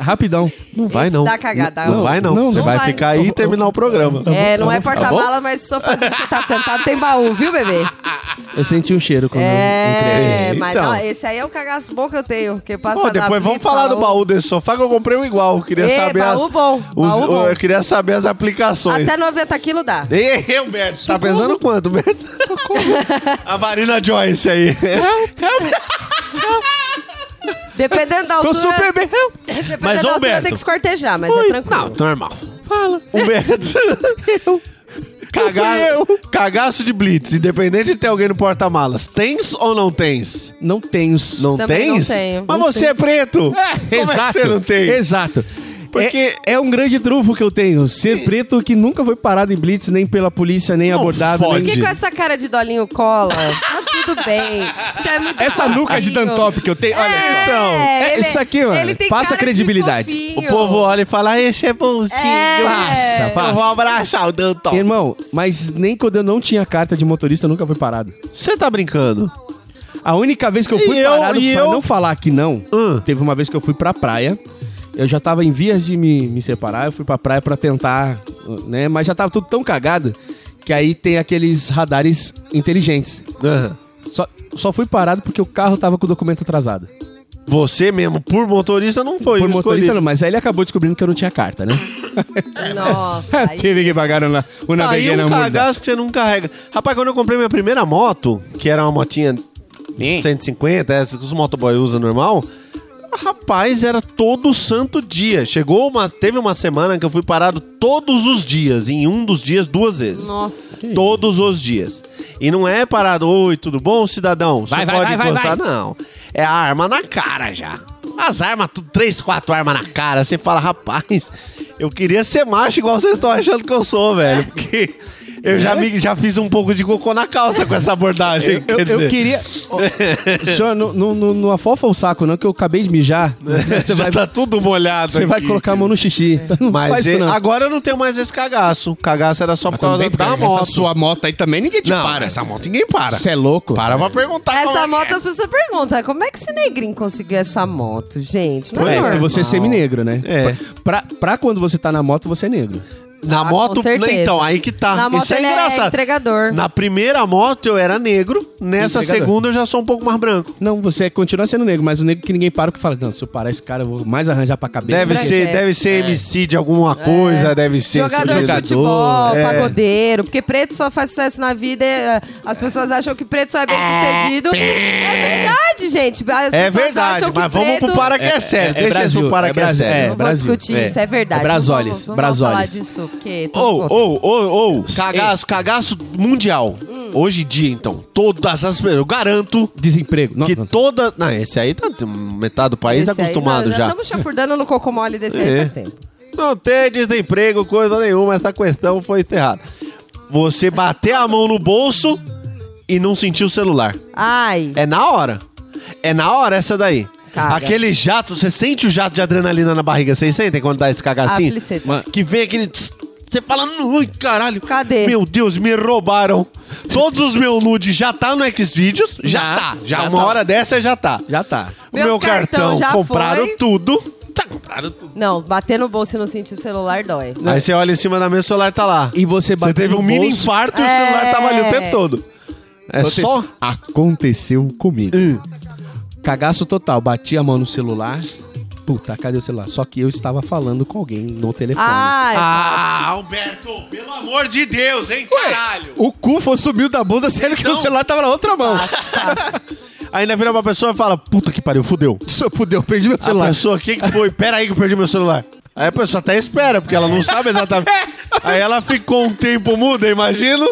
[SPEAKER 4] Rapidão.
[SPEAKER 3] Não vai
[SPEAKER 5] Esse
[SPEAKER 3] não.
[SPEAKER 5] dá cagada.
[SPEAKER 3] Não, vai não.
[SPEAKER 4] Não,
[SPEAKER 3] você
[SPEAKER 4] não
[SPEAKER 3] vai
[SPEAKER 5] vai.
[SPEAKER 3] ficar aí e terminar o programa.
[SPEAKER 5] É, não é
[SPEAKER 3] Tá bom?
[SPEAKER 5] porta-malas, mas sofazinho que você tá sentado tem baú, viu, bebê?
[SPEAKER 4] Eu senti um cheiro quando eu
[SPEAKER 5] É,
[SPEAKER 3] Então.
[SPEAKER 5] mas não, esse aí é o cagaço bom que eu tenho. Que passa
[SPEAKER 3] Pô,
[SPEAKER 5] na
[SPEAKER 3] depois vamos
[SPEAKER 5] blitz,
[SPEAKER 3] falar do
[SPEAKER 5] fala,
[SPEAKER 3] baú desse sofá que eu comprei um igual. Eu queria
[SPEAKER 5] Ei,
[SPEAKER 3] saber
[SPEAKER 5] baú
[SPEAKER 3] as,
[SPEAKER 5] bom, baú bom.
[SPEAKER 3] Eu queria saber as aplicações.
[SPEAKER 5] Até 90 quilos dá.
[SPEAKER 3] Ei, Humberto, tá pensando quanto, Humberto? A Marina Joyce aí.
[SPEAKER 5] Dependendo da
[SPEAKER 4] Tô
[SPEAKER 5] altura...
[SPEAKER 4] super bem.
[SPEAKER 5] Dependendo
[SPEAKER 3] Mas,
[SPEAKER 5] da altura,
[SPEAKER 3] Humberto-
[SPEAKER 5] tem que se cortejar, mas é Tá tranquilo.
[SPEAKER 3] Não, normal. Fala. Humberto. Caga...
[SPEAKER 4] Eu.
[SPEAKER 3] Cagaço de blitz, independente de ter alguém no porta-malas. Tens ou não tens?
[SPEAKER 4] Não tenho.
[SPEAKER 3] Não
[SPEAKER 5] Também não
[SPEAKER 3] tens?
[SPEAKER 5] tenho.
[SPEAKER 3] Mas
[SPEAKER 5] Não
[SPEAKER 3] você é preto. Como é que você não tem?
[SPEAKER 4] Exato.
[SPEAKER 3] Porque-
[SPEAKER 4] Porque é, é um grande trunfo que eu tenho. Ser preto que nunca foi parado em blitz, nem pela polícia, nem
[SPEAKER 3] Não
[SPEAKER 4] abordado.
[SPEAKER 3] fode.
[SPEAKER 4] Nem...
[SPEAKER 5] Porque com essa cara de dolinho cola, tá tudo bem. Você é muito
[SPEAKER 4] Essa nuca de
[SPEAKER 5] fofinho.
[SPEAKER 4] Dantop que eu tenho. Olha
[SPEAKER 5] É,
[SPEAKER 4] aí.
[SPEAKER 3] então,
[SPEAKER 4] é
[SPEAKER 5] ele-
[SPEAKER 4] isso aqui, mano.
[SPEAKER 5] ele tem
[SPEAKER 4] Passa
[SPEAKER 5] cara de
[SPEAKER 4] credibilidade.
[SPEAKER 5] fofinho.
[SPEAKER 3] O povo olha e fala, esse é bonzinho.
[SPEAKER 5] É.
[SPEAKER 4] Passa,
[SPEAKER 3] Eu vou então.
[SPEAKER 4] passa.
[SPEAKER 3] abraçar o Danton.
[SPEAKER 4] Irmão, mas nem quando eu não tinha carta de motorista, eu nunca fui parado.
[SPEAKER 3] Você tá brincando?
[SPEAKER 4] A única vez que eu fui
[SPEAKER 3] E eu-
[SPEAKER 4] parado
[SPEAKER 3] e
[SPEAKER 4] pra
[SPEAKER 3] eu-
[SPEAKER 4] não falar que não,
[SPEAKER 3] Hum.
[SPEAKER 4] teve uma vez que eu fui pra praia. Eu já tava em vias de me, me separar, eu fui pra praia pra tentar, né? Mas já tava tudo tão cagado que aí tem aqueles radares inteligentes. Só, só fui parado porque o carro tava com o documento atrasado.
[SPEAKER 3] Você mesmo, por motorista, não foi
[SPEAKER 4] Por
[SPEAKER 3] o
[SPEAKER 4] motorista
[SPEAKER 3] escolhido.
[SPEAKER 4] não, mas aí ele acabou descobrindo que eu não tinha carta, né?
[SPEAKER 5] Nossa, aí-
[SPEAKER 4] Tive que pagar na, o
[SPEAKER 3] Tá aí
[SPEAKER 4] naveguei na
[SPEAKER 3] um
[SPEAKER 4] multa.
[SPEAKER 3] cagaço que você não carrega. Rapaz, quando eu comprei minha primeira moto, que era uma motinha 150, essa que os motoboy usam normal, rapaz, era todo santo dia. Chegou uma... Teve uma semana que eu fui parado todos os dias. Em um dos dias, duas vezes.
[SPEAKER 5] Nossa.
[SPEAKER 3] Todos os dias. E não é parado, oi, tudo bom, cidadão? Você
[SPEAKER 4] Vai, vai,
[SPEAKER 3] pode
[SPEAKER 4] vai, vai,
[SPEAKER 3] encostar, não. É a arma na cara já. As armas, tu- três, quatro armas na cara. Você fala, rapaz, eu queria ser macho igual vocês estão achando que eu sou, velho. Porque eu já, me- já fiz um pouco de cocô na calça com essa abordagem.
[SPEAKER 4] Eu,
[SPEAKER 3] quer
[SPEAKER 4] eu
[SPEAKER 3] dizer.
[SPEAKER 4] queria. Ô, senhor, não, não, não- não afofa o saco, não, que eu acabei de mijar. né? Você
[SPEAKER 3] já
[SPEAKER 4] vai,
[SPEAKER 3] tá tudo molhado
[SPEAKER 4] você vai
[SPEAKER 3] aqui.
[SPEAKER 4] colocar a mão no xixi. Então Não
[SPEAKER 3] É. Mas
[SPEAKER 4] faz
[SPEAKER 3] e-
[SPEAKER 4] isso, não.
[SPEAKER 3] agora eu não tenho mais esse cagaço. O cagaço era só por causa
[SPEAKER 9] Também, porque
[SPEAKER 3] da
[SPEAKER 9] essa
[SPEAKER 3] moto.
[SPEAKER 9] sua moto aí também ninguém te
[SPEAKER 3] Não,
[SPEAKER 9] para.
[SPEAKER 3] essa moto ninguém para.
[SPEAKER 4] Você é louco?
[SPEAKER 3] Para pra perguntar. como é
[SPEAKER 5] Essa
[SPEAKER 3] que
[SPEAKER 5] moto,
[SPEAKER 3] é.
[SPEAKER 5] as pessoas perguntam, como é que esse negrinho conseguiu essa moto, gente? Não é,
[SPEAKER 4] É, porque
[SPEAKER 5] normal.
[SPEAKER 4] você é semi-negro, né?
[SPEAKER 3] É.
[SPEAKER 4] Pra, pra quando você tá na moto, você é negro.
[SPEAKER 3] Na
[SPEAKER 5] Ah, com
[SPEAKER 3] moto,
[SPEAKER 5] certeza.
[SPEAKER 3] então, aí que tá.
[SPEAKER 5] Na moto
[SPEAKER 3] Isso é
[SPEAKER 5] ele é
[SPEAKER 3] engraçado.
[SPEAKER 5] entregador.
[SPEAKER 3] Na primeira moto eu era negro, nessa
[SPEAKER 4] Entregador.
[SPEAKER 3] segunda eu já sou um pouco mais branco.
[SPEAKER 4] Não, você continua sendo negro, mas o negro que ninguém para o que fala, não, se eu parar esse cara, eu vou mais arranjar pra cabeça.
[SPEAKER 3] Deve
[SPEAKER 5] Branco,
[SPEAKER 3] ser,
[SPEAKER 5] é.
[SPEAKER 3] deve ser MC de alguma coisa, deve ser
[SPEAKER 5] Jogador de
[SPEAKER 3] sei lá.
[SPEAKER 5] futebol,
[SPEAKER 3] É.
[SPEAKER 5] pagodeiro, porque preto só faz sucesso na vida. é, As pessoas acham que preto só é bem sucedido. É verdade, gente. As
[SPEAKER 3] É
[SPEAKER 5] pessoas
[SPEAKER 3] verdade,
[SPEAKER 5] acham que
[SPEAKER 3] mas vamos pro
[SPEAKER 5] preto-
[SPEAKER 3] para que é,
[SPEAKER 4] É,
[SPEAKER 3] sério.
[SPEAKER 4] é
[SPEAKER 3] Deixa
[SPEAKER 4] Brasil,
[SPEAKER 3] isso para
[SPEAKER 4] é
[SPEAKER 3] que é
[SPEAKER 4] Brasil,
[SPEAKER 3] sério.
[SPEAKER 4] é.
[SPEAKER 5] Não vou
[SPEAKER 4] Brasil.
[SPEAKER 5] discutir
[SPEAKER 3] É.
[SPEAKER 5] isso, é verdade.
[SPEAKER 4] É Brasolis,
[SPEAKER 5] Não vamos- Não vamos
[SPEAKER 4] Brasolis.
[SPEAKER 5] falar disso. quê? Tô
[SPEAKER 3] Ou,
[SPEAKER 5] louca.
[SPEAKER 3] ou, ou, ou, cagaço, cagaço mundial.
[SPEAKER 5] Hum.
[SPEAKER 3] Hoje em dia, então, todas as pessoas, eu garanto
[SPEAKER 8] Desemprego. Não,
[SPEAKER 3] que
[SPEAKER 8] não.
[SPEAKER 3] todas... Não, esse aí tá metade do país
[SPEAKER 5] Esse
[SPEAKER 3] tá
[SPEAKER 5] aí,
[SPEAKER 3] acostumado
[SPEAKER 5] não,
[SPEAKER 3] já.
[SPEAKER 5] Estamos chafurdando no cocô mole desse
[SPEAKER 3] É.
[SPEAKER 5] aí faz tempo.
[SPEAKER 3] Não tem desemprego, coisa nenhuma, essa questão foi enterrada. Você bater a mão no bolso e não sentir o celular.
[SPEAKER 5] Ai,
[SPEAKER 3] É na hora. É na hora essa daí.
[SPEAKER 5] Caga.
[SPEAKER 3] Aquele jato, você sente o jato de adrenalina na barriga, vocês sentem quando dá esse cagacinho?
[SPEAKER 5] Afliceta.
[SPEAKER 3] Mano, Que vem aquele. tss, Você fala, ui, caralho.
[SPEAKER 5] Cadê?"
[SPEAKER 3] Meu Deus, me roubaram. Todos os meus nudes já tá no Xvideos? Já tá. Já, uma hora dessa já tá.
[SPEAKER 8] Já tá.
[SPEAKER 3] O
[SPEAKER 5] Meus
[SPEAKER 3] meu cartão,
[SPEAKER 5] cartão já
[SPEAKER 3] compraram
[SPEAKER 5] foi.
[SPEAKER 3] tudo. Tá, compraram tudo.
[SPEAKER 5] não, bater no bolso e não sentir o celular dói.
[SPEAKER 3] Aí você olha em cima da mesa, o celular tá lá.
[SPEAKER 8] E você
[SPEAKER 3] Você
[SPEAKER 8] bateu
[SPEAKER 3] teve
[SPEAKER 8] no
[SPEAKER 3] um mini
[SPEAKER 8] bolso.
[SPEAKER 3] infarto e o
[SPEAKER 5] É.
[SPEAKER 3] celular tava ali o tempo todo. É
[SPEAKER 8] Aconte-
[SPEAKER 3] só. Hum.
[SPEAKER 8] Aconteceu comigo. Cagaço total. Bati a mão no celular. Puta, cadê o celular? Só que eu estava falando com alguém no telefone.
[SPEAKER 5] Ai,
[SPEAKER 3] Ah, Alberto, pelo amor de Deus, hein, caralho.
[SPEAKER 8] O cu foi subiu da bunda, sendo que o celular tava na outra mão.
[SPEAKER 3] Ainda vira pra pessoa e fala: puta que pariu, fudeu.
[SPEAKER 8] Só fudeu, perdi meu
[SPEAKER 3] A
[SPEAKER 8] celular.
[SPEAKER 3] pessoa, o que que foi? Pera aí que eu perdi meu celular. Aí a pessoa até espera, porque ela não sabe exatamente. Aí ela ficou um tempo muda, imagino.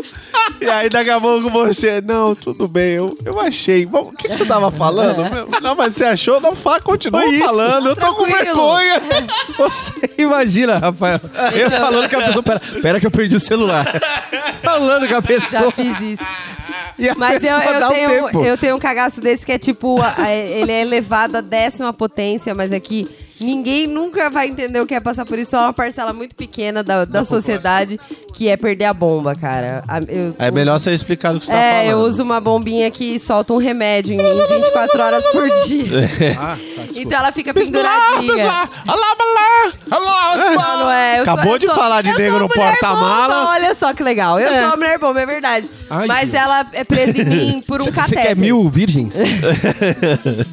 [SPEAKER 3] E aí daqui a pouco você, não, tudo bem, eu, eu achei. Bom, O que, que você tava falando? mesmo? Não, mas você achou? Não, fala, continua
[SPEAKER 8] Foi isso.
[SPEAKER 3] falando, eu tô com
[SPEAKER 5] Tranquilo.
[SPEAKER 3] vergonha.
[SPEAKER 8] Você imagina, Rafael. Eu falando que a pessoa. Pera, pera que eu perdi o celular. falando com a
[SPEAKER 5] já
[SPEAKER 8] pessoa.
[SPEAKER 5] fiz isso.
[SPEAKER 8] E a
[SPEAKER 5] Mas eu,
[SPEAKER 8] pessoa
[SPEAKER 5] eu
[SPEAKER 8] dá um
[SPEAKER 5] tenho,
[SPEAKER 8] tempo.
[SPEAKER 5] eu tenho um cagaço desse que é tipo, a- a- ele é elevado à décima potência, mas aqui ninguém nunca vai entender o que é passar por isso. Só uma parcela muito pequena da, da sociedade que é perder a bomba, cara. A- eu-
[SPEAKER 3] É melhor você explicar o que você tá
[SPEAKER 5] é,
[SPEAKER 3] falando.
[SPEAKER 5] eu uso uma bombinha que solta um remédio em, em 24 horas por dia.
[SPEAKER 3] É.
[SPEAKER 8] Ah, tá,
[SPEAKER 5] então ela fica penduradinha.
[SPEAKER 3] Alá, alá.
[SPEAKER 5] Mano, é, eu sou-
[SPEAKER 3] Acabou
[SPEAKER 5] eu
[SPEAKER 3] de
[SPEAKER 5] sou-
[SPEAKER 3] falar de
[SPEAKER 5] eu sou
[SPEAKER 3] negro
[SPEAKER 5] uma
[SPEAKER 3] no
[SPEAKER 5] mulher
[SPEAKER 3] porta-malas.
[SPEAKER 5] bomba, Olha só que legal. Eu sou uma mulher bomba, é verdade.
[SPEAKER 8] Ai,
[SPEAKER 5] Mas
[SPEAKER 8] Deus.
[SPEAKER 5] ela é presa em mim por um
[SPEAKER 8] Você-
[SPEAKER 5] catéter.
[SPEAKER 8] Você quer mil virgens?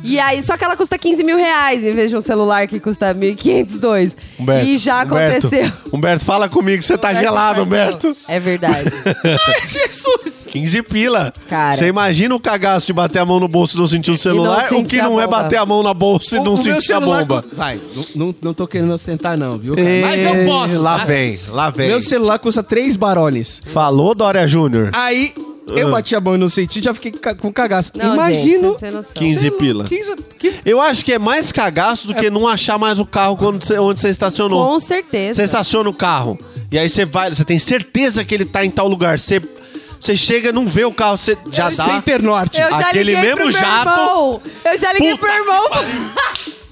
[SPEAKER 5] E aí, só que ela custa 15 mil reais em vez de um celular que custa 1.502.
[SPEAKER 3] Humberto,
[SPEAKER 5] e já
[SPEAKER 3] Humberto,
[SPEAKER 5] aconteceu.
[SPEAKER 3] Humberto, fala comigo, você tá
[SPEAKER 5] Humberto
[SPEAKER 3] gelado,
[SPEAKER 5] infartou.
[SPEAKER 3] Humberto.
[SPEAKER 5] É verdade.
[SPEAKER 3] 15 pila.
[SPEAKER 5] Cara.
[SPEAKER 3] Você imagina o cagaço de bater a mão no bolso e não sentir o celular?
[SPEAKER 5] não
[SPEAKER 3] o que
[SPEAKER 5] sentir a
[SPEAKER 3] não é
[SPEAKER 5] bomba.
[SPEAKER 3] bater a mão na bolsa e
[SPEAKER 8] O-
[SPEAKER 3] não
[SPEAKER 8] o meu
[SPEAKER 3] sentir a
[SPEAKER 8] celular
[SPEAKER 3] bomba?
[SPEAKER 8] cu- Vai, não, não, não tô querendo ostentar, não, viu? cara?
[SPEAKER 3] Mas
[SPEAKER 6] eu posso,
[SPEAKER 3] Lá
[SPEAKER 6] tá?
[SPEAKER 3] vem, lá vem.
[SPEAKER 8] Meu celular custa três barones.
[SPEAKER 3] Falou, Dória Júnior.
[SPEAKER 8] Aí eu
[SPEAKER 3] Ah.
[SPEAKER 8] bati a mão e não senti, já fiquei ca- com cagaço.
[SPEAKER 5] Não, gente, você
[SPEAKER 8] Imagino.
[SPEAKER 5] não tem noção.
[SPEAKER 3] 15 pila.
[SPEAKER 8] 15, 15
[SPEAKER 3] Eu acho que é mais cagaço do que não achar mais o carro quando cê- onde você estacionou.
[SPEAKER 5] Com certeza.
[SPEAKER 3] Você estaciona o carro. E aí você vai, você tem certeza que ele tá em tal lugar. Você, você chega, não vê o carro, você já dá.
[SPEAKER 8] Center Norte.
[SPEAKER 5] Eu já
[SPEAKER 3] Aquele
[SPEAKER 5] liguei
[SPEAKER 3] mesmo
[SPEAKER 5] pro meu
[SPEAKER 3] jato.
[SPEAKER 5] irmão. Eu já liguei
[SPEAKER 3] Puta
[SPEAKER 5] pro irmão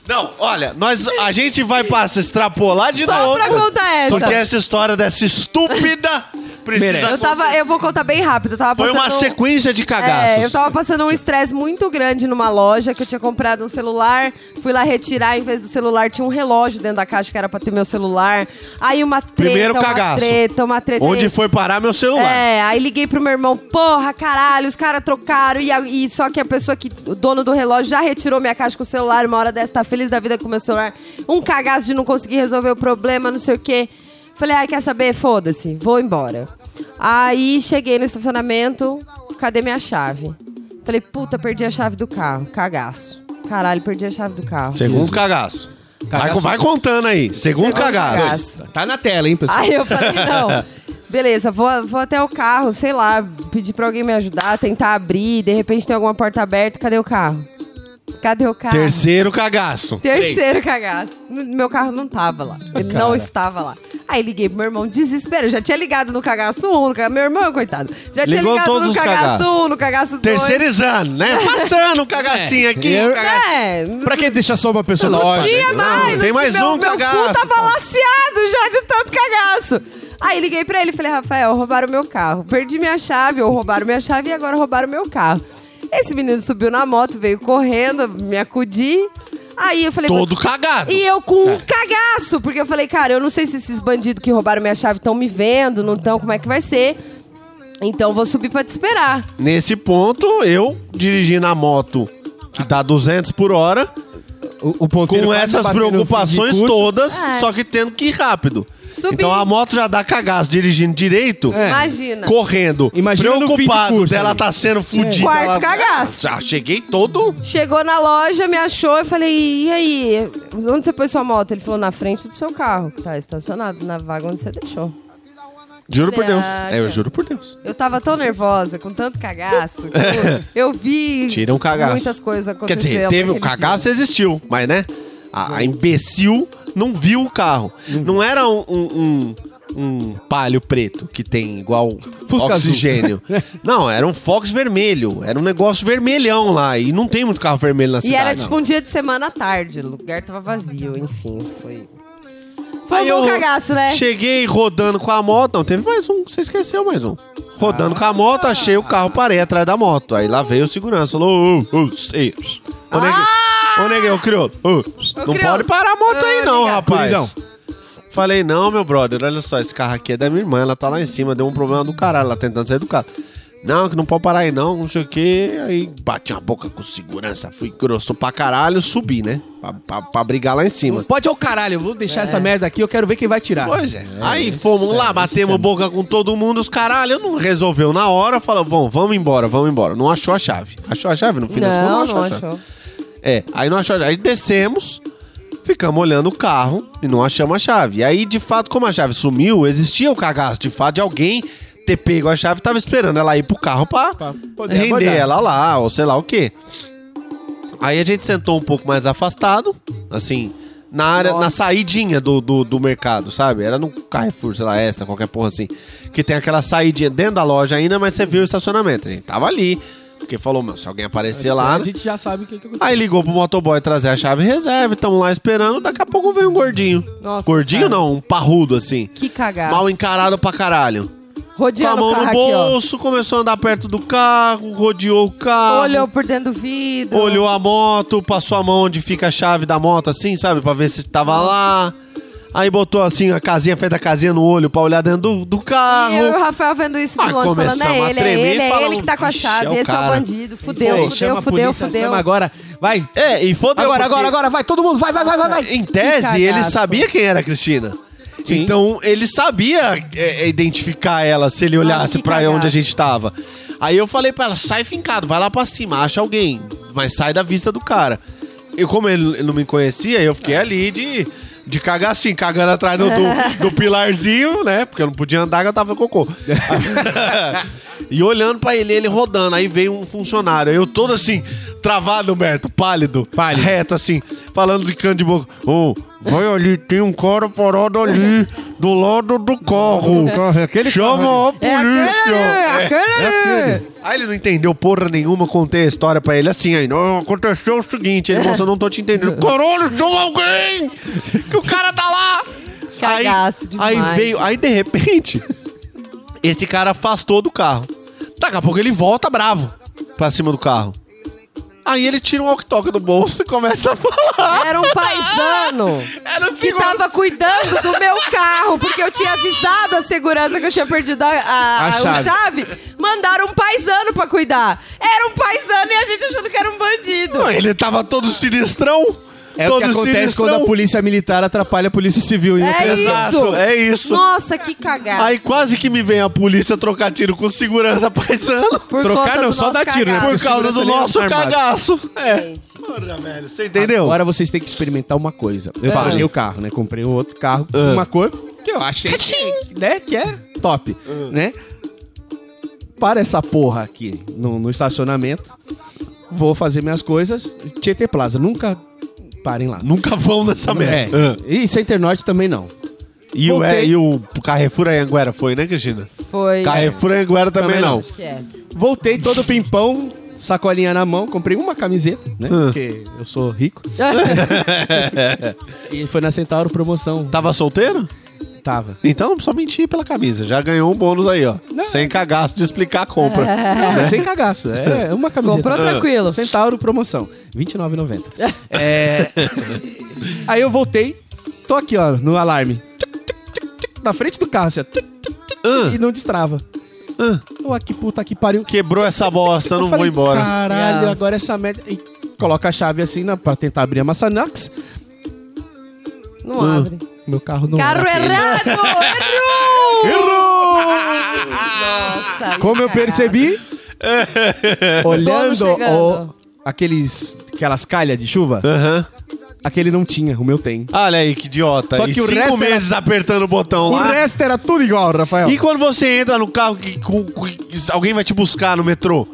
[SPEAKER 3] Não, olha, nós, a gente vai passar, extrapolar de
[SPEAKER 5] Só
[SPEAKER 3] novo.
[SPEAKER 5] pra contar essa.
[SPEAKER 3] Porque essa história dessa estúpida precisa...
[SPEAKER 5] Eu tava, eu vou contar bem rápido. Eu tava
[SPEAKER 3] Foi uma
[SPEAKER 5] passando- um-
[SPEAKER 3] sequência de cagaços.
[SPEAKER 5] É, eu tava passando um estresse muito grande numa loja que eu tinha comprado um celular, fui lá retirar, em vez do celular tinha um relógio dentro da caixa que era pra ter meu celular. Aí uma treta,
[SPEAKER 3] Primeiro
[SPEAKER 5] uma
[SPEAKER 3] cagaço.
[SPEAKER 5] treta, uma treta.
[SPEAKER 3] Onde foi parar meu celular?
[SPEAKER 5] É, aí liguei pro meu irmão, porra, caralho, os caras trocaram. E, a- e só que a pessoa que, o dono do relógio, já retirou minha caixa com o celular. Uma hora dessa, tá feliz da vida com o meu celular. Um cagaço de não conseguir resolver o problema, não sei o quê. Falei, ai, quer saber? Foda-se, vou embora. Aí cheguei no estacionamento, cadê minha chave? Falei, puta, perdi a chave do carro, cagaço. Caralho, perdi a chave do carro.
[SPEAKER 3] Segundo cagaço. Vai,
[SPEAKER 8] Cagaço.
[SPEAKER 3] vai contando aí. Segundo,
[SPEAKER 5] Segundo
[SPEAKER 3] cagaço.
[SPEAKER 5] cagaço.
[SPEAKER 8] Tá na tela, hein, pessoal?
[SPEAKER 5] Aí eu falei, não. Beleza, vou, vou até o carro, sei lá, pedir pra alguém me ajudar, tentar abrir, de repente tem alguma porta aberta, cadê o carro? Cadê o carro?
[SPEAKER 3] Terceiro cagaço.
[SPEAKER 5] Terceiro cagaço. N- Meu carro não tava lá. Ele não estava lá. Aí liguei pro meu irmão, desespero. Eu já tinha ligado no cagaço 1, no ca- meu irmão, coitado. Já tinha
[SPEAKER 3] Ligou
[SPEAKER 5] ligado
[SPEAKER 3] todos
[SPEAKER 5] no
[SPEAKER 3] os
[SPEAKER 5] cagaço
[SPEAKER 3] cagaços.
[SPEAKER 5] 1, no cagaço 2.
[SPEAKER 3] Terceirizando, né? Passando um cagacinho aqui. um cagacinho.
[SPEAKER 5] É,
[SPEAKER 8] Pra que deixar só uma pessoa?
[SPEAKER 3] É Lógico.
[SPEAKER 5] tinha
[SPEAKER 3] Não,
[SPEAKER 5] mais.
[SPEAKER 3] tem mais
[SPEAKER 5] meu,
[SPEAKER 3] um
[SPEAKER 5] meu
[SPEAKER 3] cagaço,
[SPEAKER 5] cu tava
[SPEAKER 3] pô.
[SPEAKER 5] laceado já de tanto cagaço. Aí liguei pra ele e falei, Rafael, roubaram meu carro. Perdi minha chave, ou roubaram minha chave e agora roubaram meu carro. Esse menino subiu na moto, veio correndo, me acudi. Aí eu falei...
[SPEAKER 3] Todo cagado. É.
[SPEAKER 5] E eu com um cagaço, porque eu falei, cara, eu não sei se esses bandidos que roubaram minha chave estão me vendo, não estão, como é que vai ser? Então vou subir pra te esperar.
[SPEAKER 3] Nesse ponto, eu dirigindo a moto que dá 200 por hora,
[SPEAKER 8] O, o ponteiro
[SPEAKER 3] com
[SPEAKER 8] quase
[SPEAKER 3] essas
[SPEAKER 8] bateu no
[SPEAKER 3] preocupações
[SPEAKER 8] fio tá de curso.
[SPEAKER 3] todas,
[SPEAKER 5] É.
[SPEAKER 3] só que tendo que ir rápido.
[SPEAKER 5] Subi.
[SPEAKER 3] Então a moto já dá cagaço dirigindo direito,
[SPEAKER 5] Imagina.
[SPEAKER 3] correndo,
[SPEAKER 8] É. Imagina no fim de
[SPEAKER 3] preocupado
[SPEAKER 8] curso,
[SPEAKER 3] dela
[SPEAKER 8] ali.
[SPEAKER 3] tá sendo fudida.
[SPEAKER 5] Quarto
[SPEAKER 3] Ela-
[SPEAKER 5] cagaço.
[SPEAKER 3] Já cheguei todo.
[SPEAKER 5] Chegou na loja, me achou, eu falei, e aí, onde você pôs sua moto? Ele falou, na frente do seu carro, que tá estacionado, na vaga onde você deixou.
[SPEAKER 3] Juro por Deus.
[SPEAKER 5] Caraca.
[SPEAKER 3] É, eu juro por Deus.
[SPEAKER 5] Eu tava tão nervosa, com tanto cagaço, que eu- eu vi
[SPEAKER 3] Tira um cagaço.
[SPEAKER 5] muitas coisas
[SPEAKER 3] Quer
[SPEAKER 5] acontecendo.
[SPEAKER 3] dizer, teve o
[SPEAKER 5] naquele
[SPEAKER 3] cagaço, existiu, mas né? A, a imbecil não viu o carro. Não era um, um, um- um palho preto que tem igual
[SPEAKER 4] Fusca azul.
[SPEAKER 3] oxigênio. não, era um Fox vermelho. Era um negócio vermelhão lá. E não tem muito carro vermelho na
[SPEAKER 5] E
[SPEAKER 3] cidade.
[SPEAKER 5] era tipo um dia de semana à tarde, o lugar tava vazio, enfim, foi... Foi
[SPEAKER 3] Aí
[SPEAKER 5] um bom
[SPEAKER 3] eu
[SPEAKER 5] cagaço, né?
[SPEAKER 3] Cheguei rodando com a moto. Não, teve mais um. Você esqueceu mais um. Rodando com a moto, achei o carro, parei atrás da moto. Aí lá veio o segurança. Falou, ô, ô, sei. Ô, negue, ô, negue, ô, crioulo. ô, não
[SPEAKER 5] Ah! crioulo.
[SPEAKER 3] pode parar a moto
[SPEAKER 5] Ah,
[SPEAKER 3] aí, não,
[SPEAKER 5] obrigado.
[SPEAKER 3] rapaz.
[SPEAKER 4] Curidão.
[SPEAKER 3] Falei, não, meu brother, olha só, esse carro aqui é da minha irmã, ela tá lá em cima, deu um problema do caralho, ela tentando sair do carro. Não, que não pode parar aí não, não sei o que. Aí bati a boca com segurança, fui grosso pra caralho, subi, né? Pra, pra- pra brigar lá em cima.
[SPEAKER 4] Pode é o caralho, eu vou deixar essa merda aqui, eu quero ver quem vai tirar.
[SPEAKER 3] Pois é. Aí fomos lá, batemos boca com todo mundo, os caralho, não resolveu na hora, falou, bom, vamos embora, vamos embora. Não achou a chave. Achou a chave no fim das contas?
[SPEAKER 5] Não,
[SPEAKER 3] a
[SPEAKER 5] não
[SPEAKER 3] chave.
[SPEAKER 5] achou.
[SPEAKER 3] É, aí não achou a chave. Aí descemos, ficamos olhando o carro e não achamos a chave. E aí, de fato, como a chave sumiu, existia o cagaço, de fato, de alguém ter pego a chave, tava esperando ela ir pro carro pra,
[SPEAKER 4] Pra poder
[SPEAKER 3] render
[SPEAKER 4] abordar.
[SPEAKER 3] ela lá, ou sei lá o quê. Aí a gente sentou um pouco mais afastado, assim, na área, na saidinha do, do, do mercado, sabe? Era no Carrefour, sei lá, extra, qualquer porra assim. Que tem aquela saidinha dentro da loja ainda, mas você viu o estacionamento. A gente tava ali, porque falou, meu, se alguém aparecer lá.
[SPEAKER 4] A gente já sabe o que, que aconteceu.
[SPEAKER 3] Aí ligou pro motoboy trazer a chave reserva, e tamo lá esperando, daqui a pouco veio um gordinho.
[SPEAKER 5] Nossa,
[SPEAKER 3] gordinho
[SPEAKER 5] cara.
[SPEAKER 3] não, um parrudo assim.
[SPEAKER 5] Que cagaço.
[SPEAKER 3] Mal encarado pra caralho. Com a
[SPEAKER 5] Rodeando o
[SPEAKER 3] mão
[SPEAKER 5] carro
[SPEAKER 3] no
[SPEAKER 5] aqui, ó.
[SPEAKER 3] bolso, começou a andar perto do carro, rodeou o carro.
[SPEAKER 5] Olhou por dentro do vidro.
[SPEAKER 3] Olhou a moto, passou a mão onde fica a chave da moto, assim, sabe? Pra ver se tava lá. Aí botou assim a casinha, fez a casinha no olho pra olhar dentro do, do
[SPEAKER 5] E eu e o
[SPEAKER 3] carro.
[SPEAKER 5] Rafael vendo isso
[SPEAKER 3] Ah,
[SPEAKER 5] de longe, falando,
[SPEAKER 3] começamos a
[SPEAKER 5] é ele, é
[SPEAKER 3] tremer e
[SPEAKER 5] ele, é
[SPEAKER 3] falamos,
[SPEAKER 5] ele que tá com a
[SPEAKER 3] "Vixe,
[SPEAKER 5] chave,
[SPEAKER 3] é o
[SPEAKER 5] esse é o
[SPEAKER 3] cara."
[SPEAKER 5] bandido. Fudeu,
[SPEAKER 4] Foi,
[SPEAKER 5] fudeu,
[SPEAKER 4] a
[SPEAKER 5] fudeu,
[SPEAKER 4] polícia,
[SPEAKER 5] fudeu.
[SPEAKER 4] Chama agora, vai.
[SPEAKER 3] É, e fodeu.
[SPEAKER 4] Agora,
[SPEAKER 3] porque
[SPEAKER 4] agora, agora, vai, todo mundo, vai, vai, vai, vai, vai.
[SPEAKER 3] Em tese,
[SPEAKER 5] cagaço.
[SPEAKER 3] ele sabia quem era a Cristina. Então, ele sabia é, é, identificar ela se ele olhasse
[SPEAKER 5] que
[SPEAKER 3] pra
[SPEAKER 5] cagaço.
[SPEAKER 3] onde a gente tava. Aí eu falei pra ela, sai fincado, vai lá pra cima, acha alguém. Mas sai da vista do cara. Eu, como ele não me conhecia, eu fiquei ali de, de cagar assim, cagando atrás do, do, do pilarzinho, né? Porque eu não podia andar, que eu tava cocô. e olhando pra ele, ele rodando. Aí veio um funcionário. Eu todo assim, travado, Humberto, pálido,
[SPEAKER 4] Pálido.
[SPEAKER 3] reto assim, falando de canto de boca. Ô, vai ali, tem um cara parado ali, do lado do carro. Chama a
[SPEAKER 5] É aquele, é aquele.
[SPEAKER 3] Aí Ah, ele não entendeu porra nenhuma, contei a história pra ele assim aí. Não, aconteceu o seguinte, ele, moça, eu não tô te entendendo. Caralho, chama alguém! Que o cara tá lá!
[SPEAKER 5] Cagaço
[SPEAKER 3] aí,
[SPEAKER 5] demais.
[SPEAKER 3] aí veio, aí de repente, esse cara afastou do carro. Daqui a pouco ele volta bravo pra cima do carro. Aí ele tira um walk-talk do bolso e começa a falar.
[SPEAKER 5] Era um paisano
[SPEAKER 3] Era o
[SPEAKER 5] que
[SPEAKER 3] segundo.
[SPEAKER 5] tava cuidando do meu carro, porque eu tinha avisado a segurança que eu tinha perdido a, a-
[SPEAKER 4] A
[SPEAKER 5] a
[SPEAKER 4] chave.
[SPEAKER 5] chave. Mandaram um paisano pra cuidar. Era um paisano e a gente achando que era um bandido.
[SPEAKER 3] Ele tava todo sinistrão.
[SPEAKER 4] É o
[SPEAKER 3] todo
[SPEAKER 4] que acontece
[SPEAKER 3] sinistrão.
[SPEAKER 4] quando a polícia militar atrapalha a polícia civil. hein?
[SPEAKER 5] É
[SPEAKER 3] Exato,
[SPEAKER 5] isso.
[SPEAKER 3] é isso.
[SPEAKER 5] Nossa, que cagaço.
[SPEAKER 3] Aí quase que me vem a polícia trocar tiro com segurança paisano.
[SPEAKER 5] Por
[SPEAKER 4] Trocar
[SPEAKER 5] conta
[SPEAKER 4] não,
[SPEAKER 5] do
[SPEAKER 4] só
[SPEAKER 5] nosso
[SPEAKER 4] dá tiro, né?
[SPEAKER 5] cagaço.
[SPEAKER 3] Por causa do
[SPEAKER 4] segurança
[SPEAKER 3] nosso
[SPEAKER 4] ali é armado.
[SPEAKER 3] cagaço. É. Porra, velho. Você entendeu?
[SPEAKER 4] Agora vocês têm que experimentar uma coisa. Eu parei o carro, né? Comprei um outro carro
[SPEAKER 3] Ah.
[SPEAKER 4] com uma cor que eu achei que, né, que é top,
[SPEAKER 3] Ah.
[SPEAKER 4] né? Para essa porra aqui no, no estacionamento. Vou fazer minhas coisas. Tietê Plaza, nunca parem lá.
[SPEAKER 3] Nunca vão nessa
[SPEAKER 4] É.
[SPEAKER 3] merda. Ah.
[SPEAKER 4] E Center Norte também não.
[SPEAKER 3] E, o,
[SPEAKER 4] Voltei.
[SPEAKER 3] é, e o Carrefour Anhanguera foi, né, Cristina?
[SPEAKER 5] Foi.
[SPEAKER 3] Carrefour Anhanguera também,
[SPEAKER 4] Também não.
[SPEAKER 3] não.
[SPEAKER 5] Acho que é.
[SPEAKER 4] Voltei todo pimpão, sacolinha na mão, comprei uma camiseta, né?
[SPEAKER 3] Ah.
[SPEAKER 4] Porque eu sou rico. E foi na Centauro promoção.
[SPEAKER 3] Tava solteiro?
[SPEAKER 4] Tava.
[SPEAKER 3] Então não precisa mentir pela camisa. Já ganhou um bônus aí, ó. Sem cagaço de explicar a compra.
[SPEAKER 4] Não, é sem cagaço. É uma camiseta. Ah.
[SPEAKER 5] Comprou tranquilo.
[SPEAKER 4] Centauro promoção. R$29,90. É... Aí eu voltei, tô aqui, ó, no alarme. Tic, tic, tic, tic, Na frente do carro, assim, ó, tic, tic, tic,
[SPEAKER 3] Ah.
[SPEAKER 4] e não destrava.
[SPEAKER 3] Ah.
[SPEAKER 4] Eu aqui, puta que pariu.
[SPEAKER 3] Quebrou essa bosta,
[SPEAKER 4] Eu
[SPEAKER 3] não vou
[SPEAKER 4] falei,
[SPEAKER 3] embora.
[SPEAKER 4] Caralho,
[SPEAKER 5] Nossa.
[SPEAKER 4] agora essa merda. E coloca a chave assim na, pra tentar abrir a maçanax.
[SPEAKER 5] Não
[SPEAKER 3] Ah.
[SPEAKER 5] abre.
[SPEAKER 4] Meu carro não
[SPEAKER 5] Carro
[SPEAKER 4] abre.
[SPEAKER 5] errado! Errou!
[SPEAKER 4] Errou!
[SPEAKER 5] Nossa.
[SPEAKER 4] Como eu
[SPEAKER 5] cagaço.
[SPEAKER 4] percebi, olhando
[SPEAKER 5] chegando.
[SPEAKER 3] Ah.
[SPEAKER 4] o- aqueles, aquelas calhas de chuva,
[SPEAKER 3] Aham.
[SPEAKER 4] aquele não tinha, o meu tem.
[SPEAKER 3] Olha aí, que idiota.
[SPEAKER 4] Só
[SPEAKER 3] E
[SPEAKER 4] que o
[SPEAKER 3] cinco
[SPEAKER 4] resto era-
[SPEAKER 3] meses apertando o botão
[SPEAKER 4] O
[SPEAKER 3] lá.
[SPEAKER 4] resto era tudo igual, Rafael.
[SPEAKER 3] E quando você entra no carro que, com- com- que alguém vai te buscar no metrô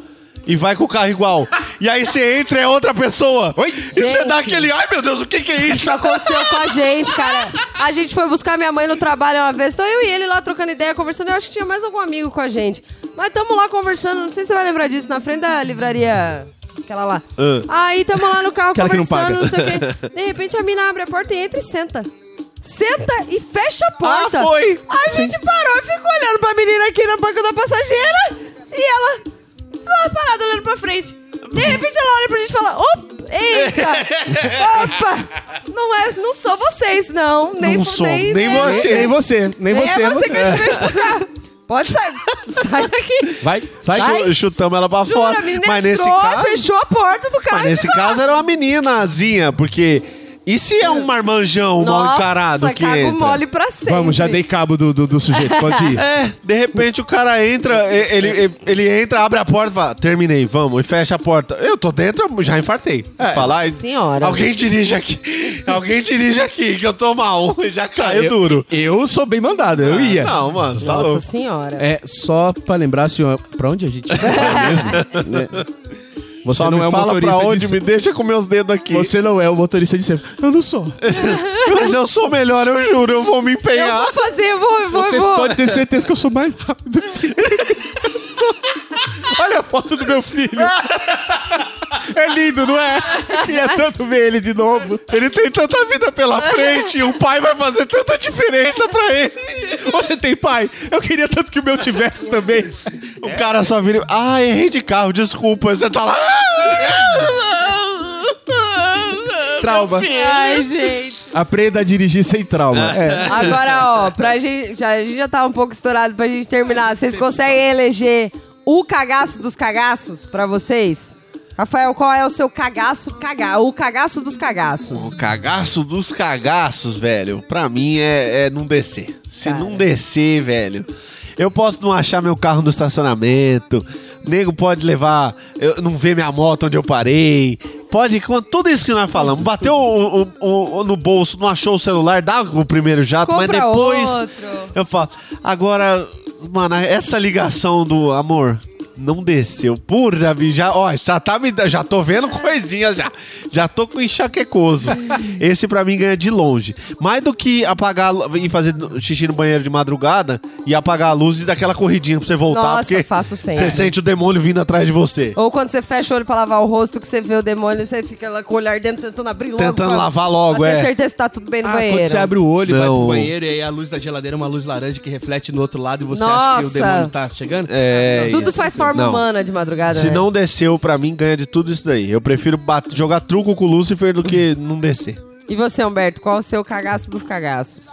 [SPEAKER 3] e vai com o carro igual. e aí você entra é outra pessoa.
[SPEAKER 4] Oi?
[SPEAKER 3] E você dá aquele, ai meu Deus, o que que é isso?
[SPEAKER 5] Isso aconteceu com a gente, cara. A gente foi buscar minha mãe no trabalho uma vez. Então eu e ele lá trocando ideia, conversando. Eu acho que tinha mais algum amigo com a gente. Mas tamo lá conversando, não sei se você vai lembrar disso, na frente da livraria. Aquela lá. Aí tamo lá no carro
[SPEAKER 4] Ah. Aquela que não
[SPEAKER 5] conversando,
[SPEAKER 4] paga.
[SPEAKER 5] não, sei o quê. De repente a mina abre a porta e entra e senta. Senta e fecha a porta.
[SPEAKER 3] Ah, foi.
[SPEAKER 5] A gente parou e ficou olhando pra menina aqui na banca da passageira. E ela lá parada olhando pra frente. De repente ela olha pra gente e fala: Opa! Eita! Opa! Não, é, não sou vocês, não. Nem,
[SPEAKER 3] Não
[SPEAKER 5] vo-
[SPEAKER 3] sou,
[SPEAKER 5] nem,
[SPEAKER 3] nem
[SPEAKER 4] Nem-
[SPEAKER 3] você.
[SPEAKER 4] Nem você,
[SPEAKER 5] Nem
[SPEAKER 4] nem você.
[SPEAKER 5] é você que a gente veio buscar. Pode sair. Sai daqui.
[SPEAKER 4] Vai, sai.
[SPEAKER 5] Vai.
[SPEAKER 3] Chu- Chutamos ela pra
[SPEAKER 5] Jura,
[SPEAKER 3] fora.
[SPEAKER 5] a menina
[SPEAKER 3] Mas nesse
[SPEAKER 5] entrou,
[SPEAKER 3] caso.
[SPEAKER 5] fechou a porta do carro.
[SPEAKER 3] Mas
[SPEAKER 5] e
[SPEAKER 3] nesse
[SPEAKER 5] ficou lá.
[SPEAKER 3] caso era uma meninazinha, porque. E se é um marmanjão mal
[SPEAKER 5] Nossa,
[SPEAKER 3] encarado que
[SPEAKER 5] cago
[SPEAKER 3] entra?
[SPEAKER 5] mole pra sempre.
[SPEAKER 4] Vamos, já dei cabo do, do, do sujeito, pode ir.
[SPEAKER 3] É, de repente o cara entra, e- ele, ele, entra, abre a porta e fala, terminei, vamos, e fecha a porta. Eu tô dentro, eu já infartei. Falar e-
[SPEAKER 5] Senhora.
[SPEAKER 3] Alguém dirige aqui, alguém dirige aqui, que eu tô mal, já caiu É duro.
[SPEAKER 4] Eu sou bem mandado, eu ia.
[SPEAKER 3] Não, mano, você tá
[SPEAKER 5] Nossa
[SPEAKER 3] louco.
[SPEAKER 5] senhora.
[SPEAKER 4] É, só pra lembrar, senhor, pra onde a gente vai mesmo? né? Você
[SPEAKER 3] Só
[SPEAKER 4] não
[SPEAKER 3] me
[SPEAKER 4] é o
[SPEAKER 3] fala pra
[SPEAKER 4] motorista de
[SPEAKER 3] onde,
[SPEAKER 4] se-
[SPEAKER 3] me deixa com meus dedos aqui.
[SPEAKER 4] Você não é o motorista de sempre. Eu não sou.
[SPEAKER 3] Mas eu sou melhor, eu juro, eu vou me
[SPEAKER 5] Eu
[SPEAKER 3] empenhar.
[SPEAKER 5] vou fazer, eu vou, eu vou,
[SPEAKER 4] Você
[SPEAKER 5] eu vou.
[SPEAKER 4] pode ter certeza que eu sou mais rápido que ele. Olha a foto do meu filho. É lindo, não é? Queria tanto ver ele de novo.
[SPEAKER 3] Ele tem tanta vida pela frente e o pai vai fazer tanta diferença pra ele.
[SPEAKER 4] Você tem pai? Eu queria tanto que o meu tivesse também.
[SPEAKER 3] O cara só vira. e- Ah, errei de carro, desculpa. Você tá lá.
[SPEAKER 4] Trauma.
[SPEAKER 5] Ai, gente.
[SPEAKER 4] Aprenda a dirigir sem trauma.
[SPEAKER 5] Ah,
[SPEAKER 4] É.
[SPEAKER 5] Agora, ó, pra gente, já, a gente já tá um pouco estourado pra gente terminar. Vocês conseguem eleger o cagaço dos cagaços pra vocês? Rafael, qual é o seu cagaço, caga, o cagaço dos cagaços?
[SPEAKER 3] O cagaço dos cagaços, velho. Pra mim é, é não descer. Se
[SPEAKER 5] Cara.
[SPEAKER 3] não descer, velho. Eu posso não achar meu carro no estacionamento. Nego pode levar. Eu não ver minha moto onde eu parei. Pode, com tudo isso que nós falamos. Bateu o- o- o- o- no bolso, não achou o celular, dá o primeiro jato, mas
[SPEAKER 5] Compra
[SPEAKER 3] depois.
[SPEAKER 5] outro.
[SPEAKER 3] Eu falo. Agora, mano, essa ligação do amor não desceu. Pura, vida, já, ó, já tá me, da- já tô vendo coisinha já. Já tô com enxaquecoso. Esse pra mim ganha de longe. Mais do que apagar a lu- e fazer no- xixi no banheiro de madrugada e apagar a luz e dar aquela corridinha pra você voltar,
[SPEAKER 5] Nossa,
[SPEAKER 3] porque
[SPEAKER 5] faço sempre.
[SPEAKER 3] você sente o demônio vindo atrás de você.
[SPEAKER 5] Ou quando você fecha o olho pra lavar o rosto, que você vê o demônio, você fica lá com o olhar dentro, tentando abrir logo.
[SPEAKER 3] Tentando
[SPEAKER 5] pra-
[SPEAKER 3] lavar logo,
[SPEAKER 5] pra ter
[SPEAKER 3] é.
[SPEAKER 5] certeza que tá tudo bem no
[SPEAKER 4] Ah,
[SPEAKER 5] banheiro.
[SPEAKER 4] quando você abre o olho, vai
[SPEAKER 3] Não.
[SPEAKER 4] pro banheiro e aí a luz da geladeira é uma luz laranja que reflete no outro lado e você acha que o
[SPEAKER 5] Nossa.
[SPEAKER 4] demônio tá chegando?
[SPEAKER 3] É
[SPEAKER 5] tudo
[SPEAKER 3] isso.
[SPEAKER 5] faz forma
[SPEAKER 3] Não.
[SPEAKER 5] humana de madrugada,
[SPEAKER 3] Se
[SPEAKER 5] né?
[SPEAKER 3] não desceu, pra mim ganha de tudo isso daí. Eu prefiro bat- jogar truco com o Lúcifer do que não descer.
[SPEAKER 5] E você, Humberto, qual é o seu cagaço dos cagaços?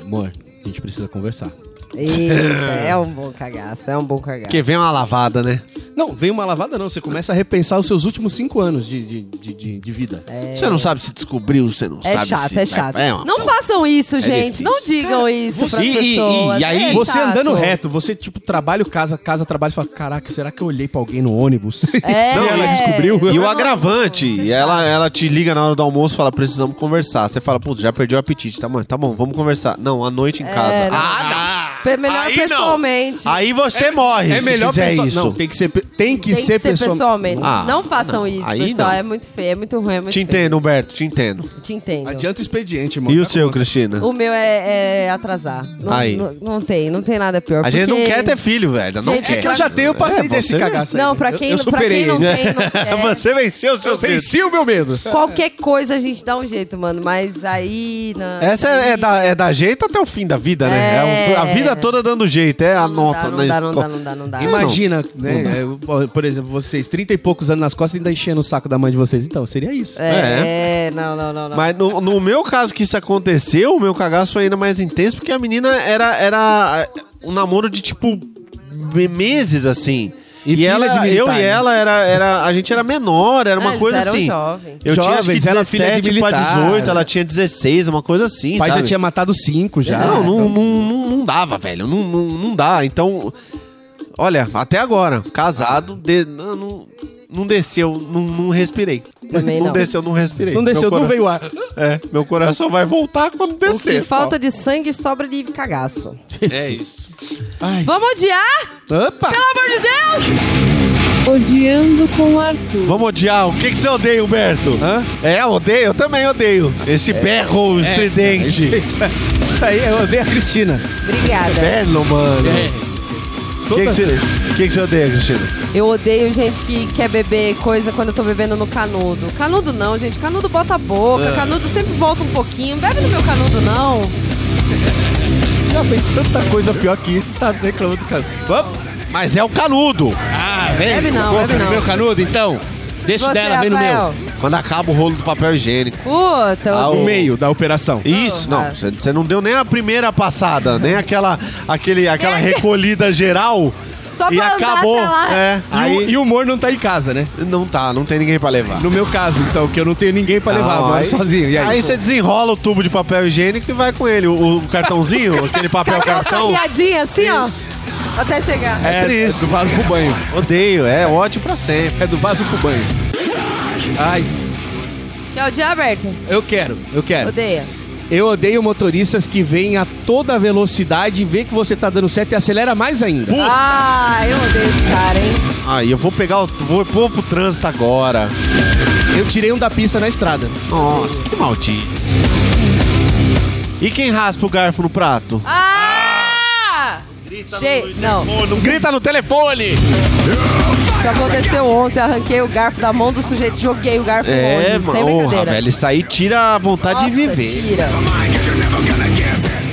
[SPEAKER 4] Amor, a gente precisa conversar.
[SPEAKER 5] Eita, é um bom cagaço, é um bom cagaço.
[SPEAKER 3] Porque vem uma lavada, né?
[SPEAKER 4] Não, vem uma lavada não. Você começa a repensar os seus últimos cinco anos de, de, de, de- de vida.
[SPEAKER 3] Você não sabe se descobriu, você não
[SPEAKER 5] É
[SPEAKER 3] sabe
[SPEAKER 5] chato,
[SPEAKER 3] se...
[SPEAKER 5] é chato.
[SPEAKER 3] É uma- É
[SPEAKER 5] não façam isso, gente.
[SPEAKER 3] difícil.
[SPEAKER 5] Não digam isso
[SPEAKER 3] você-
[SPEAKER 5] pras
[SPEAKER 3] e- e- e
[SPEAKER 5] pessoas.
[SPEAKER 3] aí-
[SPEAKER 5] É
[SPEAKER 4] Você
[SPEAKER 5] chato.
[SPEAKER 4] andando reto, você tipo trabalho, casa, casa, trabalho, fala, caraca, será que eu olhei pra alguém no ônibus?
[SPEAKER 5] É.
[SPEAKER 4] e ela descobriu.
[SPEAKER 3] E o agravante, é ela, ela te liga na hora do almoço e fala, precisamos conversar. Você fala, putz, já perdi o apetite, tá, mano? Tá bom, vamos conversar. Não, à noite em casa.
[SPEAKER 5] não.
[SPEAKER 3] ah,
[SPEAKER 5] Pe- Melhor
[SPEAKER 3] Aí não.
[SPEAKER 5] pessoalmente.
[SPEAKER 3] não. Aí você morre,
[SPEAKER 4] É
[SPEAKER 3] se
[SPEAKER 4] melhor
[SPEAKER 3] quiser
[SPEAKER 4] pessoa-
[SPEAKER 3] isso.
[SPEAKER 4] Não, tem que ser, pe- tem que
[SPEAKER 5] Tem
[SPEAKER 4] ser, pessoa-
[SPEAKER 5] pessoalmente.
[SPEAKER 3] Ah,
[SPEAKER 5] não façam
[SPEAKER 3] não.
[SPEAKER 5] isso,
[SPEAKER 3] Aí
[SPEAKER 5] pessoal.
[SPEAKER 3] não.
[SPEAKER 5] É muito feio, é muito ruim, é muito
[SPEAKER 3] Te
[SPEAKER 5] feio.
[SPEAKER 3] entendo, Humberto, te entendo.
[SPEAKER 5] Te entendo.
[SPEAKER 4] Adianta o expediente, mano.
[SPEAKER 3] E o seu, Cristina?
[SPEAKER 5] O meu é, é atrasar. Não,
[SPEAKER 3] Aí.
[SPEAKER 5] Não, não tem, não tem nada pior.
[SPEAKER 3] A gente não
[SPEAKER 5] porque-
[SPEAKER 3] quer ter filho, velho. Não
[SPEAKER 5] Gente,
[SPEAKER 3] quer.
[SPEAKER 5] é
[SPEAKER 4] Que eu já tenho, eu passei
[SPEAKER 3] É,
[SPEAKER 4] desse
[SPEAKER 3] você- Né?
[SPEAKER 4] cagaço. aí.
[SPEAKER 5] Não, pra
[SPEAKER 4] Eu-
[SPEAKER 5] quem,
[SPEAKER 4] eu,
[SPEAKER 5] pra quem
[SPEAKER 4] superei
[SPEAKER 5] não
[SPEAKER 4] ele.
[SPEAKER 5] tem, não quer.
[SPEAKER 3] Você venceu os seus medos.
[SPEAKER 4] Venci o meu medo.
[SPEAKER 5] Qualquer coisa a gente dá um jeito, mano. Mas aí. na-
[SPEAKER 3] Essa é, é da, é da jeito até o fim da vida, né?
[SPEAKER 5] É.
[SPEAKER 3] É o- a vida toda dando jeito, é a
[SPEAKER 5] Não
[SPEAKER 3] nota na
[SPEAKER 5] dá, não dá, não
[SPEAKER 3] escola.
[SPEAKER 5] dá, não dá, não dá.
[SPEAKER 4] Imagina, né? é, Por exemplo, vocês, 30 e poucos anos nas costas, ainda enchendo o saco da mãe de vocês. Então, seria isso.
[SPEAKER 5] É, não, não, não, não.
[SPEAKER 3] Mas no, no meu caso que isso aconteceu, o meu cagaço foi ainda mais intenso, porque a menina era, era um namoro de tipo me- meses assim.
[SPEAKER 4] E
[SPEAKER 3] E,
[SPEAKER 4] filha
[SPEAKER 3] ela,
[SPEAKER 4] de militar,
[SPEAKER 3] eu e
[SPEAKER 4] né?
[SPEAKER 3] ela era, era, a gente era menor, era uma
[SPEAKER 5] Ah, eles
[SPEAKER 3] coisa
[SPEAKER 5] eram
[SPEAKER 3] assim.
[SPEAKER 5] jovens.
[SPEAKER 3] Eu tinha acho
[SPEAKER 4] Jovens,
[SPEAKER 3] que
[SPEAKER 4] ela filha de
[SPEAKER 3] 17 pra
[SPEAKER 4] militar.
[SPEAKER 3] 18, ela tinha 16, uma coisa assim,
[SPEAKER 4] O pai
[SPEAKER 3] sabe?
[SPEAKER 4] já tinha matado cinco já.
[SPEAKER 3] Não, não,
[SPEAKER 4] Então,
[SPEAKER 3] não, não, não dava, velho. Não, não, não dá. Então, olha, até agora, casado, de- não, não- não desceu, não, não respirei.
[SPEAKER 5] Também não.
[SPEAKER 3] desceu, não respirei.
[SPEAKER 4] Não desceu,
[SPEAKER 3] Meu
[SPEAKER 4] não
[SPEAKER 3] cora-
[SPEAKER 4] veio ar.
[SPEAKER 3] É, meu coração vai voltar quando
[SPEAKER 5] O que
[SPEAKER 3] descer. só.
[SPEAKER 5] falta de sangue sobra de cagaço.
[SPEAKER 3] É isso.
[SPEAKER 5] Vamos odiar?
[SPEAKER 4] Opa!
[SPEAKER 5] Pelo amor de Deus!
[SPEAKER 2] Odiando com Arthur.
[SPEAKER 3] Vamos odiar. O que, que você odeia, Humberto?
[SPEAKER 4] Hã?
[SPEAKER 3] É, odeio, eu também odeio. Esse berro estridente.
[SPEAKER 4] Isso, isso aí, eu odeio a Cristina.
[SPEAKER 5] Obrigada.
[SPEAKER 4] É.
[SPEAKER 3] Inferno, mano. O que, que,
[SPEAKER 4] Toda-
[SPEAKER 3] você, que, que você odeia, Cristina?
[SPEAKER 5] Eu odeio gente que quer beber coisa quando eu tô bebendo no canudo. Canudo não, gente. Canudo bota a boca. Canudo sempre volta um pouquinho. Bebe no meu canudo, não.
[SPEAKER 4] Já fez tanta coisa pior que isso, tá reclamando do cara. Vamos!
[SPEAKER 3] Mas é o canudo.
[SPEAKER 10] Ah, vem.
[SPEAKER 5] Bebe não,
[SPEAKER 10] Conta
[SPEAKER 5] bebe
[SPEAKER 10] no
[SPEAKER 5] não.
[SPEAKER 10] meu canudo, então. Deixa
[SPEAKER 5] Você,
[SPEAKER 10] dela, vem no meu.
[SPEAKER 5] Rafael.
[SPEAKER 3] Quando acaba o rolo do papel higiênico.
[SPEAKER 5] Puta, eu
[SPEAKER 3] Ah, o
[SPEAKER 5] odeio.
[SPEAKER 4] No meio da
[SPEAKER 5] Oh,
[SPEAKER 4] operação.
[SPEAKER 3] Isso, não.
[SPEAKER 5] vai.
[SPEAKER 3] Você você não deu nem a primeira passada, nem aquela, aquele, aquela recolhida geral.
[SPEAKER 5] Só
[SPEAKER 3] e
[SPEAKER 5] pra andar
[SPEAKER 3] acabou.
[SPEAKER 5] até lá.
[SPEAKER 3] É,
[SPEAKER 4] E, o,
[SPEAKER 3] aí
[SPEAKER 4] e o humor não tá em casa, né?
[SPEAKER 3] não tá, não tem ninguém pra levar.
[SPEAKER 4] No meu caso, então, que eu não tenho ninguém pra levar,
[SPEAKER 3] Não,
[SPEAKER 4] eu moro
[SPEAKER 3] Ah, aí-
[SPEAKER 4] sozinho. E aí?
[SPEAKER 3] Aí você desenrola o tubo de papel higiênico e vai com ele. O, o cartãozinho, aquele papel
[SPEAKER 5] Cadê essa
[SPEAKER 3] cartão.
[SPEAKER 5] riadinha assim, ó? Até chegar.
[SPEAKER 4] é, do vaso pro banho.
[SPEAKER 3] Odeio, é ótimo pra sempre.
[SPEAKER 4] É do vaso pro banho. Ai,
[SPEAKER 5] Quer odiar, Berto?
[SPEAKER 4] eu quero, eu quero.
[SPEAKER 5] Odeia.
[SPEAKER 4] Eu odeio motoristas que vêm a toda velocidade, vê que você tá dando certo e acelera mais ainda.
[SPEAKER 5] Ah, eu odeio esse cara, hein?
[SPEAKER 3] Aí eu vou pegar o. Vou, vou pro trânsito agora.
[SPEAKER 4] Eu tirei um da pista na estrada.
[SPEAKER 3] Nossa, que maldito. E quem raspa o garfo no prato?
[SPEAKER 5] Ah! Gente, não.
[SPEAKER 3] Grita no telefone!
[SPEAKER 5] Isso aconteceu ontem, eu arranquei o garfo da mão do sujeito, joguei o garfo
[SPEAKER 3] É,
[SPEAKER 5] longe, sem
[SPEAKER 3] mano,
[SPEAKER 5] brincadeira.
[SPEAKER 3] porra, velho, isso aí tira a vontade
[SPEAKER 5] Nossa,
[SPEAKER 3] de viver.
[SPEAKER 5] tira.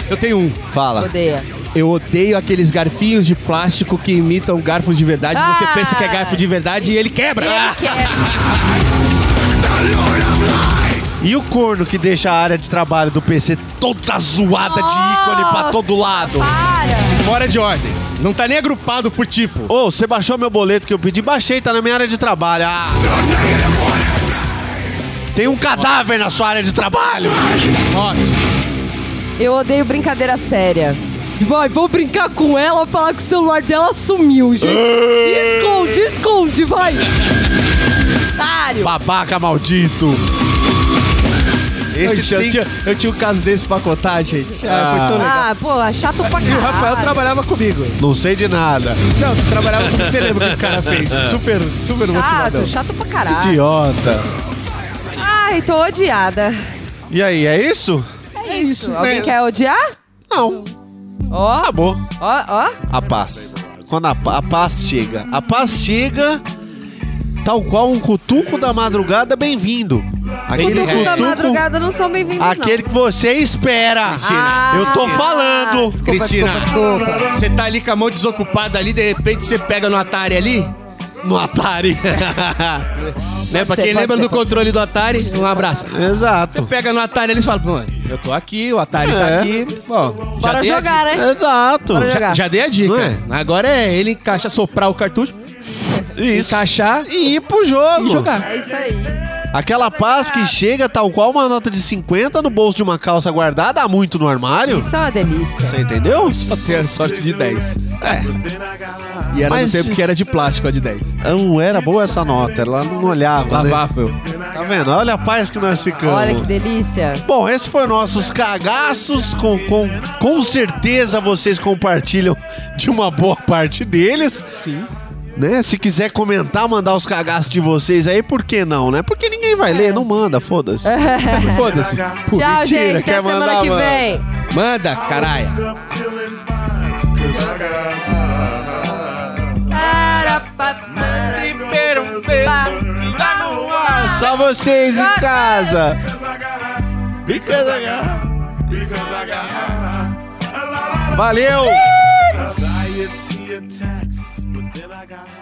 [SPEAKER 4] Eu tenho um.
[SPEAKER 3] Fala.
[SPEAKER 5] Odeia.
[SPEAKER 4] Eu odeio aqueles garfinhos de plástico que imitam garfos de verdade.
[SPEAKER 5] Ah!
[SPEAKER 4] Você pensa que é garfo de verdade e ele quebra.
[SPEAKER 5] Ele é quer.
[SPEAKER 3] E o corno que deixa a área de trabalho do PC toda zoada de ícone pra todo lado?
[SPEAKER 5] Para!
[SPEAKER 4] Fora Ah, de ordem. Não tá nem agrupado por tipo.
[SPEAKER 3] Ô, você baixou meu boleto que eu pedi? Baixei, tá na minha área de trabalho. Ah. Tem um cadáver na sua área de trabalho.
[SPEAKER 4] Ótimo.
[SPEAKER 5] Eu odeio brincadeira séria. Tipo, ai, vou brincar com ela, falar que o celular dela sumiu, gente. Esconde, esconde, vai! Otário!
[SPEAKER 3] Babaca maldito. Esse
[SPEAKER 4] Esse eu,
[SPEAKER 3] tem...
[SPEAKER 4] tinha, eu tinha um caso desse pra contar, gente. Ah, foi tão legal.
[SPEAKER 5] Ah, pô, chato pra
[SPEAKER 4] E
[SPEAKER 5] caralho.
[SPEAKER 4] o Rafael trabalhava comigo.
[SPEAKER 3] Não sei de nada.
[SPEAKER 4] Não, você trabalhava comigo. Você lembra o que o cara fez? Super, super
[SPEAKER 5] Chato,
[SPEAKER 4] motivadão.
[SPEAKER 5] chato pra caralho.
[SPEAKER 3] Idiota.
[SPEAKER 5] Ai, tô odiada.
[SPEAKER 3] E aí, é isso?
[SPEAKER 5] É isso. Alguém
[SPEAKER 3] né?
[SPEAKER 5] quer odiar?
[SPEAKER 3] Não,
[SPEAKER 5] Ó,
[SPEAKER 3] acabou.
[SPEAKER 5] ó, ó.
[SPEAKER 3] a paz. Quando a, pa- a paz chega. A paz chega, tal qual um cutuco da madrugada, bem-vindo. Aquele
[SPEAKER 5] Cutucos da madrugada não são bem-vindos, não.
[SPEAKER 3] aquele que você espera.
[SPEAKER 5] Ah,
[SPEAKER 3] Eu tô
[SPEAKER 5] Cristina.
[SPEAKER 3] falando.
[SPEAKER 5] Desculpa,
[SPEAKER 4] Cristina.
[SPEAKER 5] desculpa, desculpa.
[SPEAKER 4] Você tá ali com a mão desocupada ali, de repente você pega no Atari ali.
[SPEAKER 3] No Atari.
[SPEAKER 4] Né? Pra
[SPEAKER 5] ser,
[SPEAKER 4] quem
[SPEAKER 5] pode
[SPEAKER 4] lembra
[SPEAKER 5] ser, pode
[SPEAKER 4] do controle do Atari, um abraço.
[SPEAKER 3] Exato.
[SPEAKER 4] Pega no Atari eles falam, mano, eu tô aqui, o Atari tá
[SPEAKER 3] É.
[SPEAKER 4] aqui. Ó, já
[SPEAKER 5] Bora
[SPEAKER 4] dei a
[SPEAKER 5] jogar, né?
[SPEAKER 3] Exato.
[SPEAKER 5] Bora
[SPEAKER 4] dica,
[SPEAKER 5] jogar.
[SPEAKER 4] Já dei a dica.
[SPEAKER 3] Não é?
[SPEAKER 4] Agora é Tá ele encaixar, soprar o cartucho,
[SPEAKER 3] Isso.
[SPEAKER 4] encaixar
[SPEAKER 3] E ir pro jogo.
[SPEAKER 4] e jogar.
[SPEAKER 5] É isso aí.
[SPEAKER 3] Aquela paz que chega, tal qual uma nota de 50 no bolso de uma calça guardada há muito no armário.
[SPEAKER 5] Isso é uma delícia.
[SPEAKER 3] Você entendeu?
[SPEAKER 4] Tem a sorte de 10.
[SPEAKER 3] É.
[SPEAKER 4] E era
[SPEAKER 3] Mas-
[SPEAKER 4] no tempo que era de plástico a de 10.
[SPEAKER 3] Não Então, era boa essa nota. Ela não olhava. né?
[SPEAKER 4] Lavável.
[SPEAKER 3] Tá vendo? Olha a paz que nós ficamos.
[SPEAKER 5] Olha que delícia.
[SPEAKER 3] Bom, esse foi nossos cagaços. Com, com, com certeza vocês compartilham de uma boa parte deles. Sim. Né? Se quiser comentar, mandar os cagaços de vocês aí, por que não, né? Porque ninguém vai ler, não manda, foda-se.
[SPEAKER 4] Foda-se. Pô,
[SPEAKER 5] É. Tchau,
[SPEAKER 3] mentira,
[SPEAKER 5] gente. Até
[SPEAKER 3] né? quer
[SPEAKER 5] semana
[SPEAKER 3] mandar,
[SPEAKER 5] que
[SPEAKER 3] mano?
[SPEAKER 5] vem.
[SPEAKER 4] Manda, caralho.
[SPEAKER 5] Para, pa, para, pa.
[SPEAKER 3] Só vocês em casa. Valeu!
[SPEAKER 11] Anxiety attacks, but then I got